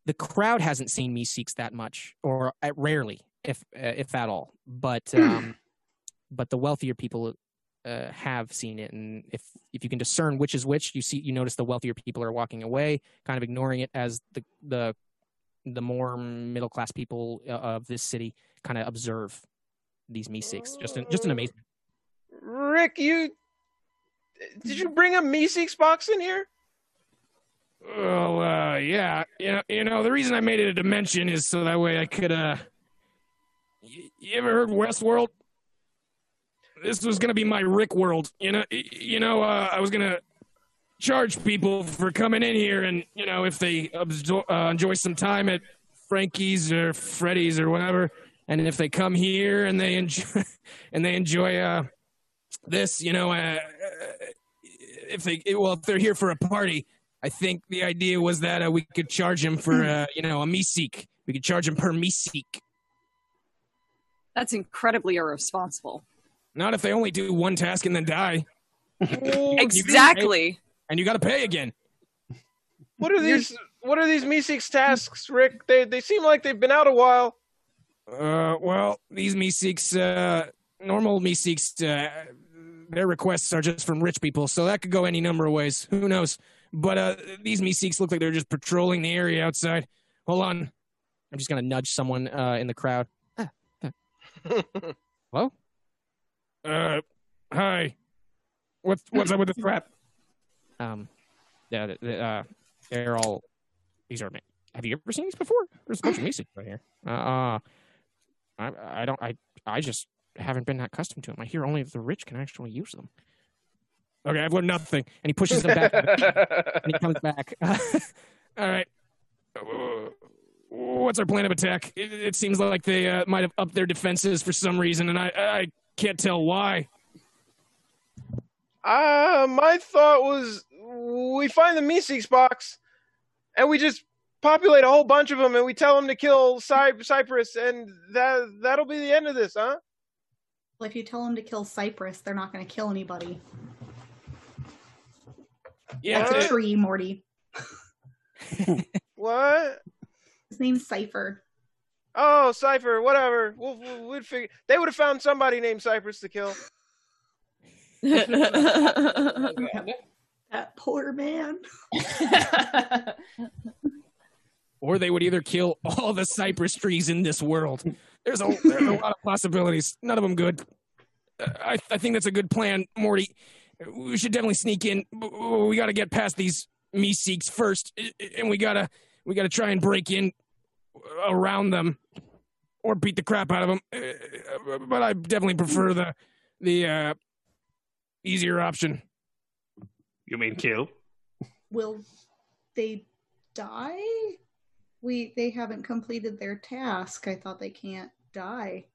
S5: the crowd hasn't seen me seeks that much, or uh, rarely, if uh, if at all. But um, but the wealthier people uh, have seen it, and if if you can discern which is which, you see you notice the wealthier people are walking away, kind of ignoring it as the the the more middle class people uh, of this city kind of observe these Meeseeks. Just an, just an amazing.
S9: Rick, you did you bring a Meeseeks box in here?
S3: Well, uh, yeah, you know, you know, the reason I made it a dimension is so that way I could. uh You, you ever heard Westworld? This was gonna be my Rick world. You know, y- you know, uh, I was gonna charge people for coming in here, and you know, if they absor- uh, enjoy some time at Frankie's or Freddy's or whatever, and if they come here and they enjoy and they enjoy uh, this, you know, uh, if they well if they're here for a party i think the idea was that uh, we could charge him for uh, you know a meeseek we could charge him per meeseek
S7: That's incredibly irresponsible.
S3: not if they only do one task and then die
S7: Exactly.
S3: and you got to pay again
S9: What are these? What are these Meeseeks tasks, Rick? They they seem like they've been out a while.
S3: uh, well these meeseeks uh, normal meeseeks uh, their requests are just from rich people so that could go any number of ways who knows but uh, these meeseeks look like they're just patrolling the area outside hold on
S5: I'm just gonna nudge someone uh, in the crowd. Hello?
S3: uh hi what's what's up with this rap
S5: Um, yeah, th- th- uh, they're all these are. ma- Have you ever seen these before? There's a bunch of music right here. Uh, uh I I don't I I just haven't been accustomed to them. I hear only the rich can actually use them.
S3: Okay, I've learned nothing. And he pushes them back. and
S5: he comes back.
S3: All right. Uh, What's our plan of attack? It, it seems like they uh, might have upped their defenses for some reason, and I, I can't tell why.
S9: Uh, my thought was we find the Meeseeks box, and we just populate a whole bunch of them, and we tell them to kill Cy- Cypress, and that that'll be the end of this, huh?
S4: Well, if you tell them to kill Cypress, they're not going to kill anybody.
S3: Yeah,
S4: That's a tree, Morty.
S9: what?
S4: His name's Cypher.
S9: Oh, Cipher, whatever. We'll, we'll, we'd figure. They would have found somebody named Cypress to kill.
S4: That poor man.
S3: Or they would either kill all the cypress trees in this world. There's a, there's a lot of possibilities. None of them good. Uh, I, I think that's a good plan, Morty. We should definitely sneak in. but We got to get past these Meeseeks first, i- i- and we gotta we gotta try and break in around them or beat the crap out of them. Uh, But I definitely prefer the the uh, easier option.
S1: You mean kill?
S4: Will they die? We they haven't completed their task. I thought they can't die.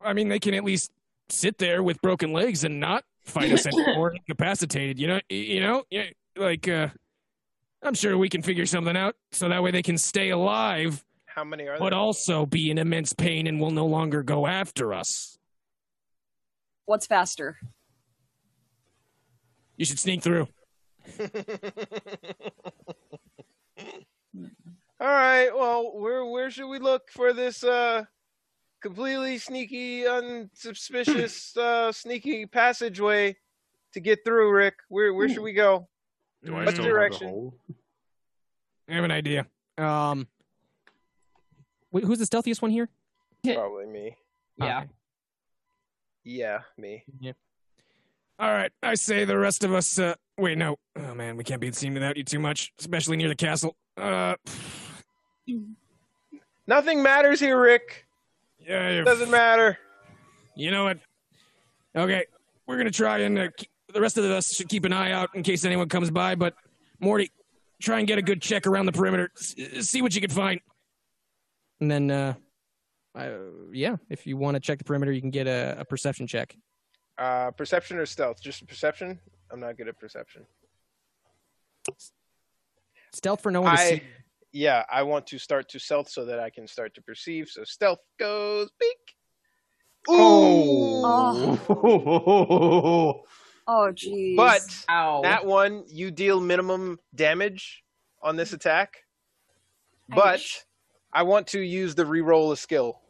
S3: I mean, they can at least sit there with broken legs and not fight us anymore, incapacitated. You know, you know, yeah, like uh, I'm sure we can figure something out so that way they can stay alive,
S9: How many are
S3: but
S9: there?
S3: also be in immense pain and will no longer go after us.
S7: What's faster?
S3: You should sneak through.
S9: All right. Well, where where should we look for this uh completely sneaky, unsuspicious, uh sneaky passageway to get through, Rick? Where where should we go?
S1: Do
S9: What direction?
S3: I have an idea.
S5: Um, wait, who's the stealthiest one here?
S9: Probably me.
S5: Yeah.
S9: Yeah, me.
S5: Yeah.
S3: All right, I say the rest of us. Uh, wait, no. Oh man, we can't be seen without you too much, especially near the castle. Uh,
S9: Nothing matters here, Rick.
S3: yeah, you're-
S9: Doesn't matter.
S3: You know what? Okay, we're gonna try and uh, keep, the rest of us should keep an eye out in case anyone comes by. But Morty, try and get a good check around the perimeter. S- uh, see what you can find.
S5: And then, uh, I, yeah, if you want to check the perimeter, you can get a, a perception check.
S9: Uh perception or stealth? Just perception? I'm not good at perception.
S5: Stealth for no one to see.
S9: yeah, I want to start to stealth so that I can start to perceive. So stealth goes beep.
S12: Oh.
S7: Oh, geez.
S9: But that one, you deal minimum damage on this attack. But I want to use the reroll a skill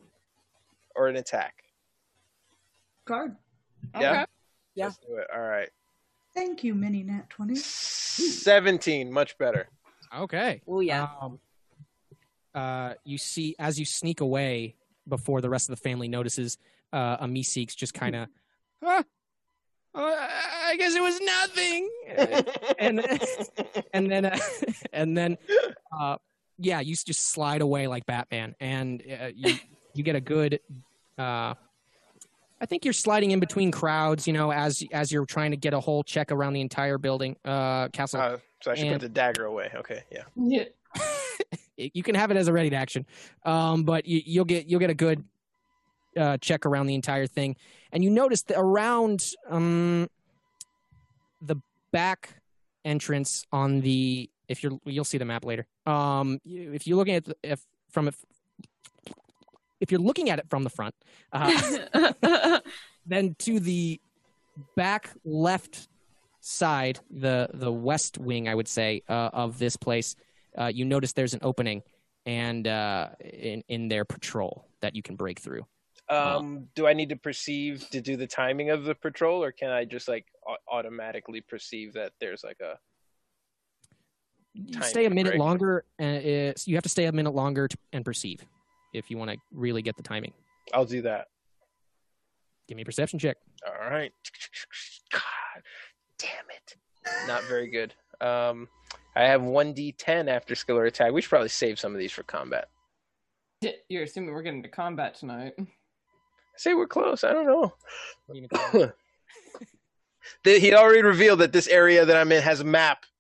S9: or an attack.
S4: Guard.
S9: Yeah.
S7: Yeah.
S9: Let's do it. All right.
S4: Thank you, Mini Nat 20.
S9: 17, much better.
S5: Okay.
S7: Oh yeah.
S5: Um, uh, you see, as you sneak away before the rest of the family notices, uh, a Meeseeks just kind of Huh? Uh, I guess it was nothing. and and then uh, and then uh, yeah, you s- just slide away like Batman, and uh, you you get a good. Uh, I think you're sliding in between crowds, you know, as as you're trying to get a whole check around the entire building, uh, castle.
S9: Uh, so I should put
S5: And-
S9: the dagger away. Okay, yeah.
S23: Yeah.
S5: you can have it as a ready to action, um, but you, you'll get you'll get a good uh, check around the entire thing, and you notice that around um, the back entrance on the if you're you'll see the map later. Um, you- if you're looking at the, if from if if you're looking at it from the front, uh, then to the back left side, the the west wing, I would say, uh, of this place, uh, you notice there's an opening, and uh, in in their patrol that you can break through.
S9: Um, do I need to perceive to do the timing of the patrol, or can I just like au- automatically perceive that there's like a
S5: You stay a minute longer, and it's, you have to stay a minute longer to, and perceive if you want to really get the timing.
S9: I'll do that.
S5: Give me a perception check.
S9: All right. God damn it. Not very good. Um, I have 1d10 after skill or attack. We should probably save some of these for combat.
S22: You're assuming we're getting to combat tonight.
S9: Say we're close. I don't know. The- He already revealed that this area that I'm in has a map.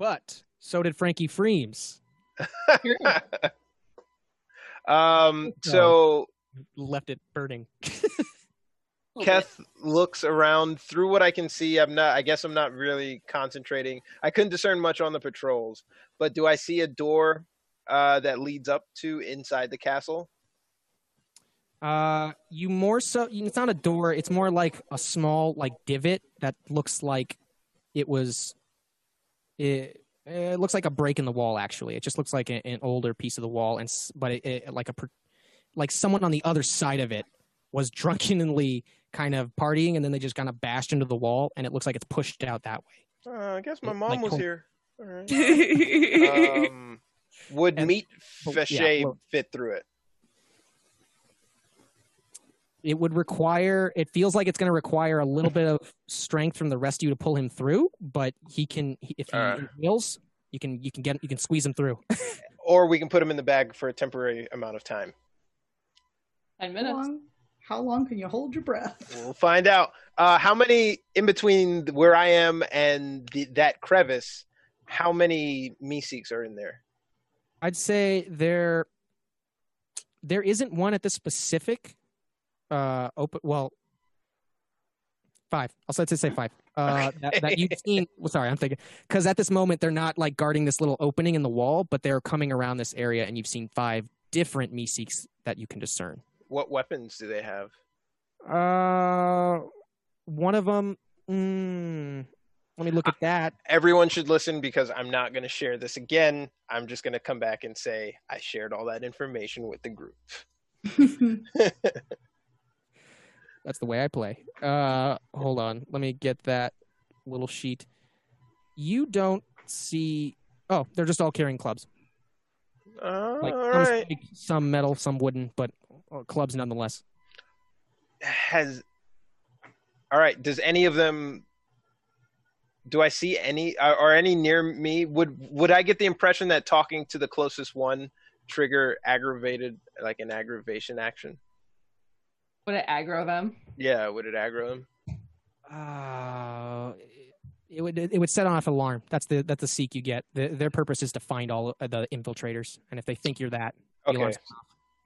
S5: But so did Frankie Freems.
S9: Um, so
S5: left it burning.
S9: Keth looks around through what I can see. I'm not. I guess I'm not really concentrating. I couldn't discern much on the patrols, but do I see a door uh, that leads up to inside the castle?
S5: Uh, you more so. It's not a door. It's more like a small like divot that looks like it was. It, it looks like a break in the wall. Actually, it just looks like a, an older piece of the wall, and s- but it, it, like a per- like someone on the other side of it was drunkenly kind of partying, and then they just kind of bashed into the wall, and it looks like it's pushed out that way.
S9: Uh, I guess my
S5: Like
S9: mom was
S5: home-
S9: here. All right. um, would meat
S5: but,
S9: fachet
S5: oh, yeah, well-
S9: fit through it?
S5: It would require. It feels like it's going to require a little bit of strength from the rest of you to pull him through, but he can he- if he wills. You can you can get you can squeeze him through.
S9: Or we can put him in the bag for a temporary amount of time.
S22: Ten
S4: How long, how long can you hold your breath?
S9: We'll find out. Uh, how many in between where I am and the, that crevice? How many Meeseeks are in there?
S5: I'd say there there isn't one at this specific uh open well five. I'll say to say five. Uh that, that you've seen well, sorry, I'm thinking because at this moment they're not like guarding this little opening in the wall, but they're coming around this area and you've seen five different Meeseeks that you can discern.
S9: What weapons do they have?
S5: Uh one of them mm, let me look at that.
S9: Everyone should listen because I'm not going to share this again. I'm just going to come back and say I shared all that information with the group.
S5: That's the way I play. Uh, hold on. Let me get that little sheet. You don't see. Oh, they're just all carrying clubs.
S9: Uh,
S5: Like
S9: all
S5: some,
S9: right.
S5: spiked, some metal, some wooden, but uh, clubs nonetheless.
S9: has all right does any of them do i see any are, are any near me would would i get the impression that talking to the closest one trigger aggravated like an aggravation action
S22: Would it aggro them?
S9: yeah would it aggro them
S5: Uh, it would it would set off alarm. That's the that's the seek you get. The, their purpose is to find all of the infiltrators, and if they think you're that, the
S9: okay
S5: alarm's-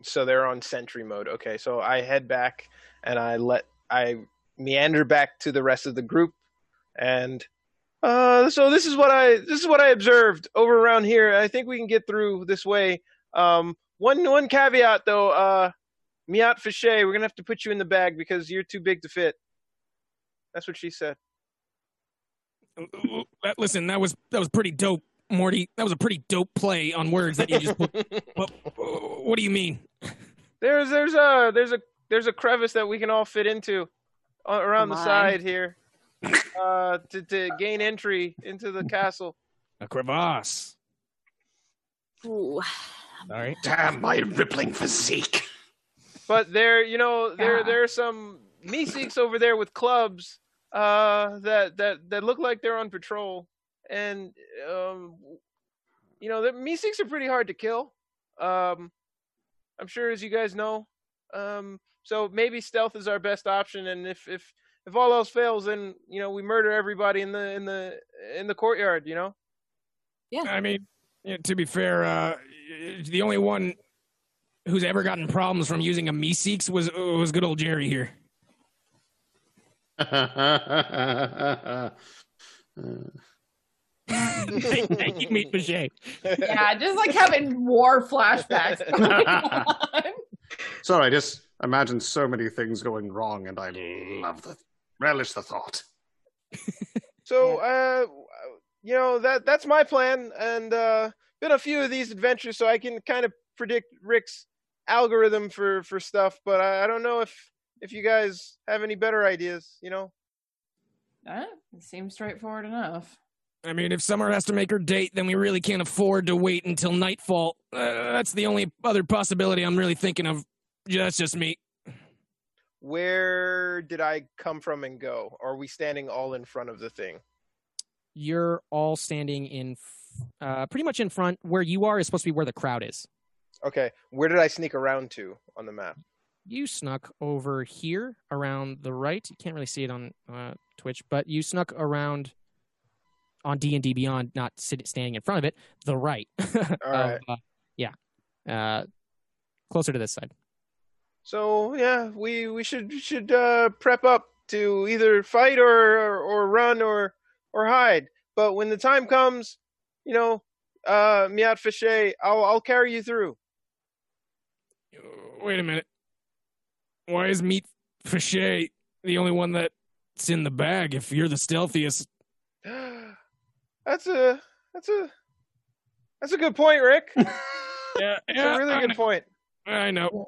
S9: so they're on sentry mode okay so i head back and i let i meander back to the rest of the group and Uh, so this is what I this is what I observed over around here. I think we can get through this way. Um, one one caveat though, uh, Miat Fichet, we're gonna have to put you in the bag because you're too big to fit. That's what she said.
S3: Uh, That- Listen, that was that was pretty dope, Morty. That was a pretty dope play on words that you just. put. uh, what, what do you mean?
S9: There's there's a there's a There's a crevice that we can all fit into uh, around
S25: Come
S9: the
S25: on.
S9: side here uh, to, to gain entry into the castle.
S3: A crevasse.
S7: Ooh.
S3: All right.
S13: Damn my rippling physique.
S9: But there, you know, there there are some meeseeks over there with clubs uh, that that that look like they're on patrol, and um, you know, the meeseeks are pretty hard to kill. Um, I'm sure, as you guys know. Um, so maybe stealth is our best option, and if if if all else fails, then you know we murder everybody in the in the in the courtyard. You know.
S7: Yeah.
S3: I mean, yeah, to be fair, uh, the only one who's ever gotten problems from using a Meeseeks was was good old Jerry here. Thank you, Meat Mache.
S23: yeah, just like having war flashbacks.
S25: Sorry, I just imagine so many things going wrong, and I love the relish the thought.
S9: So, uh, you know that that's my plan, and uh, been a few of these adventures, so I can kind of predict Rick's algorithm for for stuff. But I, I don't know if if you guys have any better ideas. You know,
S22: That seems straightforward enough.
S3: I mean, if Summer has to make her date, then we really can't afford to wait until nightfall. Uh, that's the only other possibility I'm really thinking of. Yeah, that's just me.
S9: where did I come from and go? Are we standing all in front of the thing?
S5: You're all standing in, f- uh, pretty much in front. Where you are is supposed to be where the crowd is.
S9: Okay, where did I sneak around to on the map?
S5: You snuck over here around the right. You can't really see it on uh, Twitch, but you snuck around on D and D Beyond, not sit, standing in front of it. The right. Of,
S9: right.
S5: uh, yeah. Uh, closer to this side.
S9: So yeah, we we should should uh, prep up to either fight or, or or run or or hide. But when the time comes, you know, uh, Miat Fichet, I'll I'll carry you through.
S3: Uh, Wait a minute. Why is Meat Fichet the only one that's in the bag if you're the stealthiest?
S9: That's a that's a that's a good point, Rick.
S3: yeah,
S9: it's
S3: yeah,
S9: a really
S3: I
S9: good
S3: know.
S9: point.
S3: I know.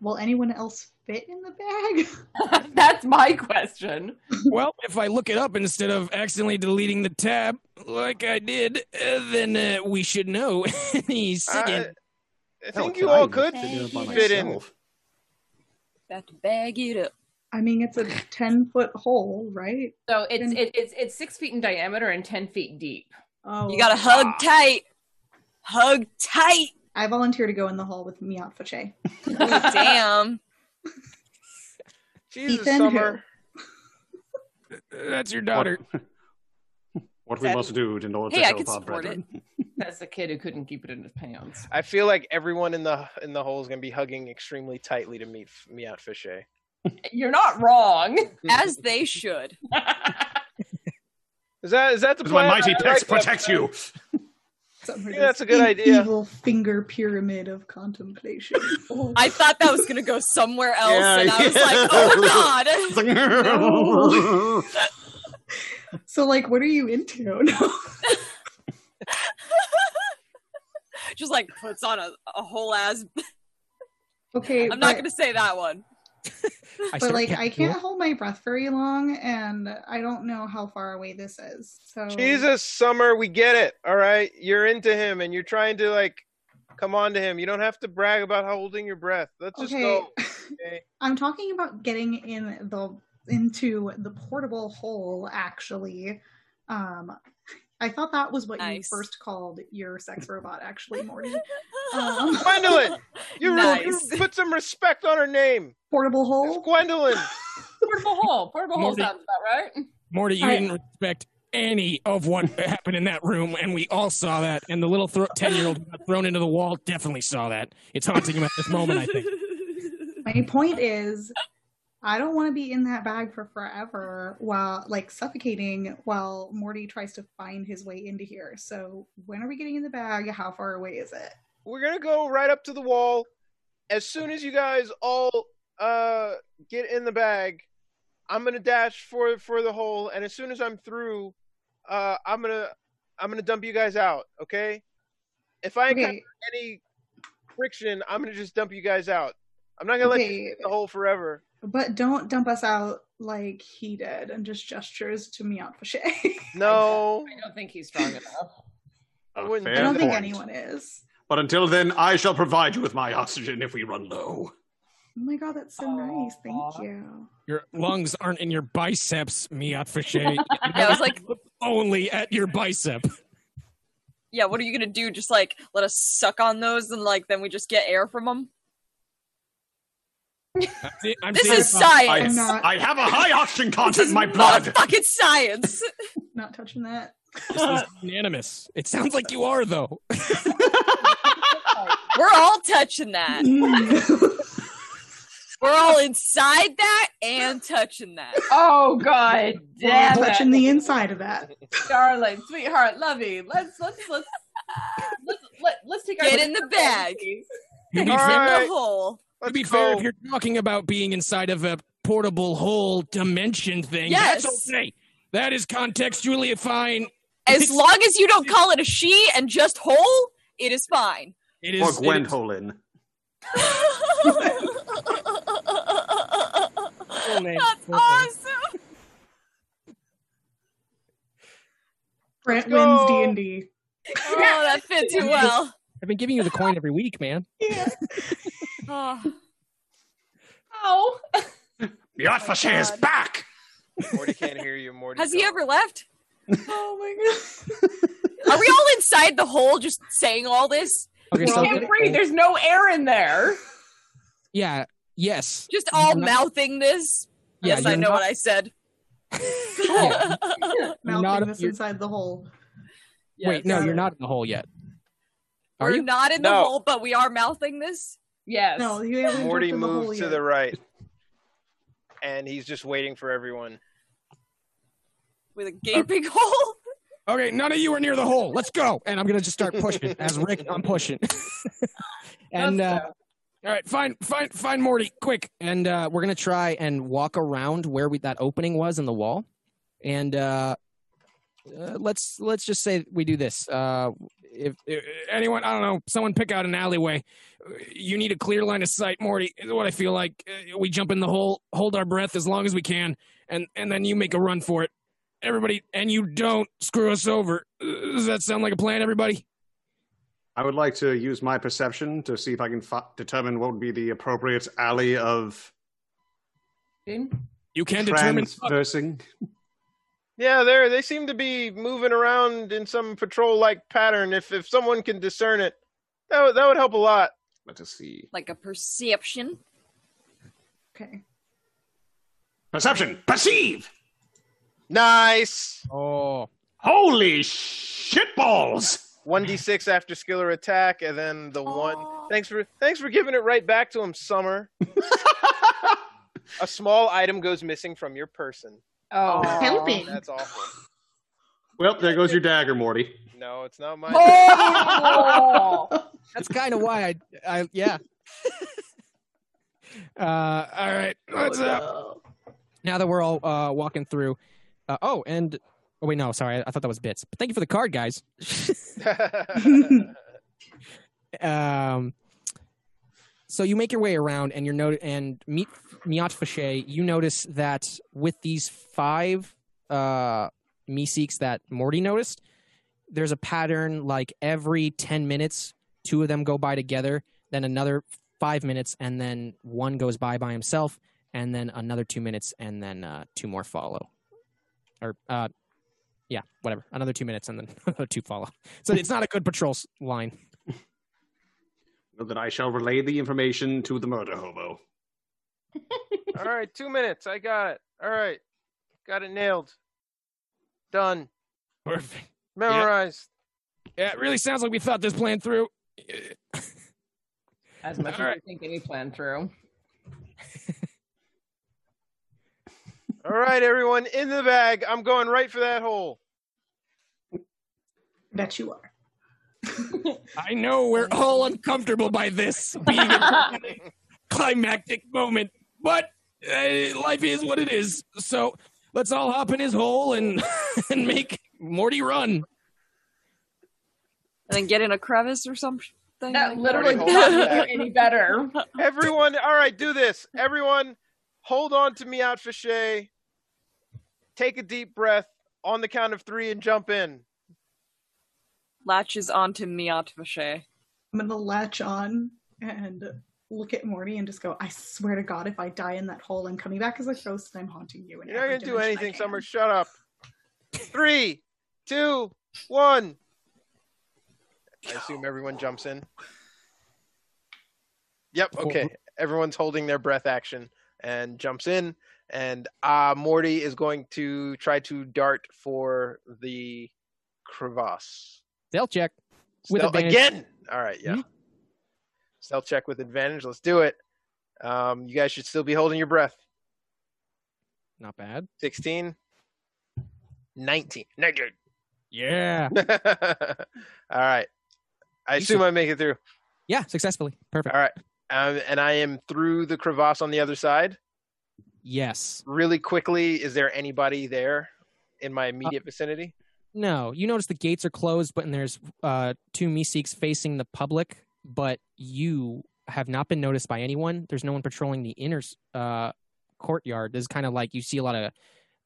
S4: Will anyone else fit in the bag?
S22: That's my question.
S3: Well, if I look it up instead of accidentally deleting the tab like I did, uh, then uh, we should know. He's singing.
S9: I
S3: Hell,
S9: think
S3: can
S9: you
S3: I
S9: all
S3: even
S9: could
S3: fit in by
S9: fit in.
S3: myself?
S7: About to bag it up.
S4: I mean, it's a ten foot hole, right?
S22: So it's it, it's it's six feet in diameter and ten feet deep.
S4: Oh,
S7: You gotta hug tight. Hug tight.
S4: I volunteer to go in the hall with Miat Fache.
S7: Damn.
S9: Jesus,
S4: Ethan, who-
S9: Summer.
S3: That's your daughter.
S25: What we must do in order
S22: Hey, I
S25: to help
S22: can
S25: our
S22: support
S25: brethren.
S22: That's the kid who couldn't keep it in his pants.
S9: I feel like everyone in the in the hole is gonna be hugging extremely tightly to meet Miat Fichet.
S22: You're not wrong.
S7: As they should.
S9: Is that is that the
S25: Does my
S9: plan?
S25: mighty
S9: I
S25: pecs
S9: like that
S25: protect
S9: plan.
S25: you?
S4: Summer
S9: Yeah, that's
S4: does
S9: a good
S4: the
S9: idea.
S4: Evil finger pyramid of contemplation.
S7: I thought that was gonna go somewhere else,
S4: Yeah,
S7: and I was
S4: yeah.
S7: like, oh god.
S4: No. so, like, what are you into? No.
S7: Just like puts on a, a whole ass.
S4: Okay,
S7: I'm not
S4: but-
S7: gonna say that one.
S4: but like, I can't hold my breath very long, and I don't know how far away this is. So,
S9: Jesus, Summer, we get it. All right, you're into him, and you're trying to like come on to him. You don't have to brag about holding your breath. Let's just
S4: Okay.
S9: go.
S4: I'm talking about getting in the into the portable hole. Actually, um, I thought that was what
S7: Nice.
S4: you first called your sex robot. Actually, Morty. Um,
S9: Gwendolyn, you,
S4: Nice.
S9: you put some respect on her name.
S4: Portable hole.
S9: Gwendolyn.
S22: Portable hole. Portable hole
S3: Morty.
S22: sounds about right.
S3: Morty, you
S22: I-
S3: didn't respect any of what happened in that room, and we all saw that. And the little thro- 10 year old thrown into the wall definitely saw that. It's haunting him at this moment, I think.
S4: My point is, I don't want to be in that bag for forever while like suffocating while Morty tries to find his way into here. So when are we getting in the bag? How far away is it?
S9: We're gonna go right up to the wall. As soon as you guys all uh get in the bag, I'm gonna dash for for the hole, and as soon as I'm through, uh I'm gonna I'm gonna dump you guys out. Okay. If I encounter
S4: Okay.
S9: any friction, I'm gonna just dump you guys out. I'm not gonna let you
S4: Okay.
S9: sit in the hole forever.
S4: But don't dump us out like he did and just gestures to Mian Fache.
S9: No.
S22: I don't think he's strong enough.
S4: I
S9: wouldn't
S4: I
S10: fair
S4: don't think
S10: point.
S4: anyone is.
S10: But until then, I shall provide you with my oxygen if we run low.
S4: Oh my god, that's so nice. Thank you.
S3: Your lungs aren't in your biceps, Miat Fache.
S7: Yeah, I was like,
S3: only at your bicep.
S7: yeah, what are you gonna do? Just like let us suck on those, and like then we just get air from them.
S3: I'm
S7: This
S3: seeing-
S7: is
S4: I'm
S7: science.
S4: not-
S10: I have a high oxygen content in my
S7: Not
S10: blood.
S7: fucking science.
S4: Not touching that.
S3: This is unanimous. It sounds like you are though.
S7: We're all touching that. We're all inside that and touching that.
S6: Oh god,
S4: While
S6: damn it.
S4: touching the inside of that.
S6: darling, sweetheart, lovey. Let's let's let's let's let, let's take
S7: Get
S6: our
S7: in the bag.
S6: please.
S3: To be
S7: All
S3: fair-
S7: right. The hole.
S3: to be fair, if you're talking about being inside of a portable whole dimension thing,
S7: Yes.
S3: that's okay. That is contextually fine.
S7: As long as you don't call it a she and just hole, it is fine.
S3: It
S12: or
S3: is.
S12: Gwen
S3: it is-
S12: Holin.
S3: full name, full name.
S7: Awesome.
S4: Brent wins
S3: go.
S4: D and D.
S7: Oh, that fit too well.
S3: I've been giving you the coin every week, man.
S7: Oh,
S23: Oh.
S22: Oh
S10: Miat Fache is back.
S9: Morty can't hear you. Morty.
S7: has he ever left?
S4: Oh my
S7: Are we all inside the hole just saying all this?
S3: Okay, so-
S6: Can't breathe. There's no air in there.
S3: Yeah. Yes.
S7: Just all
S3: You're not-
S7: mouthing this?
S3: Yeah,
S7: Yes,
S3: you're
S7: I know
S3: not-
S7: what I said.
S4: god. Mouthing
S3: Not-
S4: this
S3: you're-
S4: inside the hole.
S3: Wait, no, you're not in the hole yet. Are
S7: We're
S3: you?
S7: not in the
S9: No.
S7: hole, but we are mouthing this?
S23: Yes.
S4: No, you haven't
S9: Morty
S4: jumped in the hole
S9: moves to
S4: yet.
S9: the right, and he's just waiting for everyone.
S7: With a gaping hole?
S3: Okay, none of you are near the hole. Let's go. And I'm gonna just start pushing. As Rick, I'm pushing. and uh, all right, find find find Morty quick. And uh, we're gonna try and walk around where we, that opening was in the wall. And uh, uh, let's let's just say we do this. Uh, if, if anyone, I don't know, someone pick out an alleyway. You need a clear line of sight, Morty. Is what I feel like. Uh, We jump in the hole, hold our breath as long as we can, and and then you make a run for it. Everybody, and you don't screw us over. Uh, Does that sound like a plan, everybody?
S25: I would like to use my perception to see if I can fi- determine what would be the appropriate alley of
S3: You can determine.
S25: transversing.
S9: Yeah, they they seem to be moving around in some patrol-like pattern. If if someone can discern it, that would, that would help a lot.
S25: Let us see.
S7: Like a perception.
S4: Okay.
S10: Perception. Perceive.
S9: Nice.
S3: Oh,
S10: Holy shitballs.
S9: One d six after skiller attack, and then the one. Thanks for thanks for giving it right back to him, Summer. a small item goes missing from your person.
S23: Oh, helping.
S9: That's awful.
S25: Well, there goes your dagger, Morty.
S9: No, it's not mine.
S6: Oh.
S3: that's kind of why I, I yeah. uh, all right, let's uh, now that we're all uh, walking through. Uh, oh, and oh wait, no, sorry, I, I thought that was bits. But thank you for the card, guys.
S4: Oh.
S3: um, so you make your way around, and you're not- and meet Miat Fache. You notice that with these five uh, Meeseeks that Morty noticed, there's a pattern. Like every ten minutes, two of them go by together, then another five minutes, and then one goes by by himself, and then another two minutes, and then uh, two more follow, or uh, yeah, whatever, another two minutes, and then another two follow. So it's not a good patrol s- line.
S25: Know that I shall relay the information to the murder hobo.
S9: All right, two minutes. I got it. All right, got it nailed. Done.
S3: Perfect.
S9: Memorized.
S3: Yeah, it really sounds like we thought this plan through.
S23: As much
S3: All
S23: as
S3: right.
S23: you think any plan through.
S9: All right, everyone, in the bag. I'm going right for that hole.
S4: Bet you are.
S3: I know we're all uncomfortable by this being a climactic moment, but uh, life is what it is. So let's all hop in his hole and and make Morty run.
S7: And then get in a crevice or something.
S6: That literally doesn't get any better.
S9: Everyone, all right, do this. Everyone, hold on to me out, Fichet. Take a deep breath on the count of three and jump in.
S7: Latches onto Miat Vache.
S4: I'm gonna latch on and look at Morty and just go, I swear to God, if I die in that hole, I'm coming back as a ghost and I'm haunting you. in
S9: You're not
S4: every
S9: going to do
S4: dimension I
S9: anything,
S4: can."
S9: Summer. Shut up. Three, two, one. I assume everyone jumps in. Yep. Okay. Everyone's holding their breath action and jumps in. And uh, Morty is going to try to dart for the crevasse.
S5: Stealth check. With
S9: Stealth-
S5: advantage. Hmm?
S9: again. All right. Yeah. Stealth check with advantage. Let's do it. Um, you guys should still be holding your breath.
S5: Not bad.
S9: 16, 19. 19.
S5: Yeah.
S9: All right. I assume I make it through.
S5: Yeah, successfully. Perfect.
S9: All right. Um, and I am through the crevasse on the other side.
S5: Yes.
S9: Really quickly, is there anybody there in my immediate vicinity?
S5: No, you notice the gates are closed, but and there's uh, two Meeseeks facing the public, but you have not been noticed by anyone. There's no one patrolling the inner uh, courtyard. There's kind of like you see a lot of,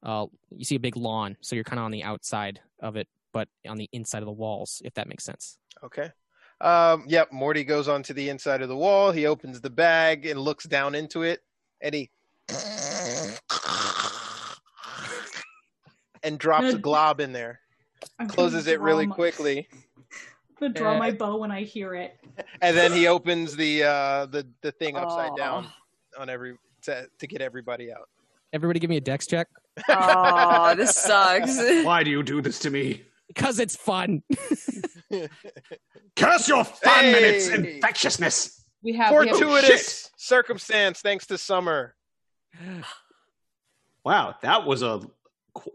S5: uh, you see a big lawn, so you're kind of on the outside of it, but on the inside of the walls, if that makes sense.
S9: Okay. Um, yep. Morty goes onto the inside of the wall. He opens the bag and looks down into it, and he and drops a glob in there.
S4: I'm gonna
S9: Closes it really
S4: draw my-
S9: quickly,
S4: I'm gonna draw
S9: Yeah.
S4: my bow when I hear it.
S9: and then he opens the uh, the the thing upside down on every to, to get everybody out.
S5: Everybody, give me a dex check.
S7: Oh, this sucks.
S25: Why do you do this to me?
S5: Because it's fun.
S13: Curse your fun and its
S9: Hey!
S13: infectiousness.
S22: We
S9: Fortuitous circumstance, thanks to Summer.
S12: Wow, that was a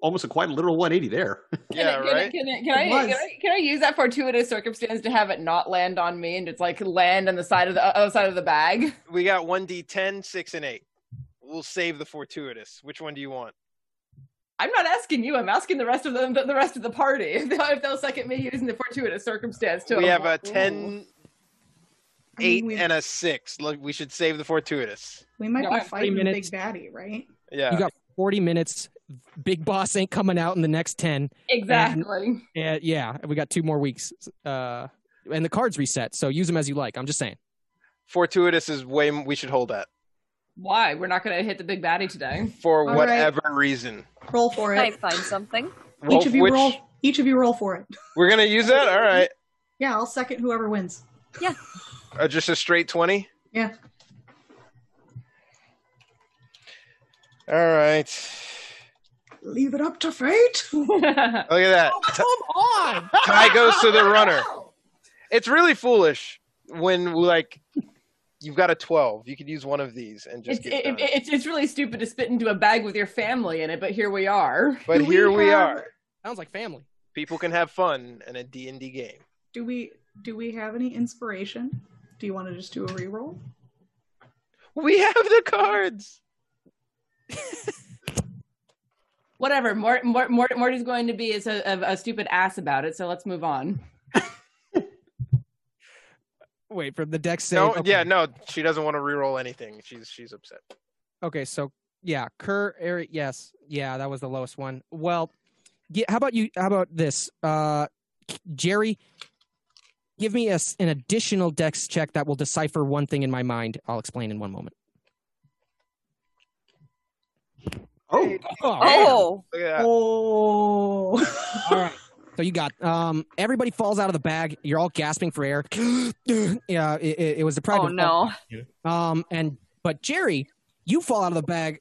S12: almost a quite literal 180 there.
S9: Yeah,
S23: Can, I- can, I- can I,
S12: was.
S23: can, I, can I use that fortuitous circumstance to have it not land on me and it's like land on the side of the other side of the bag?
S9: We got one d10, six, and eight. We'll save the fortuitous. Which one do you want?
S23: I'm not asking you. I'm asking the rest of the the, the rest of the party if they'll, if they'll second me using the fortuitous circumstance. To
S9: we have a
S23: avoid-
S9: 10
S23: I mean,
S9: 8
S23: we-
S9: and a 6 Look, we should save the fortuitous
S4: We might
S9: Yeah,
S4: be
S9: I'm three
S4: fighting the big
S5: minutes.
S4: baddie, right?
S9: yeah
S5: You got 40 minutes. Big boss ain't coming out in the next 10.
S23: Exactly.
S5: Yeah, yeah, we got two more weeks. Uh, and the cards reset, so use them as you like. I'm just saying.
S9: fortuitous is way m- we should hold that
S23: Why? We're not going to hit the big baddie today.
S9: for
S4: All
S9: whatever reason
S4: Roll for it.
S7: Find something.
S9: Roll
S4: each of you
S9: which-
S4: roll. Each of you roll for it.
S9: we're gonna use that all right
S4: Yeah, I'll second whoever wins.
S7: Yeah.
S9: uh, just a straight 20
S4: Yeah.
S9: all right
S4: Leave it up to fate.
S23: Look
S9: look at that
S5: come on
S9: tie goes to the runner it's really foolish when like you've got a 12 you could use one of these and just
S23: It's,
S9: get
S23: it,
S9: done.
S23: it, it's it's really stupid to spit into a bag with your family in it, but here we are.
S9: but here we are
S5: Sounds like family.
S9: people can have fun in a d&d game
S4: Do we do we have any inspiration? Do you want to just do a reroll?
S9: We have the cards.
S23: Whatever. Mort, Mort, Mort, Morty's going to be is a, a, a stupid ass about it. So let's move on.
S5: Wait, from the deck save.
S9: No,
S5: okay.
S9: yeah, no, she doesn't want to re-roll anything. She's she's upset.
S5: Okay, so yeah, Kerr, Eric, yes, yeah, that was the lowest one. Well, ge- how about you? How about this, uh, Jerry? Give me a s an additional dex check that will decipher one thing in my mind. I'll explain in one moment.
S12: Oh,
S7: Oh.
S9: Look at that.
S4: Oh.
S5: All right. So you got um everybody falls out of the bag. You're all gasping for air. yeah, it, it- it was deprived.
S7: Oh,
S5: of
S7: no.
S5: all- Um, and but Jerry, you fall out of the bag.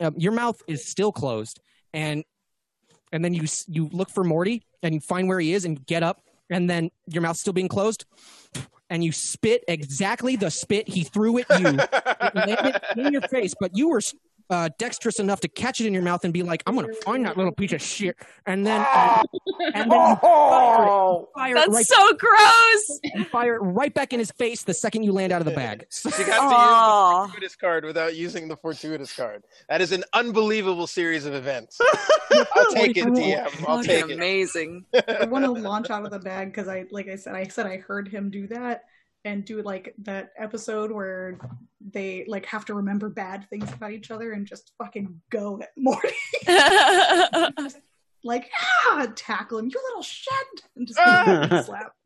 S5: Um, your mouth is still closed, and and then you s- you look for Morty and you find where he is and you get up, and then your mouth's still being closed, and you spit exactly the spit he threw at you. it landed in your face, but you were s- uh, dexterous enough to catch it in your mouth and be like, "I'm gonna find that little piece of shit," and then uh, and then you fire it, you fire
S7: That's
S5: it right,
S7: so gross.
S5: you fire it right back in his face the second you land out of the bag.
S9: You have to
S5: Oh.
S9: use the fortuitous card without using the fortuitous card. That is an unbelievable series of events. I'll take it, DM. I'll take it.
S7: amazing.
S4: I want to launch out of the bag because I, like I said, I said I heard him do that and do like that episode where they like have to remember bad things about each other and just fucking go at Morty. Just, like ah, tackle him, you little shit, and just
S9: Ah,
S4: give him a slap.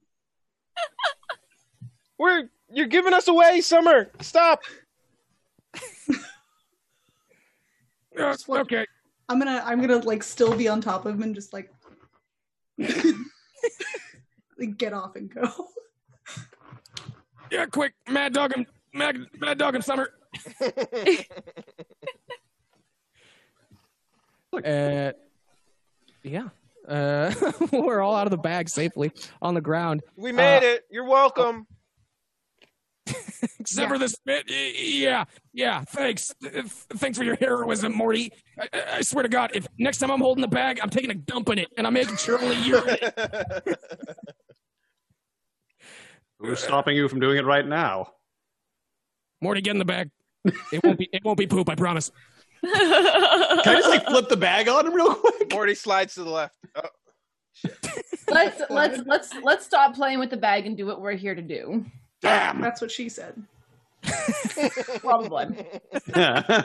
S9: We're you're giving us away, Summer. Stop.
S4: Just like- I'm gonna I'm gonna like still be on top of him and just like like, get off and go.
S3: Yeah, quick, mad dog him, mad, mad dog him, Summer.
S5: Uh, yeah, uh, we're all out of the bag safely on the ground.
S9: We made
S5: Uh,
S9: it. You're welcome.
S3: Except for this bit. Y- Yeah, yeah. Thanks, Th- thanks for your heroism, Morty. I, I- I swear to God, if next time I'm holding the bag, I'm taking a dump in it, and I'm making sure only you're in it.
S5: oh.
S25: Who's stopping you from doing it right now?
S3: Morty, get in the bag. It won't be. It won't be poop. I promise.
S9: Can I just,
S12: like flip the bag on him real quick?
S9: Morty slides to the left. Oh,
S22: let's let's let's let's stop playing with the bag and do what we're here to do.
S25: Damn.
S4: That's what she said.
S22: Probably.
S4: I'm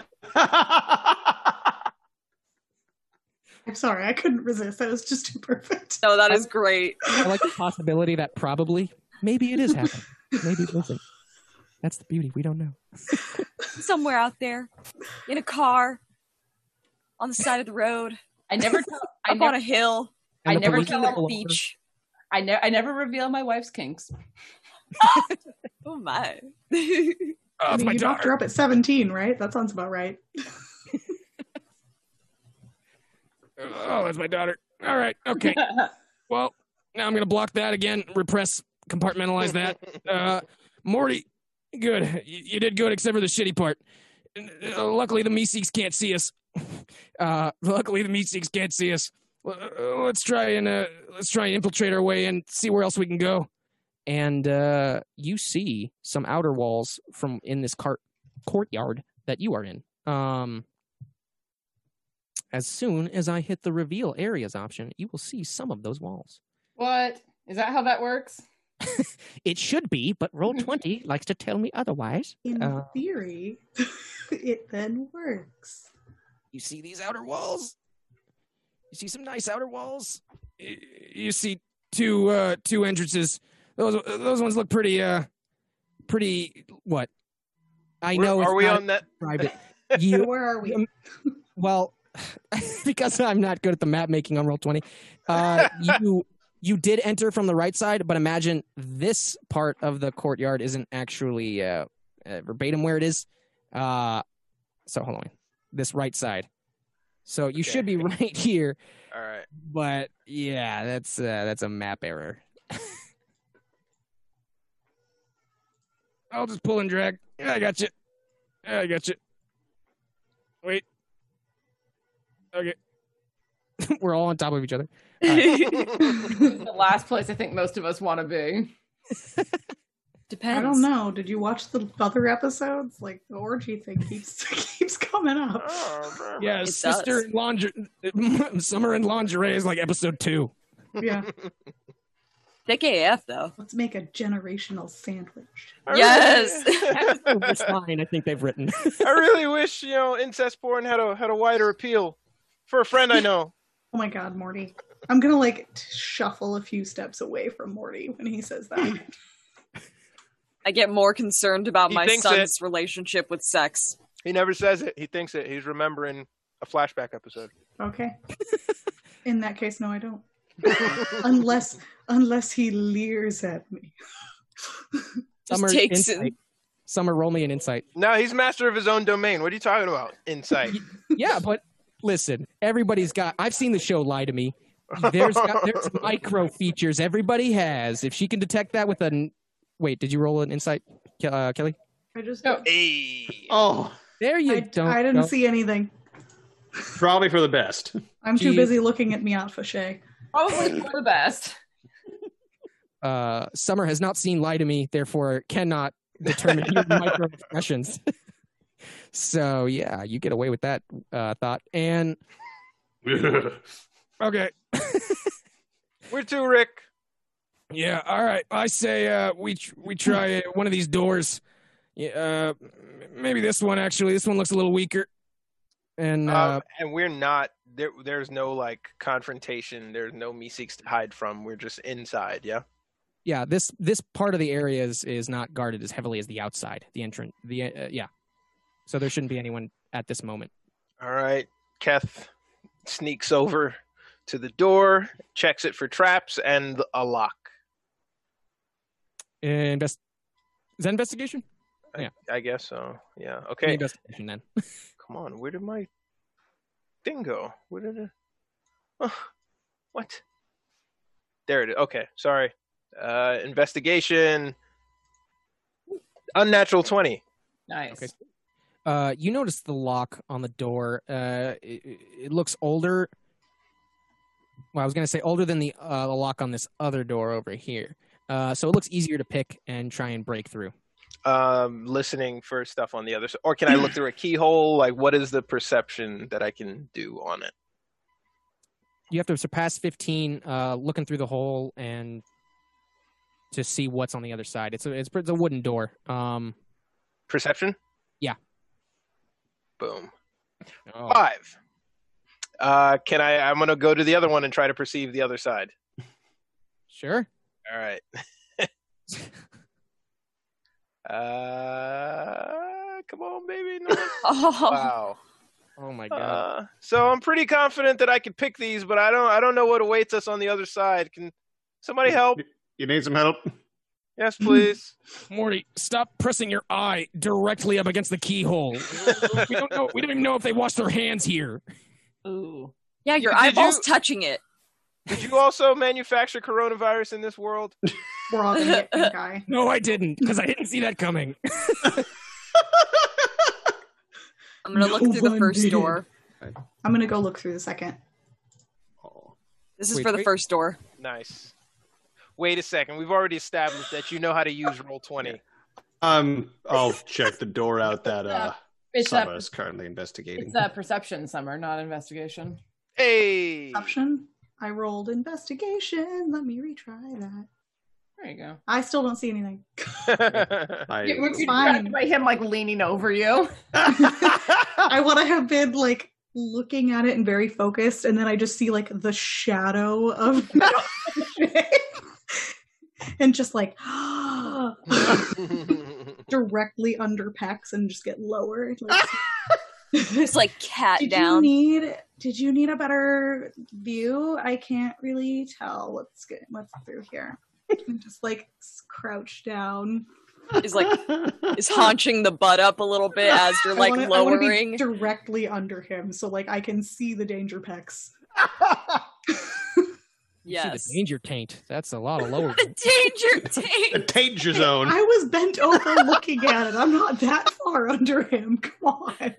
S4: sorry, I couldn't resist. That was just too perfect.
S7: No, that is great.
S5: I like the possibility that probably, maybe it is happening. Maybe it isn't. That's the beauty. We don't know.
S7: Somewhere out there, in a car, on the side of the road.
S22: I never tell. I
S7: Up
S22: never,
S7: on a hill.
S22: I
S7: And the
S22: never
S7: police
S22: tell
S7: will
S22: on
S7: pull
S22: the
S7: over.
S22: beach. I never. I never reveal my wife's kinks.
S7: Oh my.
S4: I mean,
S22: my
S4: you knocked her up at 17, right? That sounds about right.
S3: Oh, that's my daughter. All right. Okay. well, now I'm gonna block that again. Repress, compartmentalize that. Uh, Morty, good. Y- You, did good, except for the shitty part. N- uh, luckily, the Meeseeks can't see us. Uh, luckily, the Meeseeks can't see us. L- uh, Let's try and uh, let's try and infiltrate our way and see where else we can go.
S5: and uh, you see some outer walls from in this cart courtyard that you are in. Um, as soon as I hit the reveal areas option, you will see some of those walls.
S23: What is that? How that works?
S5: It should be, but roll twenty likes to tell me otherwise.
S4: In
S5: Uh,
S4: theory, it then works.
S3: You see these outer walls? You see some nice outer walls? Y- You see two uh two entrances. Those those ones look pretty uh pretty what?
S5: I
S9: Where-
S5: know.
S9: are
S5: it's
S9: we
S5: not
S9: on that-
S5: private. You,
S4: Where are we?
S5: well, because I'm not good at the map making on roll twenty. Uh, you you did enter from the right side, but imagine this part of the courtyard isn't actually uh, uh, verbatim where it is. Uh, so hold on, this right side. So you should be right here,
S9: All right.
S5: but yeah, that's uh, that's a map error.
S3: I'll just pull and drag. Yeah, I got you. Yeah, I got you. Wait. Okay.
S5: We're all on top of each other.
S23: the last place I think most of us want to be.
S4: I don't know. Did you watch the other episodes? Like the orgy thing keeps keeps coming up.
S3: Yeah,
S4: It
S3: sister
S4: does.
S3: in lingerie, summer in lingerie is like episode two.
S4: Yeah.
S7: Thick AF though.
S4: Let's make a generational sandwich.
S7: Yes.
S5: That's the worst line I think they've written.
S9: I really wish you know incest porn had a had a wider appeal for a friend I know.
S4: Oh my god, Morty. I'm gonna like t- shuffle a few steps away from Morty when he says that.
S7: I get more concerned about
S9: He
S7: my
S9: thinks
S7: son's relationship with sex.
S9: He never says it. He thinks it. He's remembering a flashback episode.
S4: okay. In that case, no, I don't. unless unless he leers at me.
S5: Summer
S4: takes it.
S5: insight. Summer, roll me an insight.
S9: No, he's master of his own domain. What are you talking about? Insight.
S5: Yeah, but listen, everybody's got. I've seen the show Lie to Me. There's got, there's micro features everybody has. If she can detect that with an wait, did you roll an insight, Ke- uh, Kelly?
S4: I just
S9: hey.
S12: Oh.
S3: There you
S4: I,
S3: don't
S4: I didn't
S3: know.
S4: see anything.
S25: Probably for the best.
S4: I'm too
S3: Jeez.
S4: busy looking at Miat Fache.
S23: Probably for the best.
S5: Uh, Summer has not seen Lie to Me, therefore cannot determine your microexpressions. so yeah, you get away with that uh, thought. And
S3: Okay.
S9: We're too Rick.
S3: Yeah. All right. I say uh, we tr- we try uh, one of these doors. Yeah, uh, m- maybe this one actually. This one looks a little weaker. And uh,
S9: um, and we're not there. There's no like confrontation. There's no me seeks to hide from. We're just inside. Yeah.
S5: yeah, this this part of the area is is not guarded as heavily as the outside, the entrance. The uh, yeah, so there shouldn't be anyone at this moment.
S9: All right. Keth sneaks over to the door, checks it for traps and a lock.
S5: Invest. Is that investigation? Yeah.
S9: I guess so. Yeah. Okay.
S5: Investigation then.
S9: Come on. Where did my thing go? Where did it? Oh, what? There it is. Okay. Sorry. Uh, investigation. Unnatural twenty.
S23: Nice. Okay.
S5: Uh, you notice the lock on the door. Uh, it, it looks older. Well, I was gonna say older than the uh, the lock on this other door over here. Uh, so it looks easier to pick and try and break through.
S9: um listening for stuff on the other side or can i look through a keyhole like what is the perception that i can do on it
S5: You have to surpass fifteen, uh, looking through the hole and to see what's on the other side. It's a it's, it's a wooden door. Um,
S9: perception
S5: Yeah.
S9: boom
S3: Oh.
S9: five uh can i i'm gonna go to the other one and try to perceive the other side
S5: sure
S9: all right uh come on baby no.
S7: Oh
S9: wow
S5: Oh my
S9: Uh, so I'm pretty confident that I can pick these, but I don't. I don't know what awaits us on the other side. Can somebody help?
S25: You need some help?
S9: Yes, please.
S3: Morty, stop pressing your eye directly up against the keyhole. we don't know. We don't even know if they wash their hands here.
S23: Ooh.
S7: Yeah, your
S9: Did you-
S7: eyeballs touching it.
S9: Did you also manufacture coronavirus in this world?
S4: We're all gonna get pink eye.
S3: No, I didn't, because I didn't see that coming.
S7: I'm gonna look through the
S4: one
S7: first
S4: did.
S7: door.
S4: I'm gonna go look through the second.
S7: This is
S9: Wait,
S7: for the
S9: wait.
S7: first door.
S9: Nice. Wait a second. We've already established that you know how to use roll twenty.
S25: Um, I'll check the door out that uh,
S23: It's that-
S25: Saba is currently investigating.
S23: It's
S6: uh,
S23: a perception summer, not investigation.
S9: Hey.
S4: Option. I rolled investigation. Let me retry that.
S23: There you go.
S4: I still don't see anything.
S25: I,
S23: You-
S4: It's
S23: you
S4: fine.
S23: described by him like leaning over you.
S4: I want to have been like looking at it and very focused, and then I just see like the shadow of and just like directly under pecs and just get lower. Like,
S7: It's like cat
S4: did
S7: down.
S4: you need? Did you need a better view? I can't really tell what's good, what's through here. And just like s- crouch down.
S7: is like is haunching the butt up a little bit as you're like
S4: I wanna, I wanna be
S7: lowering.
S4: directly under him, so like I can see the danger pecs.
S5: see
S7: yes.
S5: the danger taint. That's a lot of lower.
S7: Danger taint.
S25: danger zone.
S4: I was bent over looking at it. I'm not that far under him. Come on.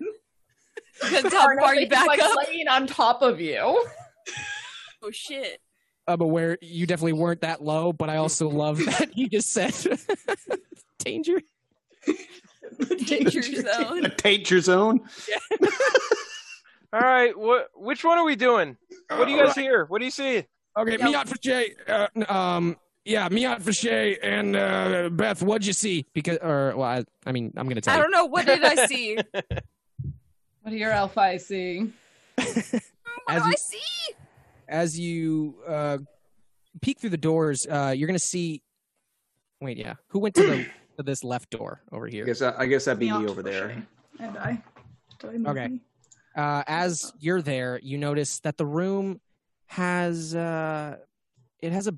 S7: The top party
S23: He's,
S7: back
S23: like
S7: up.
S23: laying on top of you.
S7: Oh shit.
S5: uh, but where you definitely weren't that low. But I also love that you just said danger.
S7: Danger zone.
S25: a danger zone.
S9: All right. What? Which one are we doing? What do you
S10: Uh,
S9: guys hear? What do you see?
S3: Okay, Miat Fache. Uh, n- um, yeah, Miat Fache and uh, Beth. What'd you see?
S5: Because, or well, I, I mean, I'm gonna tell
S7: I
S5: you.
S7: don't know. What did I see? what
S23: What are your elf eyes seeing?
S5: As
S7: do
S5: you-
S7: I see?
S5: as you uh, peek through the doors, uh, you're gonna see. Wait, yeah, who went to the to this left door over
S12: I
S5: here?
S12: guess uh, I guess that'd be
S4: Not
S12: me over there.
S4: And I. Did I move
S5: Okay.
S4: me?
S5: Uh, as you're there, you notice that the room has uh, it has a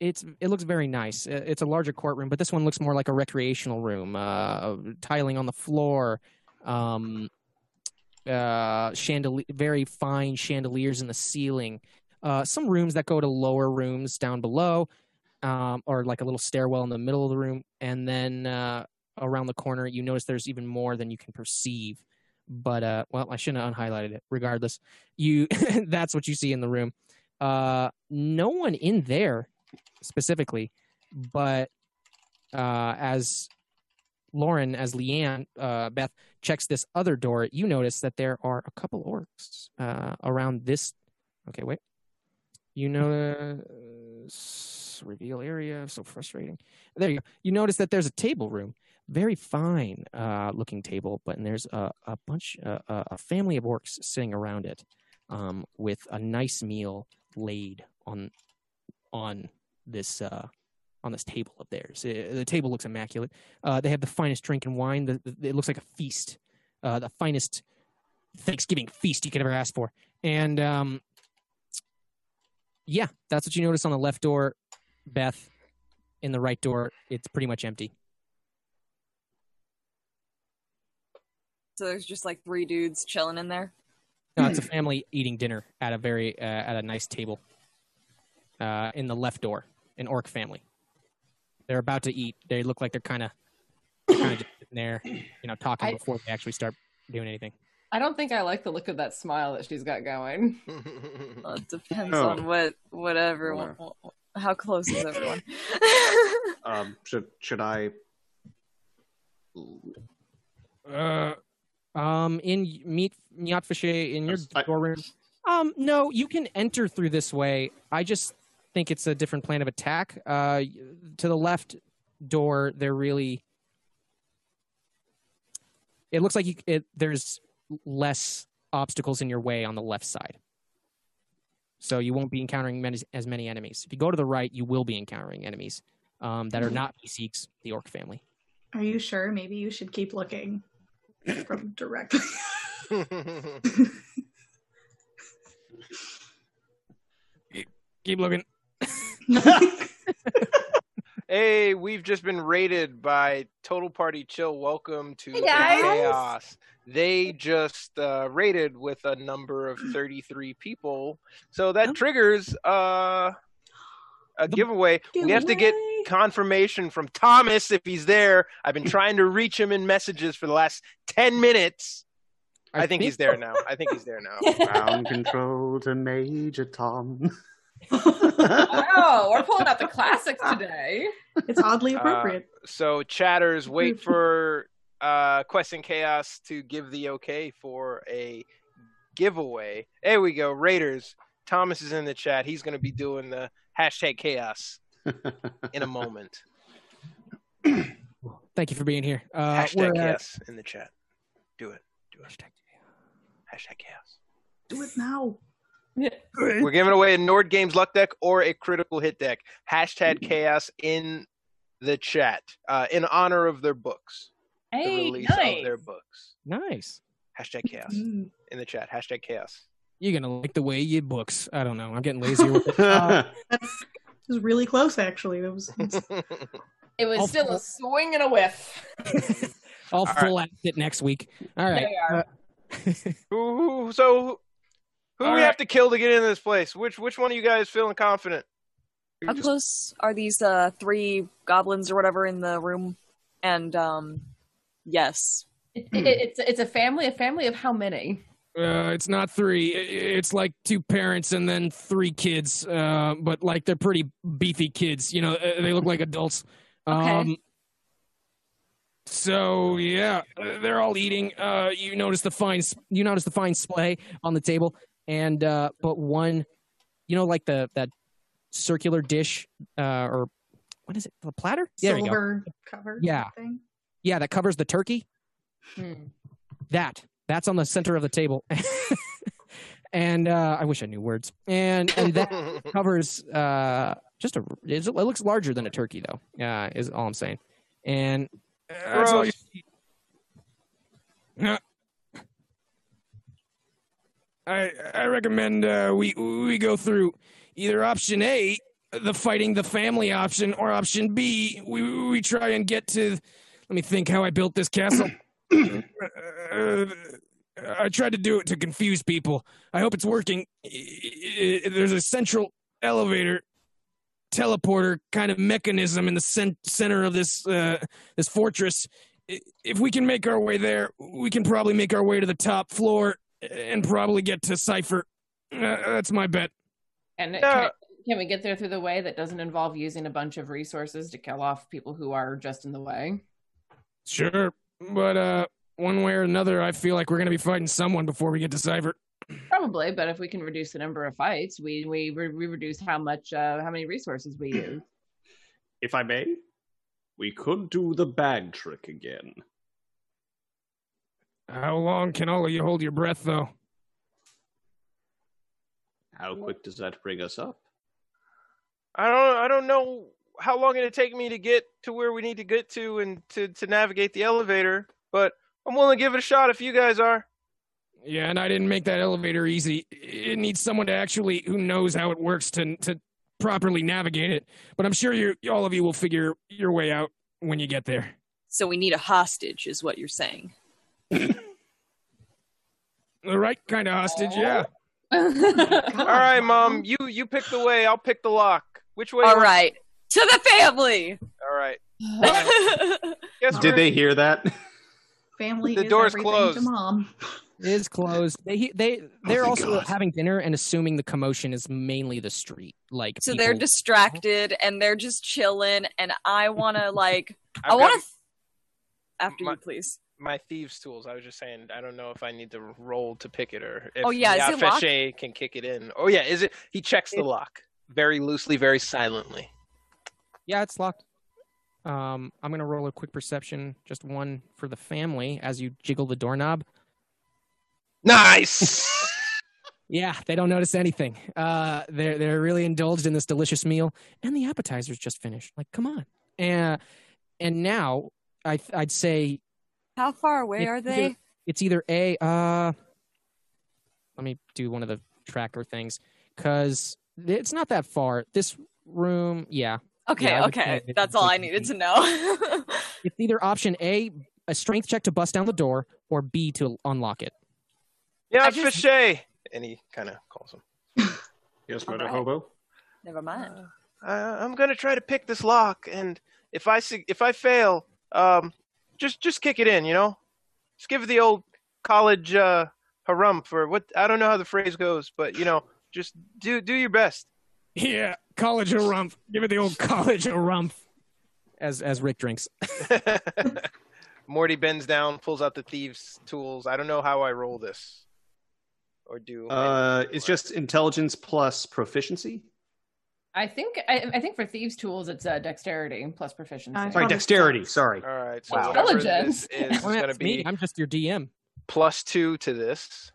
S5: it's it looks very nice. Uh, It's a larger courtroom, but this one looks more like a recreational room. Uh, tiling on the floor, um, uh, chandelier, very fine chandeliers in the ceiling. Uh, some rooms that go to lower rooms down below, um, or like a little stairwell in the middle of the room, and then uh, around the corner, you notice there's even more than you can perceive But uh, well, I shouldn't have unhighlighted it. Regardless, you that's what you see in the room. Uh, no one in there specifically, but uh, as Lauren, as Leanne, uh, Beth checks this other door, you notice that there are a couple orcs uh, around this. Okay, wait. You know, uh, s- reveal area, so frustrating. There you go. You notice that there's a table room, very fine uh, looking table, but and there's a, a bunch, uh, a a family of orcs sitting around it um, with a nice meal laid on on this uh, on this table of theirs. Uh, the table looks immaculate. Uh, they have the finest drink and wine. The, the- it looks like a feast, uh, the finest Thanksgiving feast you could ever ask for. And um, yeah, that's what you notice on the left door, Beth. In the right door, it's pretty much empty.
S7: So there's just like three dudes chilling in there.
S5: No, it's a family eating dinner at a very uh, at a nice table. Uh, in the left door, an orc family. They're about to eat. They look like they're kind of kind of just sitting there, you know, talking
S23: I-
S5: before they actually start doing anything.
S23: I don't think I like the look of that smile that she's got going.
S9: Mm.
S7: Well, it depends
S23: Oh.
S7: on what whatever. How close is everyone?
S25: Um, should should I?
S5: Uh, um, in meet Nyat Fache in your door room. Um, no, you can enter through this way. I just think it's a different plan of attack. Uh, y- to the left door, they're really. It looks like you, it, there's less obstacles in your way on the left side, so you won't be encountering many, as many enemies. If you go to the right, you will be encountering enemies um, that are
S9: Mm-hmm.
S5: not Beseeks, the Orc family.
S4: Are you sure? Maybe you should keep looking from directly.
S3: Keep looking.
S9: Hey, we've just been raided by Total Party Chill. Welcome to
S26: Hey,
S9: the
S26: guys.
S9: Chaos. They just uh, raided with a number of 33 people. So
S26: Oh.
S9: that triggers uh, a giveaway. We have to get confirmation from Thomas if he's there. I've been trying to reach him in messages for the last 10 minutes. I, think, he's there now. I think he's there now.
S25: Ground control to Major Tom.
S23: wow, Oh, we're pulling out the classics today.
S4: It's oddly
S9: Uh, so chatters wait for uh Quest and Chaos to give the okay for a giveaway. There we go. Raiders. Thomas is in the chat. He's gonna be doing the hashtag chaos in a moment.
S5: Thank you for being here. Uh,
S9: hashtag
S5: we're at-
S9: chaos in the chat. Do it. Do it. Hashtag chaos.
S4: Do it now.
S9: We're giving away a Nord Games luck deck or a critical hit deck. Hashtag chaos in the chat. Uh, in honor of their books. the
S23: Hey,
S9: release
S23: nice.
S9: of their books.
S5: Nice.
S9: Hashtag chaos
S4: in
S9: the chat. Hashtag chaos.
S5: You're gonna like the way you books. I don't know. I'm getting lazy. with it. Uh,
S4: It was really close, actually. That was.
S23: It was still a swing and a whiff.
S5: I'll full act it next week. All right.
S9: Who, who- so who do we have to kill to get into this place? Which which one of you guys feeling confident?
S7: How close are these uh three goblins or whatever in the room? And um yes.
S22: It- it's it's a family. A family of how many?
S3: Uh, it's not three. I- i- It's like two parents and then three kids. Uh, but like they're pretty beefy kids. You know, uh, they look like adults. Um, so yeah, uh, they're all eating. Uh, you notice the fine. s-
S5: you notice the fine splay on the table, and uh, but one, you know, like the that circular dish uh, or what is it? The platter? There we go.
S4: Silver cover.
S5: Yeah.
S4: Thing.
S5: Yeah, that covers the turkey.
S6: Hmm.
S5: That that's on the center of the table. and uh, I wish I knew words. And and that covers uh, just a. It looks larger than a turkey, though. Yeah, is all I'm saying. And uh, that's all you-
S3: Gross. Uh, I I recommend uh, we we go through either option A, the fighting the family option, or option B. We we try and get to. Let me think how I built this castle. Uh, I tried to do it to confuse people. I hope it's working. I- I- I- There's a central elevator teleporter kind of mechanism in the cen- center of this uh, this fortress, i- if we can make our way there, we can probably make our way to the top floor and probably get to Cypher. Uh, that's my bet.
S6: And
S3: Yeah.
S6: can, can we get there through the way that doesn't involve using a bunch of resources to kill off people who are just in the way?
S3: Sure. But uh, one way or another, I feel like we're going to be fighting someone before we get to Cypher.
S6: Probably, but if we can reduce the number of fights, we we re- we reduce how much uh, how many resources we use.
S27: If I may, we could do the bag trick again.
S3: How long can all of you hold your breath, though?
S27: How quick does that bring us up?
S9: I don't I don't know how long it'd take me to get to where we need to get to and to, to navigate the elevator, but I'm willing to give it a shot if you guys are.
S3: Yeah, and I didn't make that elevator easy. It needs someone to actually who knows how it works to to properly navigate it. But I'm sure you all of you will figure your way out when you get there.
S7: So we need a hostage, is what you're saying.
S3: The right kind of hostage, yeah.
S28: Oh
S9: All right, mom, you you pick the way, I'll pick the lock. Which way?
S7: All right. To the family.
S9: All right.
S10: Did they hear that?
S28: Family
S9: The
S28: is
S9: door's
S28: everything
S9: closed.
S28: to mom.
S5: It is closed. They he- they
S7: Oh
S5: they're also having dinner and assuming the commotion is mainly the street. Like
S7: So they're
S5: people-
S7: distracted and they're just chilling, and I want to like, I
S9: I've
S7: want
S9: got-
S7: to. After
S9: My-
S7: you, please.
S9: My thieves' tools. I was just saying, I don't know if I need to roll to pick it or if
S7: Oh, yeah, is it locked?
S9: Yafeshe can kick it in. Oh yeah, is it? He checks the lock very loosely, very silently.
S5: Yeah, it's locked. Um, I'm gonna roll a quick perception, just one for the family as you jiggle the doorknob.
S9: Nice.
S5: Yeah, they don't notice anything. Uh, they're they're really indulged in this delicious meal, and the appetizer's just finished. Like, come on. And and now I I'd say
S7: How far away
S5: It's
S7: are
S5: either-
S7: they?
S5: It's either a. Uh, let me do one of the tracker things because it's not that far. This room, yeah.
S7: Okay,
S5: Yeah, I would
S7: okay.
S5: say it-
S7: That's all I needed to know.
S5: It's either option A, a strength check to bust down the door, or B to unlock it.
S9: Yafeshe, and he kind of calls him.
S10: Yes,
S7: murder Alright.
S10: hobo.
S7: Never mind.
S9: Uh, I'm gonna try to pick this lock, and if I see, if I fail, um, just just kick it in, you know. Just give it the old college uh, harump or what? I don't know how the phrase goes, but you know, just do do your best.
S3: Yeah, college a rump. Give it the old college a rump.
S5: As as Rick drinks.
S9: Morty bends down, pulls out the thieves' tools. I don't know how I roll this, or do.
S10: Uh, it's just intelligence plus proficiency.
S6: I think I, I think for thieves' tools, it's uh, dexterity plus proficiency.
S10: Sorry, dexterity. Sorry.
S9: All right. So
S10: Wow.
S9: whatever this
S6: Intelligence.
S9: is, it's
S5: Well,
S9: gonna
S5: that's me.
S9: be
S5: I'm just your DM.
S9: plus two to this.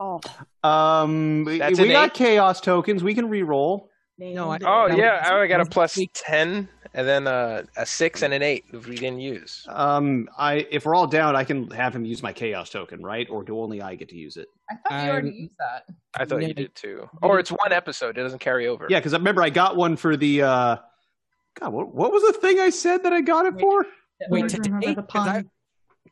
S7: Oh,
S10: Um, we,
S9: That's
S10: we
S9: an
S10: got
S9: eight.
S10: chaos tokens. We can re-roll.
S5: No, I,
S9: Oh
S5: that
S9: yeah,
S5: was-
S9: I only got a
S5: was
S9: plus ten, and then uh, a six and an eight if we didn't use.
S10: Um, I if we're all down, I can have him use my chaos token, right? Or do only I get to use it?
S6: I thought you already
S5: I'm-
S6: used that.
S9: I thought
S5: Yeah.
S9: you did too. Or it's one episode; it doesn't carry over.
S10: Yeah, because I remember I got one for the. uh God, what, what was the thing I said that I got it for?
S5: Wait,
S28: Always remember
S5: today?
S28: the
S5: 'Cause I-
S28: pun.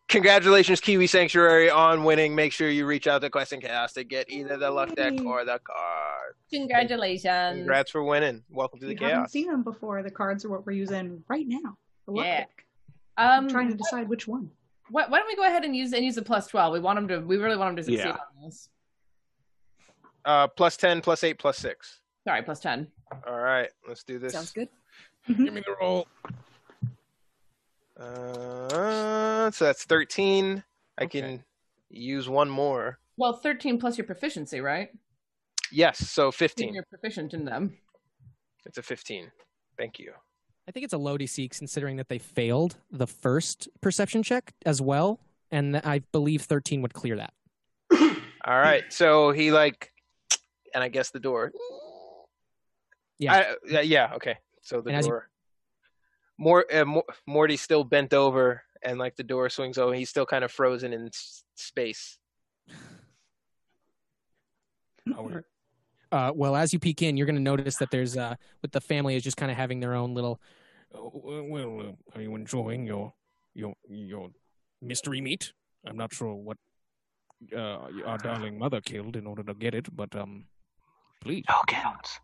S9: Congratulations, Kiwi Sanctuary, on winning. Make sure you reach out to Quest and Chaos to get either the luck deck or the card.
S6: Congratulations.
S9: Congrats for winning. Welcome to the
S28: If you haven't
S9: chaos.
S28: seen them before. The cards are what we're using right now. The luck
S6: Yeah.
S28: deck.
S6: Um,
S28: I'm trying to decide which one.
S6: why, why don't we go ahead and use and use the plus twelve? We want them to. We really want them to succeed
S10: Yeah.
S6: on this.
S9: Uh, plus ten, plus eight, plus six.
S6: Sorry, plus ten.
S9: All right, let's do this.
S7: sounds good.
S3: Give me the roll.
S9: Uh, so that's thirteen. I can use one more.
S6: Well, thirteen plus your proficiency, right?
S9: Yes, so
S6: If
S9: fifteen.
S6: You're proficient in them.
S9: It's a fifteen. Thank you.
S5: I think it's a low DC considering that they failed the first perception check as well, and I believe 13 would clear that.
S9: All right. So he like, and I guess the door.
S5: Yeah.
S9: I, uh, yeah. Okay. So the
S5: And as you-
S9: door. More, uh, Mor- Morty's still bent over, and like the door swings over. He's still kind of frozen in s- space.
S5: Uh, well, as you peek in, you're going to notice that there's uh, with the family is just kind of having their own little.
S3: Oh, well, uh, are you enjoying your your your mystery meat? I'm not sure what uh, our darling mother killed in order to get it, but um, please.
S9: Tokens.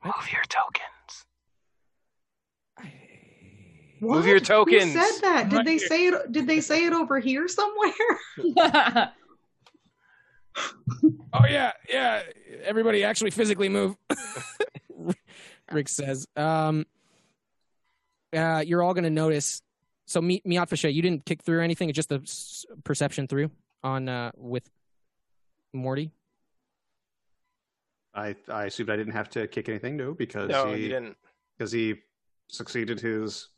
S3: What?
S9: Move your tokens.
S5: I,
S6: What?
S9: Move your
S6: Who
S9: tokens.
S6: said that? Did they say it? Did they say it over here somewhere?
S5: Oh yeah, yeah. Everybody actually physically move. Rick says. Um, uh, you're all gonna notice. So Mi- Miat Fisher, you didn't kick through or anything. It's just a s- perception through on uh, with Morty.
S10: I I assumed I didn't have to kick anything, no, because
S9: No,
S10: he
S9: you didn't.
S10: because he succeeded his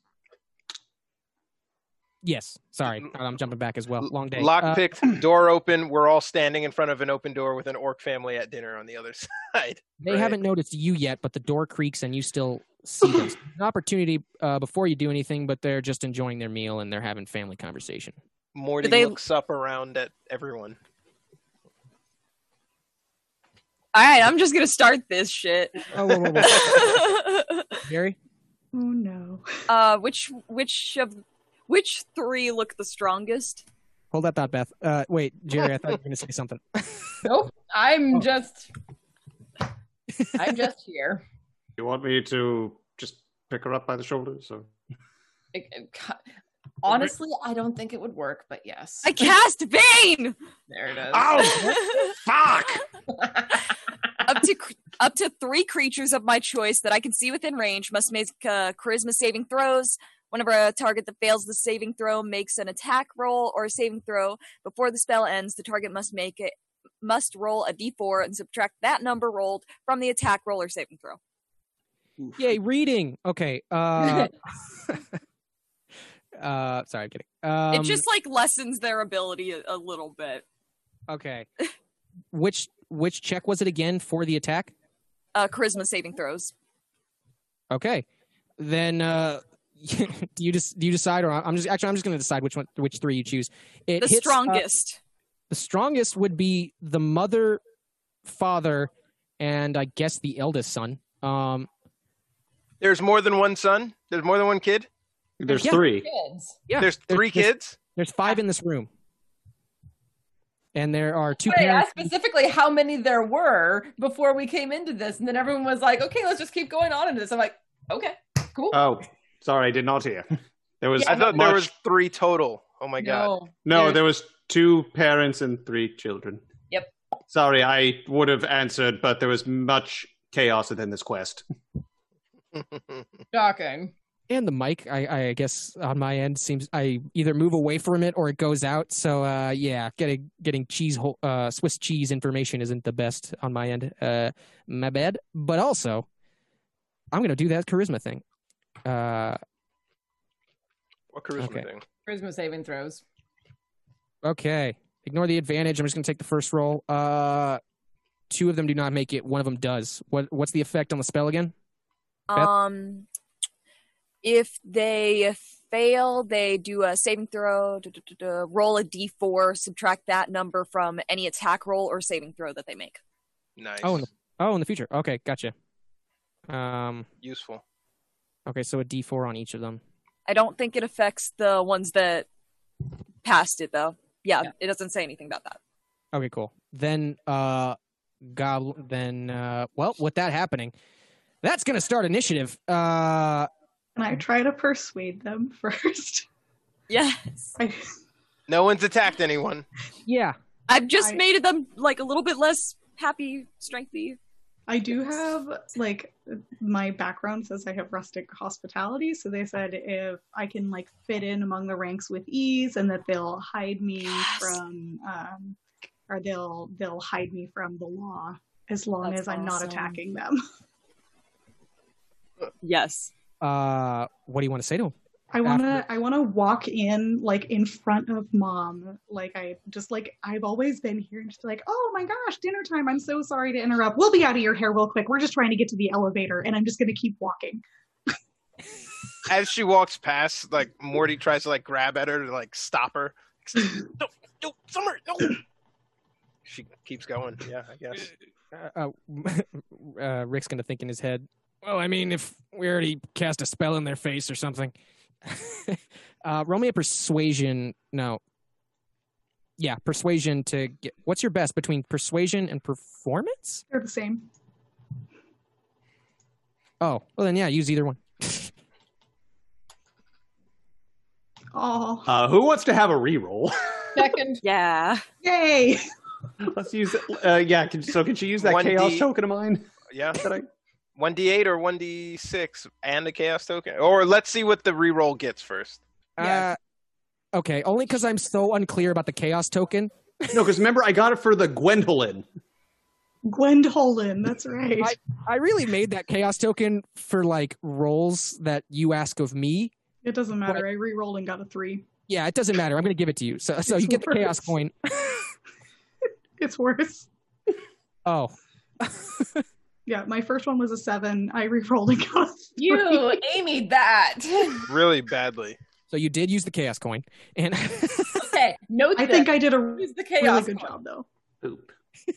S5: Yes. Sorry, I'm jumping back as well. Long day.
S9: Lock
S5: Uh,
S9: picked, door open. We're all standing in front of an open door with an orc family at dinner on the other side.
S5: They
S9: right?
S5: haven't noticed you yet, but the door creaks and you still see them. An opportunity uh, before you do anything, but they're just enjoying their meal and they're having family conversation.
S9: Morty
S5: they-
S9: looks up around at everyone.
S7: All right, I'm just gonna start this shit.
S5: Oh, whoa, whoa, whoa. Gary,
S6: oh no.
S7: Uh, which which of which three look the strongest?
S5: hold that thought, Beth. Uh, wait, Jerry, I thought you were going to say something.
S29: Nope. I'm
S6: Oh.
S29: just. I'm just here.
S10: You want me to just pick her up by the shoulders? So
S29: Like, uh, Honestly, I don't think it would work, but yes.
S7: I cast Bane.
S29: There it is.
S7: Oh, fuck! up to cr- up to three creatures of my choice that I can see within range must make uh, charisma saving throws. Whenever a target that fails the saving throw makes an attack roll or a saving throw before the spell ends, the target must make it must roll a d4 and subtract that number rolled from the attack roll or saving throw.
S5: Yay, reading. Okay. Uh, uh, sorry, I'm kidding. Um,
S7: it just like lessens their ability a, a little bit.
S5: Okay. which which check was it again for the attack?
S7: Uh, charisma saving throws.
S5: Okay, then uh, do you just do you decide, or I'm just actually I'm just going to decide which one, which three you choose. It
S7: The
S5: hits, uh,
S7: strongest.
S5: the strongest would be the mother, father, and I guess the eldest son. Um,
S9: There's more than one son. There's more than one kid.
S10: There's
S5: Yeah.
S10: three.
S29: Kids.
S5: yeah,
S9: There's three kids.
S5: There's five in this room, and there are two
S29: Wait,
S5: parents.
S29: ask specifically how many there were before we came into this, and then everyone was like, "Okay, let's just keep going on into this." I'm like, "Okay, cool."
S10: Oh, sorry, I did not hear. There was
S9: I thought
S10: much-
S9: there was three total. Oh my god.
S10: no. There was two parents and three children.
S29: Yep.
S10: Sorry, I would have answered, but there was much chaos within this quest.
S29: Shocking.
S5: and the mic I, I guess on my end seems i either move away from it or it goes out so uh yeah getting getting cheese whole- uh swiss cheese information isn't the best on my end uh my bad but also i'm gonna do that charisma thing uh
S9: What charisma
S5: Okay.
S9: thing?
S29: Charisma saving throws.
S5: okay ignore the advantage i'm just gonna take the first roll uh two of them do not make it one of them does what what's the effect on the spell again Beth?
S7: Um, if they fail, they do a saving throw, duh, duh, duh, duh, roll a d4, subtract that number from any attack roll or saving throw that they make.
S9: Nice.
S5: oh in the, oh in the future okay gotcha um
S9: Useful.
S5: okay so a d4 on each of them
S7: I don't think it affects the ones that passed it, though. Yeah, it doesn't say anything about that.
S5: Okay, cool. Then uh goblin then uh well, with that happening, that's gonna start initiative. Uh
S6: and I try to persuade them first.
S7: Yes.
S6: I,
S9: No one's attacked anyone.
S5: yeah.
S7: I've just
S6: I-
S7: made them like a little bit less happy, strengthy.
S6: I do have like my background says I have rustic hospitality, so they said if I can like fit in among the ranks with ease, and that they'll hide me from, um, or they'll they'll hide me from the law as long
S7: That's
S6: as I'm not
S7: awesome.
S6: attacking them.
S7: Yes.
S5: Uh what do you want to say to him?
S6: I want to I want to walk in like in front of mom. Like I just like I've always been here and just like, "Oh my gosh, dinner time. I'm so sorry to interrupt. We'll be out of your hair real quick. We're just trying to get to the elevator and I'm just going to keep walking."
S9: As she walks past, like Morty tries to like grab at her to like stop her. no, no, Summer, no. She keeps going. Yeah, I guess.
S5: Uh, uh, uh Rick's gonna think in his head. Well, I mean if we already cast a spell in their face or something. uh roll me a persuasion no. Yeah, persuasion to get what's your best between persuasion and performance?
S6: They're the same.
S5: Oh, well then yeah, use either one.
S4: Oh.
S10: Uh, who wants to have a reroll?
S6: Second.
S7: yeah.
S4: Yay.
S10: Let's use it. Uh, yeah, can, so can she use that
S9: One
S10: chaos
S9: D-
S10: token of mine?
S9: Yeah. One d eight or one d six and a chaos token, or let's see what the reroll gets first.
S5: Uh, okay, only because I'm so unclear about the chaos token.
S10: No, because remember I got it for the Gwendolyn.
S4: Gwendolyn, that's right.
S5: I, I really made that chaos token for like roles that you ask of me.
S4: It doesn't matter. I re-rolled and got a three.
S5: Yeah, it doesn't matter. I'm going to give it to you. So, so
S4: It's
S5: you get the
S4: worse.
S5: chaos coin.
S4: It's worse.
S5: Oh,
S4: Yeah, my first one was a seven. I re-rolled and got a
S6: You, Amy, that.
S9: Really badly.
S5: so you did use the chaos coin, and
S6: okay, no.
S4: I think I did a
S6: Use the
S4: really
S6: chaos
S4: good
S6: coin.
S4: job though.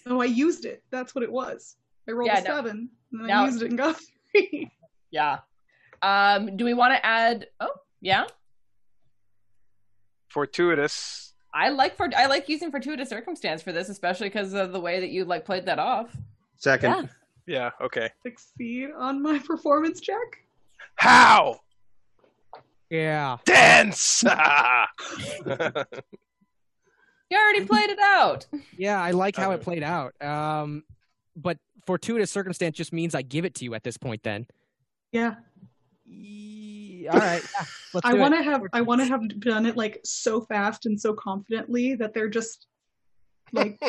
S4: No, I used it. That's what it was. I rolled
S6: Yeah,
S4: a
S6: no.
S4: seven, and then
S6: Now-
S4: I used it and got a three.
S6: Yeah. Um, do we want to add? Oh, yeah.
S9: Fortuitous.
S6: I like for I like using fortuitous circumstance for this, especially because of the way that you like played that off.
S10: Second.
S6: Yeah.
S9: Yeah. Okay.
S4: Succeed on my performance check.
S9: How?
S5: yeah.
S9: Dance.
S6: You already played it out.
S5: Yeah, I like how it played out. Um, but fortuitous circumstance just means I give it to you at this point. Then,
S4: Yeah,
S5: all right, yeah, let's
S4: I
S5: do it.
S4: want to have I want to have done it like so fast and so confidently that they're just like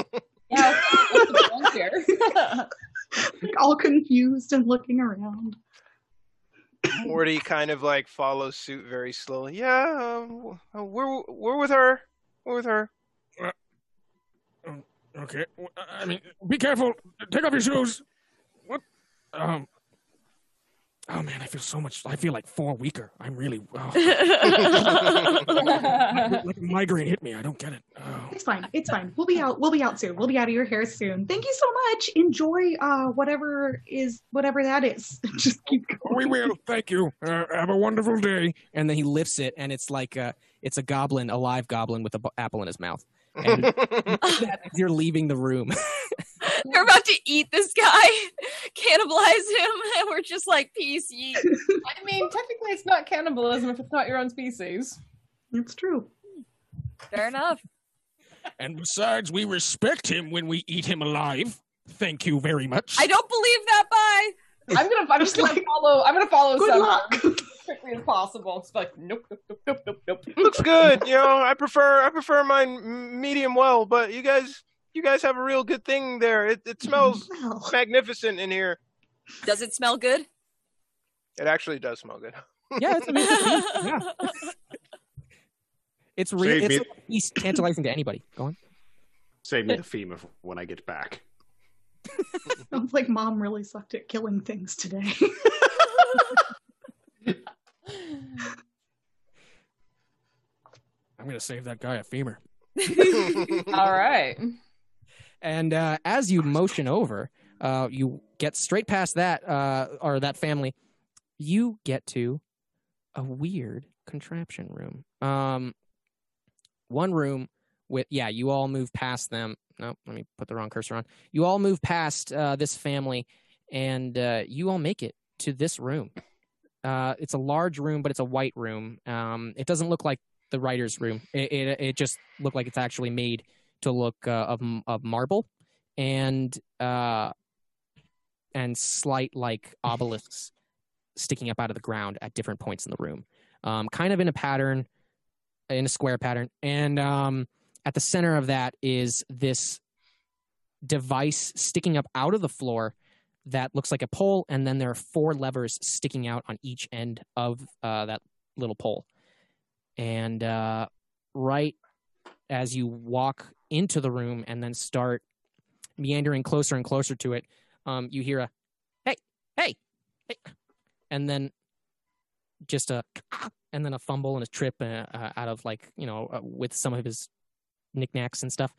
S6: Yeah, what's the bonus here?
S4: all confused and looking around.
S9: Morty kind of like follows suit very slowly. Yeah, um, uh, we're we're with her. We're with her.
S3: Okay. w- uh, I mean, be careful. Take off your shoes. What? Um. Oh man, I feel so much. I feel like four weaker. I'm really. Oh. like a migraine hit me. I don't get it. Oh.
S4: It's fine. It's fine. We'll be out. We'll be out soon. We'll be out of your hair soon. Thank you so much. Enjoy uh whatever is whatever that is. Just keep going.
S3: We will. Thank you. Uh, have a wonderful day.
S5: and then he lifts it, and it's like uh it's a goblin, a live goblin with an apple in his mouth. And you're leaving the room.
S7: They're about to eat this guy, cannibalize him, and we're just like, peace, yeet.
S6: I mean, technically, it's not cannibalism if it's not your own species.
S4: It's true.
S7: Fair enough.
S3: And besides, we respect him when we eat him alive. Thank you very much.
S7: I don't believe that. Bye.
S6: I'm gonna. I'm just gonna follow. I'm gonna follow.
S3: Good
S6: some
S3: luck.
S6: as quickly as possible. It's like nope, nope, nope, nope, nope, nope.
S9: Looks good. You know, I prefer I prefer mine m- medium well, but you guys you guys have a real good thing there. It it smells magnificent in here.
S7: Does it smell good?
S9: It actually does smell good.
S5: yeah, it's amazing. yeah. It's real.
S10: Save
S5: It's
S10: me-
S5: like a piece tantalizing to anybody. Go on.
S10: Save me the theme of when I get back.
S4: Sounds like mom really sucked at killing things today.
S3: I'm gonna save that guy a femur.
S6: All right.
S5: And uh, as you motion over, uh, you get straight past that uh, or that family. You get to a weird contraption room. Um, one room with yeah. You all move past them. No, let me put the wrong cursor on. You all move past uh, this family, and uh, you all make it to this room. Uh, it's a large room, but it's a white room. Um, it doesn't look like the writer's room. It it, it just looked like it's actually made to look uh, of m- of marble, and uh, and slight like obelisks sticking up out of the ground at different points in the room, um, kind of in a pattern, in a square pattern, and um, at the center of that is this device sticking up out of the floor that looks like a pole, and then there are four levers sticking out on each end of uh, that little pole. And uh, right as you walk into the room and then start meandering closer and closer to it, um, you hear a "Hey, hey, hey," and then just a and then a fumble and a trip uh, uh, out of like you know uh, with some of his knickknacks and stuff,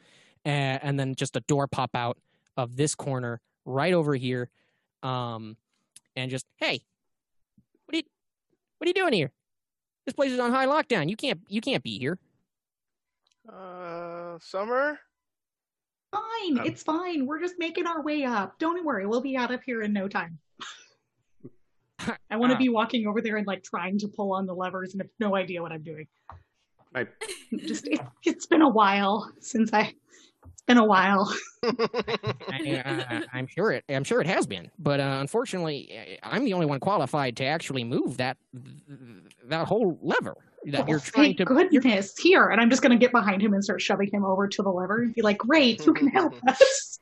S5: uh, and then just a door pop out of this corner right over here, um, and just hey, what are you, what are you doing here? This place is on high lockdown. You can't you can't be here.
S9: Uh, summer.
S4: fine.
S5: Um,
S4: It's fine. We're just making our way up. Don't worry. We'll be out of here in no time.
S5: Ah.
S4: I want to be walking over there and like trying to pull on the levers and have no idea what I'm doing.
S25: I,
S4: Just it, it's been a while since I. It's been a while.
S5: I, am sure it. I'm sure it has been, but uh, unfortunately, I- I'm the only one qualified to actually move that that whole lever that you're trying
S4: Thank
S5: to.
S4: goodness, here, and I'm just gonna get behind him and start shoving him over to the lever and be like, "Great, you can help us."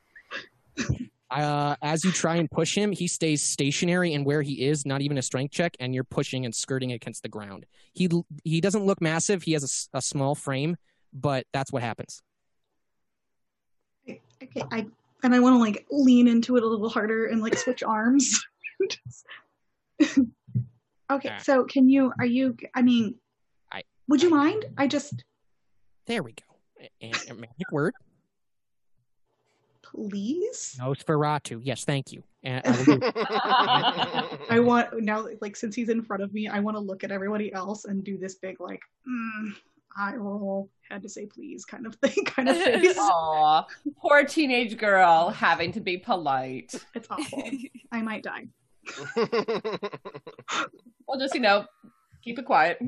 S5: Uh, as you try and push him, he stays stationary and where he is, not even a strength check, and you're pushing and skirting against the ground. He he doesn't look massive. He has a s- a, small frame, but that's what happens.
S4: Okay, I and I want to like lean into it a little harder and like switch arms. Just- okay,
S5: Yeah.
S4: so can you? Are you? I mean,
S5: I-
S4: would you mind? I just
S5: There we go. A- And a magic word,
S4: please.
S5: Nosferatu. Yes, thank you. And I will do-
S4: I want now, like since he's in front of me, I want to look at everybody else and do this big like mm, I roll had to say please kind of thing kind of face.
S22: Aw, poor teenage girl having to be polite.
S4: It's awful. I might die.
S23: Well, just you know, keep it quiet.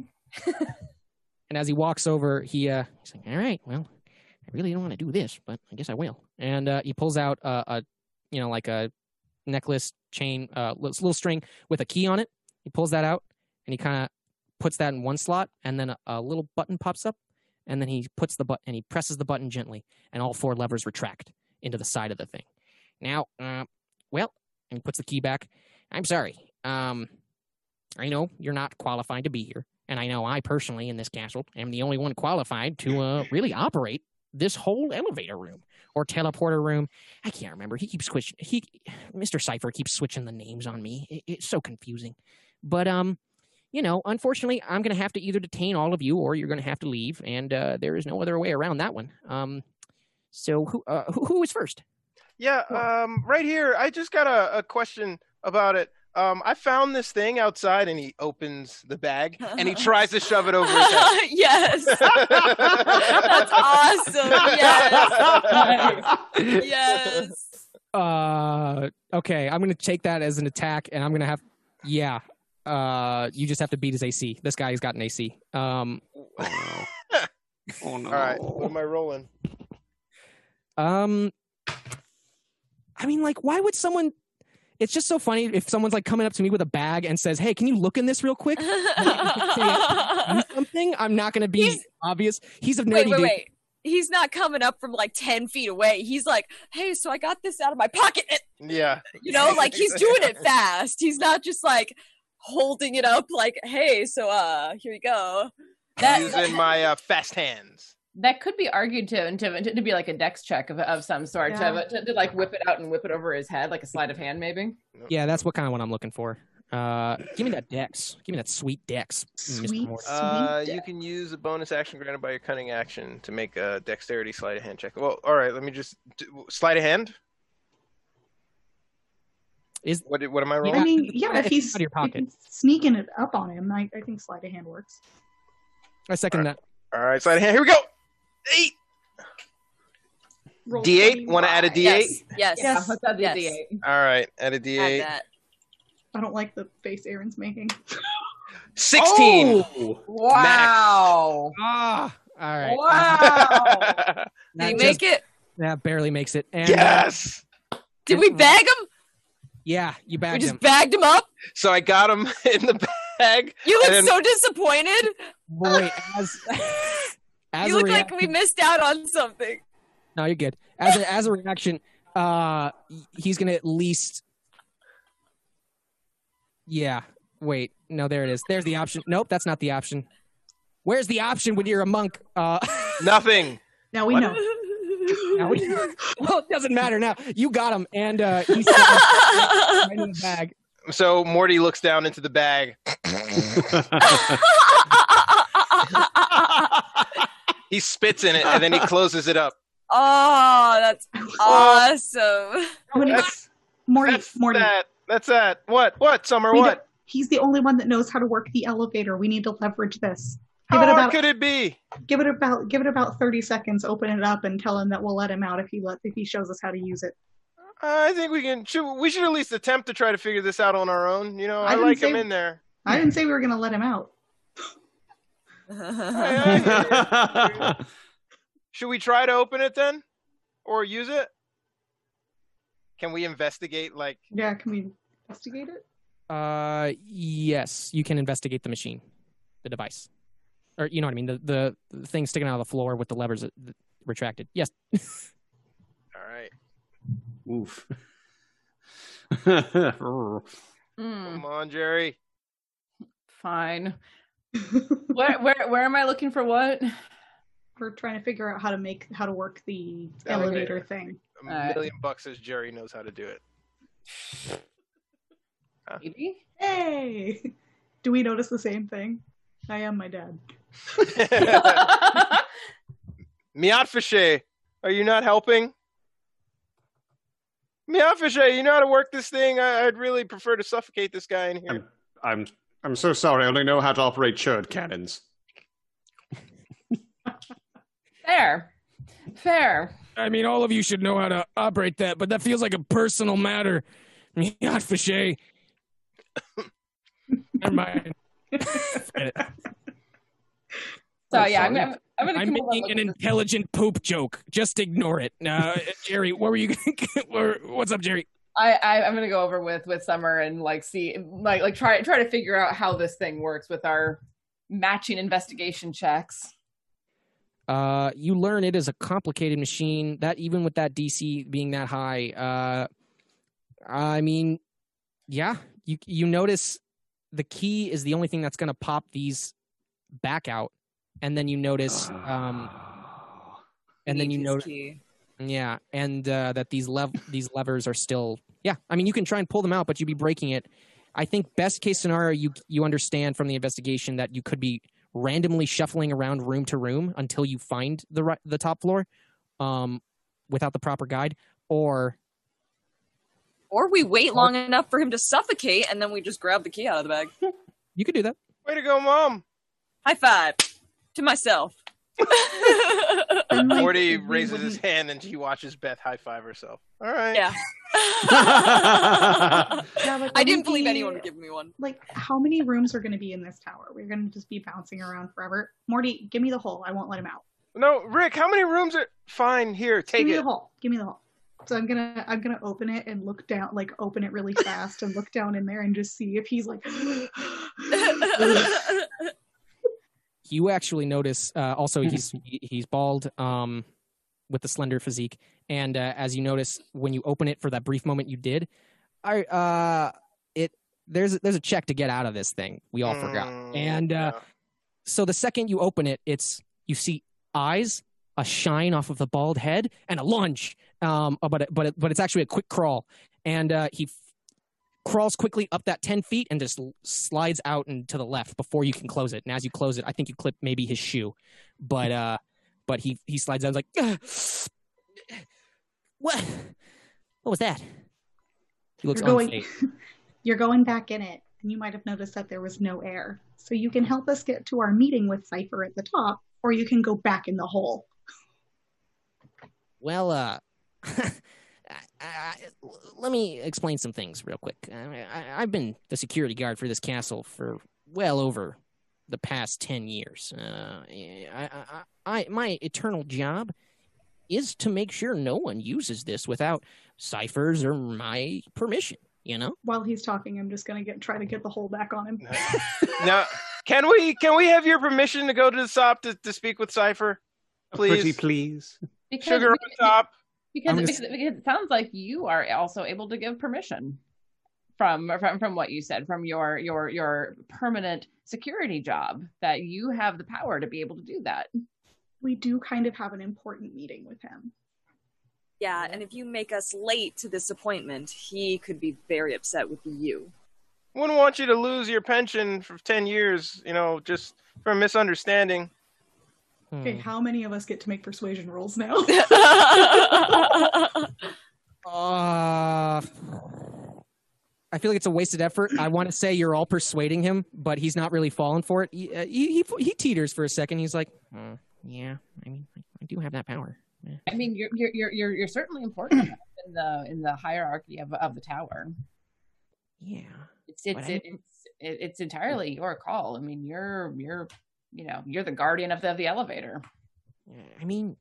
S5: and as he walks over, he uh, he's like, "All right, well, I really don't want to do this, but I guess I will." And uh, he pulls out uh, a, you know, like a necklace chain, uh, li- little string with a key on it. He pulls that out and he kind of puts that in one slot, and then a, a little button pops up, and then he puts the button and he presses the button gently, and all four levers retract into the side of the thing. Now, uh, well, and he puts the key back. I'm sorry. Um, I know you're not qualified to be here, and I know I personally in this castle am the only one qualified to uh, really operate this whole elevator room or teleporter room. I can't remember. He keeps switching. He, Mr. Cipher, keeps switching the names on me. It- it's so confusing. But um, you know, unfortunately, I'm going to have to either detain all of you or you're going to have to leave, and uh, there is no other way around that one. Um, so who uh, who, who is first?
S9: Yeah, um, right here. I just got a, a question about it. Um, I found this thing outside, and he opens the bag and he tries to shove it over his head.
S7: yes. That's awesome. Yes. yes.
S5: Uh, okay, I'm gonna take that as an attack, and I'm gonna have, yeah. Uh, you just have to beat his AC. This guy has got an AC. Um,
S9: Oh no! All right, what am I rolling?
S5: um, I mean, like, why would someone? It's just so funny if someone's like coming up to me with a bag and says, "Hey, can you look in this real quick?" Do something. I'm not gonna be obvious. He's a nerdy
S7: Wait, wait,
S5: dude.
S7: wait. He's not coming up from like 10 feet away. He's like, hey, so I got this out of my pocket. Eh,
S9: Yeah.
S7: You know, like he's doing it fast. He's not just like holding it up, like, hey, so uh, here you go.
S9: Using my uh, fast hands.
S22: That could be argued to to, to be like a dex check of, of some sort
S23: Yeah.
S22: to, to, to like whip it out and whip it over his head like a sleight of hand maybe.
S5: Yeah, that's what kind of what I'm looking for. Uh, give me that Dex. Give me that sweet Dex, Mr. Morty.
S9: Uh, you can use a bonus action granted by your cunning action to make a dexterity sleight of hand check. Well, all right. Let me just do, sleight of hand.
S5: Is
S9: what? did- What am I rolling?
S4: I mean, yeah, if
S5: It's
S4: he's
S5: out of your
S4: if
S5: pocket.
S4: he's sneaking it up on him, I, I think sleight of hand works.
S5: I second that.
S9: All right, sleight of hand. Here we go.
S4: Roll
S9: D8. Want to add a D8?
S7: Yes.
S22: Yeah, let's add the
S4: Yes.
S22: D8.
S9: All right, add a D8.
S4: I don't like the face Aaron's making.
S9: 16.
S5: Oh,
S22: Wow.
S5: Ah, all right.
S22: Wow.
S7: Did he
S5: That
S7: make
S5: just-
S7: it?
S5: That barely makes it. And, uh,
S9: Yes.
S7: Did we bag him?
S5: yeah, you
S7: We
S5: bagged
S7: just
S5: him.
S7: bagged him up?
S9: So I got him in the bag.
S7: You look
S9: and-
S7: so disappointed.
S5: Boy, as, as
S7: you
S5: a
S7: look
S5: reaction,
S7: like we missed out on something.
S5: no, you're good. As a, as a reaction, uh, he's gonna at least. Yeah. Wait. No, there it is. There's the option. Nope, that's not the option. Where's the option when you're a monk? Uh,
S9: Nothing.
S4: Now we
S5: What?
S4: know.
S5: Now we- well, it doesn't matter now. You got him, and uh, he's
S7: Oh,
S5: right in the bag.
S9: So Morty looks down into the bag. he spits in it and then he closes it up.
S7: Oh, that's awesome.
S9: That's
S4: Morty, Morty.
S9: that. That's that. What? What? Summer?
S4: We
S9: What?
S4: don't- He's the only one that knows how to work the elevator. We need to leverage this. Give
S9: How
S4: it
S9: hard
S4: about
S9: could it be?
S4: give it about give it about thirty seconds. Open it up and tell him that we'll let him out if he let if he shows us how to use it.
S9: I think we can. Should, we should at least attempt to try to figure this out on our own. You know, I,
S4: I didn't
S9: like
S4: say-
S9: him in there.
S4: I didn't say we were gonna let him out.
S9: Should we try to open it then, or use it? Can we investigate? Like,
S4: Yeah, can we investigate it?
S5: Uh, yes, you can investigate the machine, the device, or you know what I mean, the the, the thing sticking out of the floor with the levers that- that retracted. Yes.
S9: all right,
S12: Oof.
S9: come on, Jerry.
S22: Hmm, Fine. where where where am I looking for what?
S4: We're trying to figure out how to make how to work the
S9: Elevator.
S4: elevator thing.
S9: A million bucks says Jerry knows how to do it.
S22: Maybe.
S4: Hey, do we notice the same thing? I am my dad.
S9: Miat Fichet, are you not helping? Miat Fichet, you know how to work this thing? I, I'd really prefer to suffocate this guy in here.
S25: I'm I'm so sorry. I only know how to operate churd cannons.
S22: Fair. Fair.
S3: I mean, all of you should know how to operate that, but that feels like a personal matter. Not Fichet. Never mind.
S22: So yeah, I'm gonna, I'm gonna come
S3: Oh, I'm
S22: over and
S3: making
S22: look
S3: an
S22: at this-
S3: intelligent poop joke. Just ignore it. Uh, Jerry, what were you? Gonna, where- what's up, Jerry?
S23: I, I I'm gonna go over with with Summer and like see like like try try to figure out how this thing works with our matching investigation checks.
S5: Uh, you learn it is a complicated machine. That even with that DC being that high, uh, I mean, yeah, you you notice the key is the only thing that's going to pop these back out, and then you notice, um, and then you notice, yeah, and uh, that these lev these levers are still, yeah. I mean, you can try and pull them out, but you'd be breaking it. I think best case scenario, you you understand from the investigation that you could be randomly shuffling around room to room until you find the ri- the top floor, um, without the proper guide, or
S7: Or we wait long enough for him to suffocate, and then we just grab the key out of the bag.
S5: you could do that.
S9: Way to go, mom!
S7: High five to myself.
S9: Morty raises his hand and he watches Beth high five herself. All right.
S7: Yeah.
S4: Yeah, like,
S7: I
S4: would
S7: didn't
S4: we
S7: believe
S4: be-
S7: anyone would give me one.
S4: Like, how many rooms are going to be in this tower? We're going to just be bouncing around forever. Morty, give me the hole. I won't let him out.
S9: No, Rick, how many rooms are fine here? Take
S4: give me
S9: it.
S4: the hole. Give me the hole. So I'm gonna I'm gonna open it and look down, like open it really fast and look down in there and just see if he's like.
S5: you actually notice uh, also he's he- he's bald um, with the slender physique and uh, as you notice when you open it for that brief moment you did i uh it there's there's a check to get out of this thing we all forgot
S9: Hmm.
S3: Mm,
S5: and uh so the second you open it it's you see eyes a shine off of the bald head and a lunge um uh, but it- but it, but it's actually a quick crawl and uh he f- crawls quickly up that 10 feet and just l- slides out and to the left before you can close it. And as you close it, I think you clip maybe his shoe, but uh, but he he slides out like, "Ugh, what? What was that? He looks
S4: You're going-
S5: unfazed.
S4: You're going back in it, and you might have noticed that there was no air. So you can help us get to our meeting with Cipher at the top, or you can go back in the hole.
S5: Well, uh, I, I, let me explain some things real quick. I, I, I've been the security guard for this castle for well over the past ten years. Uh, I, I, I, my eternal job is to make sure no one uses this without ciphers or my permission. You know.
S4: While he's talking, I'm just gonna get try to get the hole back on him.
S9: Now, can we can we have your permission to go to the top to, to speak with Cipher, please?
S12: Pretty please.
S22: because
S9: Sugar on top.
S22: because,
S9: I'm gonna
S22: because,
S9: s-
S22: because it sounds like you are also able to give permission from from from what you said from your your your permanent security job that you have the power to be able to do that.
S4: We do kind of have an important meeting with him.
S7: Yeah, and if you make us late to this appointment, he could be very upset with you.
S9: Wouldn't want you to lose your pension for ten years. You know, just for a misunderstanding.
S5: Hmm.
S4: Okay, how many of us get to make persuasion rolls now?
S5: Uh, I feel like it's a wasted effort. I want to say you're all persuading him, but he's not really falling for it. He uh, he, he, he teeters for a second. He's like, "Hmm, yeah, I mean, I, I do have that power. Yeah.
S22: I mean, you're you're you're you're, you're certainly important in the in the hierarchy of of the tower.
S5: Yeah,
S22: It's it's
S5: But I-
S22: it's it's entirely your call. I mean, you're you're
S6: you know, you're the guardian of the, of the elevator.
S5: I mean,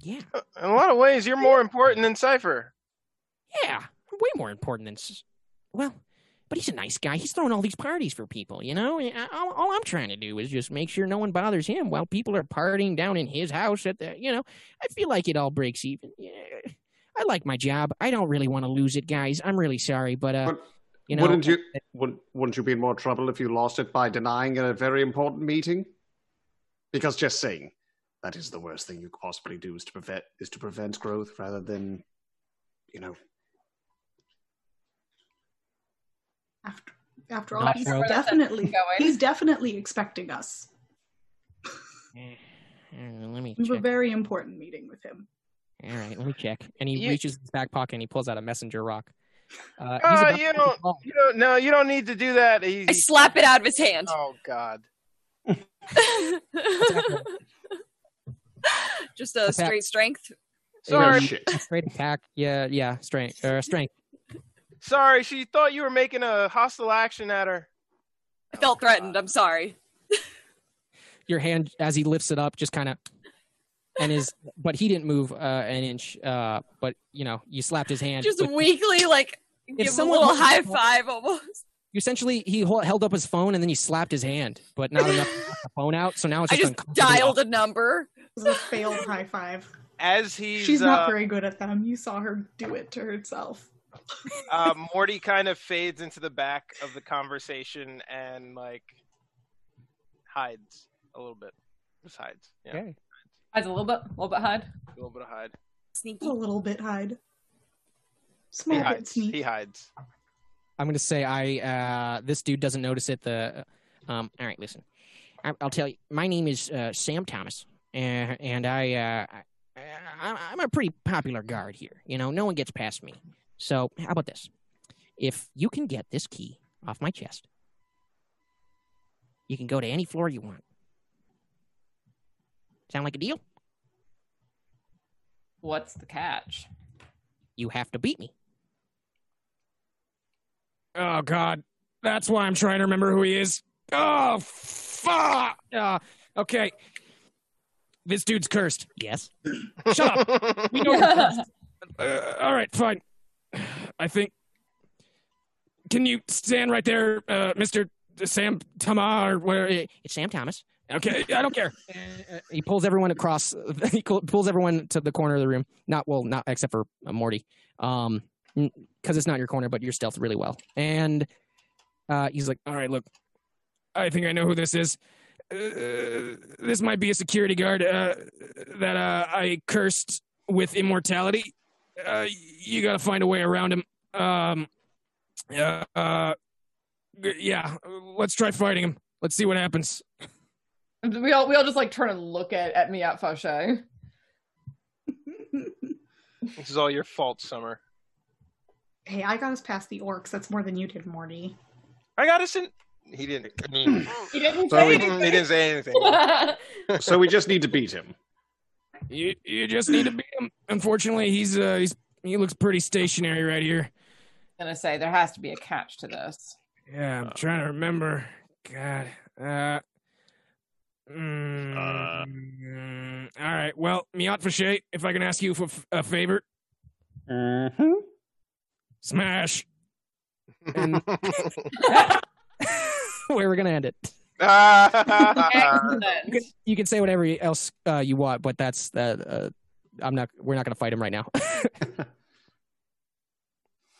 S5: yeah.
S9: In a lot of ways, you're more important than Cipher.
S5: Yeah, way more important than. s- Well, but he's a nice guy. He's throwing all these parties for people, you know? I- All, all I'm trying to do is just make sure no one bothers him while people are partying down in his house at the, you know? I feel like it all breaks even. Yeah. I like my job. I don't really want to lose it, guys. I'm really sorry, but, uh, you know.
S10: wouldn't you wouldn't, wouldn't you be in more trouble if you lost it by denying a very important meeting? Because just saying that is the worst thing you could possibly do is to prevent is to prevent growth rather than, you know,
S30: After all,
S10: Not
S30: he's
S10: well.
S30: definitely he's definitely expecting us.
S5: I don't know, Eh, let me
S30: It was a
S5: check.
S30: very important meeting with him.
S5: All right, let me check. And he
S9: You-
S5: reaches his back pocket and he pulls out a messenger rock. Uh,
S9: Uh,
S5: he's about
S9: you
S5: to-
S9: don't. You don't. No, you don't need to do that. He,
S7: I slap it out of his hand.
S9: Oh God.
S5: Oh.
S7: Just a
S5: Attack.
S7: straight strength.
S10: oh,
S9: Sorry.
S5: Straight attack. Yeah, yeah, strength. Uh, strength.
S9: Sorry, she thought you were making a hostile action at her.
S7: I
S5: Oh,
S7: felt threatened. I'm sorry.
S5: your hand as he lifts it up just kind of and his but he didn't move uh, an inch uh, but you know you slapped his hand
S7: Just
S5: with-
S7: weakly, like give him a
S5: someone
S7: little
S5: was-
S7: high five almost.
S5: you essentially he hol- held up his phone and then you slapped his hand but not enough to knock the phone out so now it's
S7: I
S5: just,
S7: just
S5: uncomfortable.
S7: dialed a number.
S30: It was a failed high five.
S9: As he's
S30: She's not
S9: uh,
S30: very good at them. You saw her do it to herself.
S9: uh, Morty kind of fades into the back of the conversation and like hides a little bit. Just hides. Yeah.
S5: Okay.
S6: Hides a little bit, a little bit hide.
S9: A little bit of hide.
S7: Sneaky.
S30: A little bit hide.
S9: He
S30: Small bit
S9: hides.
S30: sneak.
S9: He hides.
S5: i'm gonna say i uh, this dude doesn't notice it the um, all right listen I, i'll tell you my name is uh, sam thomas uh, and i uh, I- I, i'm a pretty popular guard here you know no one gets past me so how about this if you can get this key off my chest you can go to any floor you want sound like a deal
S6: What's the catch?
S5: you have to beat me
S3: Oh God, that's why I'm trying to remember who he is. Oh fuck! Uh, okay, this dude's cursed.
S5: yes
S3: Shut up. We know you're cursed. Uh, all right, fine. I think. Can you stand right there, uh, Mister Sam Tama, or where?
S5: Uh, it's sam thomas
S3: Okay, I don't care.
S5: he pulls everyone across he co- pulls everyone to the corner of the room not well not except for uh, morty um because it's not your corner but you're stealthed really well and uh he's like
S3: All right, look. I think I know who this is. Uh, this might be a security guard uh, that uh, I cursed with immortality. Uh, you gotta find a way around him. Um, uh, uh, g- yeah, let's try fighting him. Let's see what happens.
S6: We all we all just like turn and look at at me at Fauché.
S9: This is all your fault, Summer.
S30: Hey, I got us past the orcs. That's more than you did, Morty.
S9: I got us in. He didn't.
S6: He didn't
S10: So
S6: say
S10: we-
S6: anything.
S9: he didn't say anything.
S10: so we just need to beat him.
S3: You you just need to beat him. Unfortunately, he's uh, he's he looks pretty stationary right here.
S6: gonna say there has to be a catch to this.
S3: Yeah,
S10: Uh,
S3: I'm trying to remember. God. Uh,
S10: uh,
S3: mm, mm, all right. Well, Miat Fache, if I can ask you for f- a favor,
S10: Mm-hmm.
S3: smash. And
S5: where we're gonna end it
S9: Uh,
S5: you, can, you can say whatever else uh, you want but that's that uh, i'm not we're not gonna fight him right now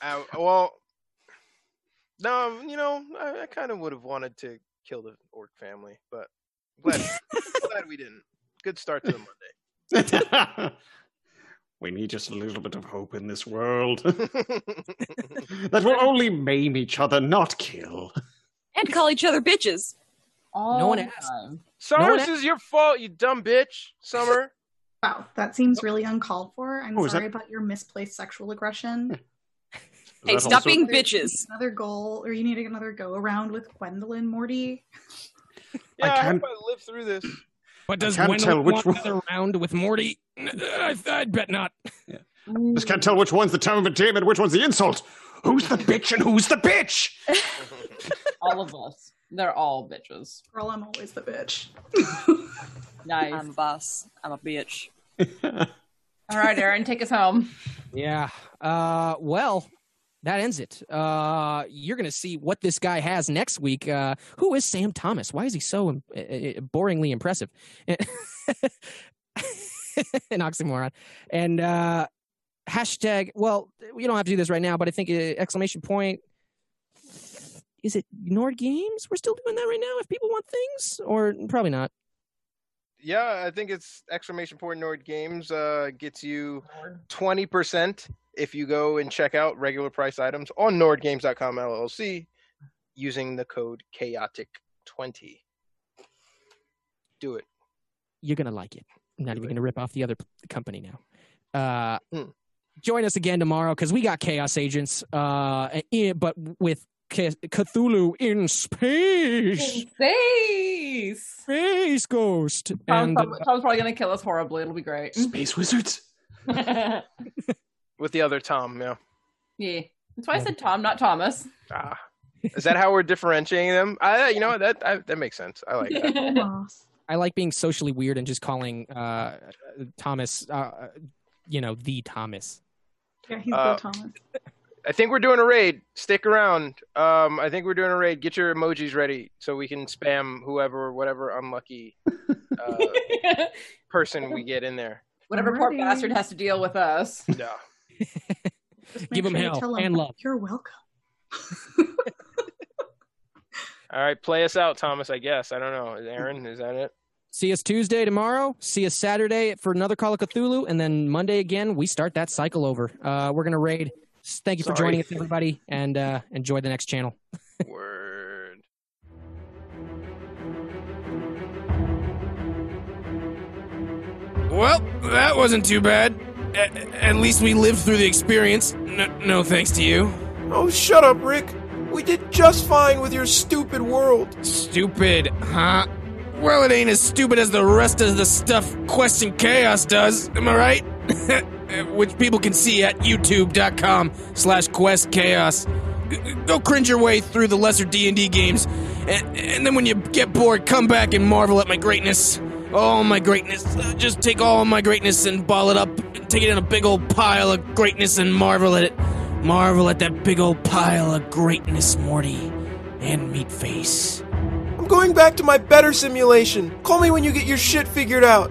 S9: Uh, well, no, um, you know, I, I kind of would have wanted to kill the orc family, but glad, glad we didn't. Good start to the Monday.
S10: We need just a little bit of hope in this world. that will only maim each other, not kill.
S7: And call each other bitches.
S6: Oh,
S5: one asked.
S9: Summer,
S6: No one
S9: this is your fault, you dumb bitch. Summer.
S30: Wow, that seems really uncalled for. I'm
S9: Oh, is
S30: sorry
S9: that-
S30: about your misplaced sexual aggression.
S7: Hey,
S10: that
S7: stop
S10: also-
S7: being bitches.
S30: Another goal, or you need another go around with Gwendolyn, Morty.
S9: Yeah, I, hope
S10: can't-
S9: I live through this.
S3: but does
S10: I can't
S3: Wendell
S10: tell which
S3: want
S10: one-
S3: another round with Morty? N- uh, I, I'd bet not.
S10: Just can't tell which one's the term of endearment, which one's the insult. Who's the bitch and who's the bitch?
S6: All of us. They're all bitches.
S31: Girl, I'm always the bitch.
S6: Nice.
S7: I'm a boss. I'm a bitch.
S6: all right, Aaron, take us home.
S5: Yeah. Uh, well, that ends it. Uh, you're going to see what this guy has next week. Uh, who is Sam Thomas? Why is he so um, uh, uh, boringly impressive? An oxymoron. And uh, hashtag, well, we don't have to do this right now, but I think uh, exclamation point. Is it Nord Games? We're still doing that right now if people want things? Or probably not.
S9: Yeah, I think it's exclamation point Nord Games uh, gets you twenty percent if you go and check out regular price items on NordGames.com LLC using the code Chaotic twenty. Do it.
S5: you're gonna like it. I'm not even gonna rip off the other p- company now. Uh, Join us again tomorrow because we got Chaos Agents, uh, and i- but with Ca- Cthulhu in space,
S6: Space.
S5: space ghost,
S6: Tom's,
S5: and
S6: prob- Tom's probably gonna kill us horribly. It'll be great.
S9: Space wizards.
S6: yeah,
S9: With the other Tom, yeah.
S6: that's why I said Tom, not Thomas.
S9: Ah. Is that how we're differentiating them? I, you know what, that I, that makes sense. I like that.
S5: I like being socially weird and just calling uh, Thomas, uh, you know, the Thomas.
S31: Yeah, he's
S9: Uh,
S31: the Thomas.
S9: I think we're doing a raid. Stick around. Um, I think we're doing a raid. Get your emojis ready so we can spam whoever, whatever unlucky uh, person we get in there.
S6: Whatever poor bastard has to deal with us.
S9: Yeah.
S31: Just
S9: Give him
S31: you
S9: hell
S31: tell
S9: and love.
S31: You're welcome.
S9: All right, play us out, Thomas. I guess I don't know. Aaron, is that it?
S5: See us Tuesday tomorrow. See us Saturday for another Call of Cthulhu, and then Monday again. We start that cycle over. Uh, we're gonna raid. S- Thank you for
S9: Sorry.
S5: joining us, everybody, and uh, enjoy the next channel.
S9: Word.
S3: Well, that wasn't too bad. A- at least we lived through the experience. N- no thanks to you.
S4: Oh, shut up, Rick. We did just fine with your stupid world.
S3: Stupid, huh? Well, it ain't as stupid as the rest of the stuff Question Chaos does, am I right? Which people can see at youtube.com slash quest chaos. Go cringe your way through the lesser D&D games, and, and then when you get bored, come back and marvel at my greatness. All my greatness. Uh, Just take all my greatness and ball it up, take it in a big old pile of greatness and marvel at it. Marvel at that big old pile of greatness, Morty and Meatface.
S4: I'm going back to my better simulation. Call me when you get your shit figured out.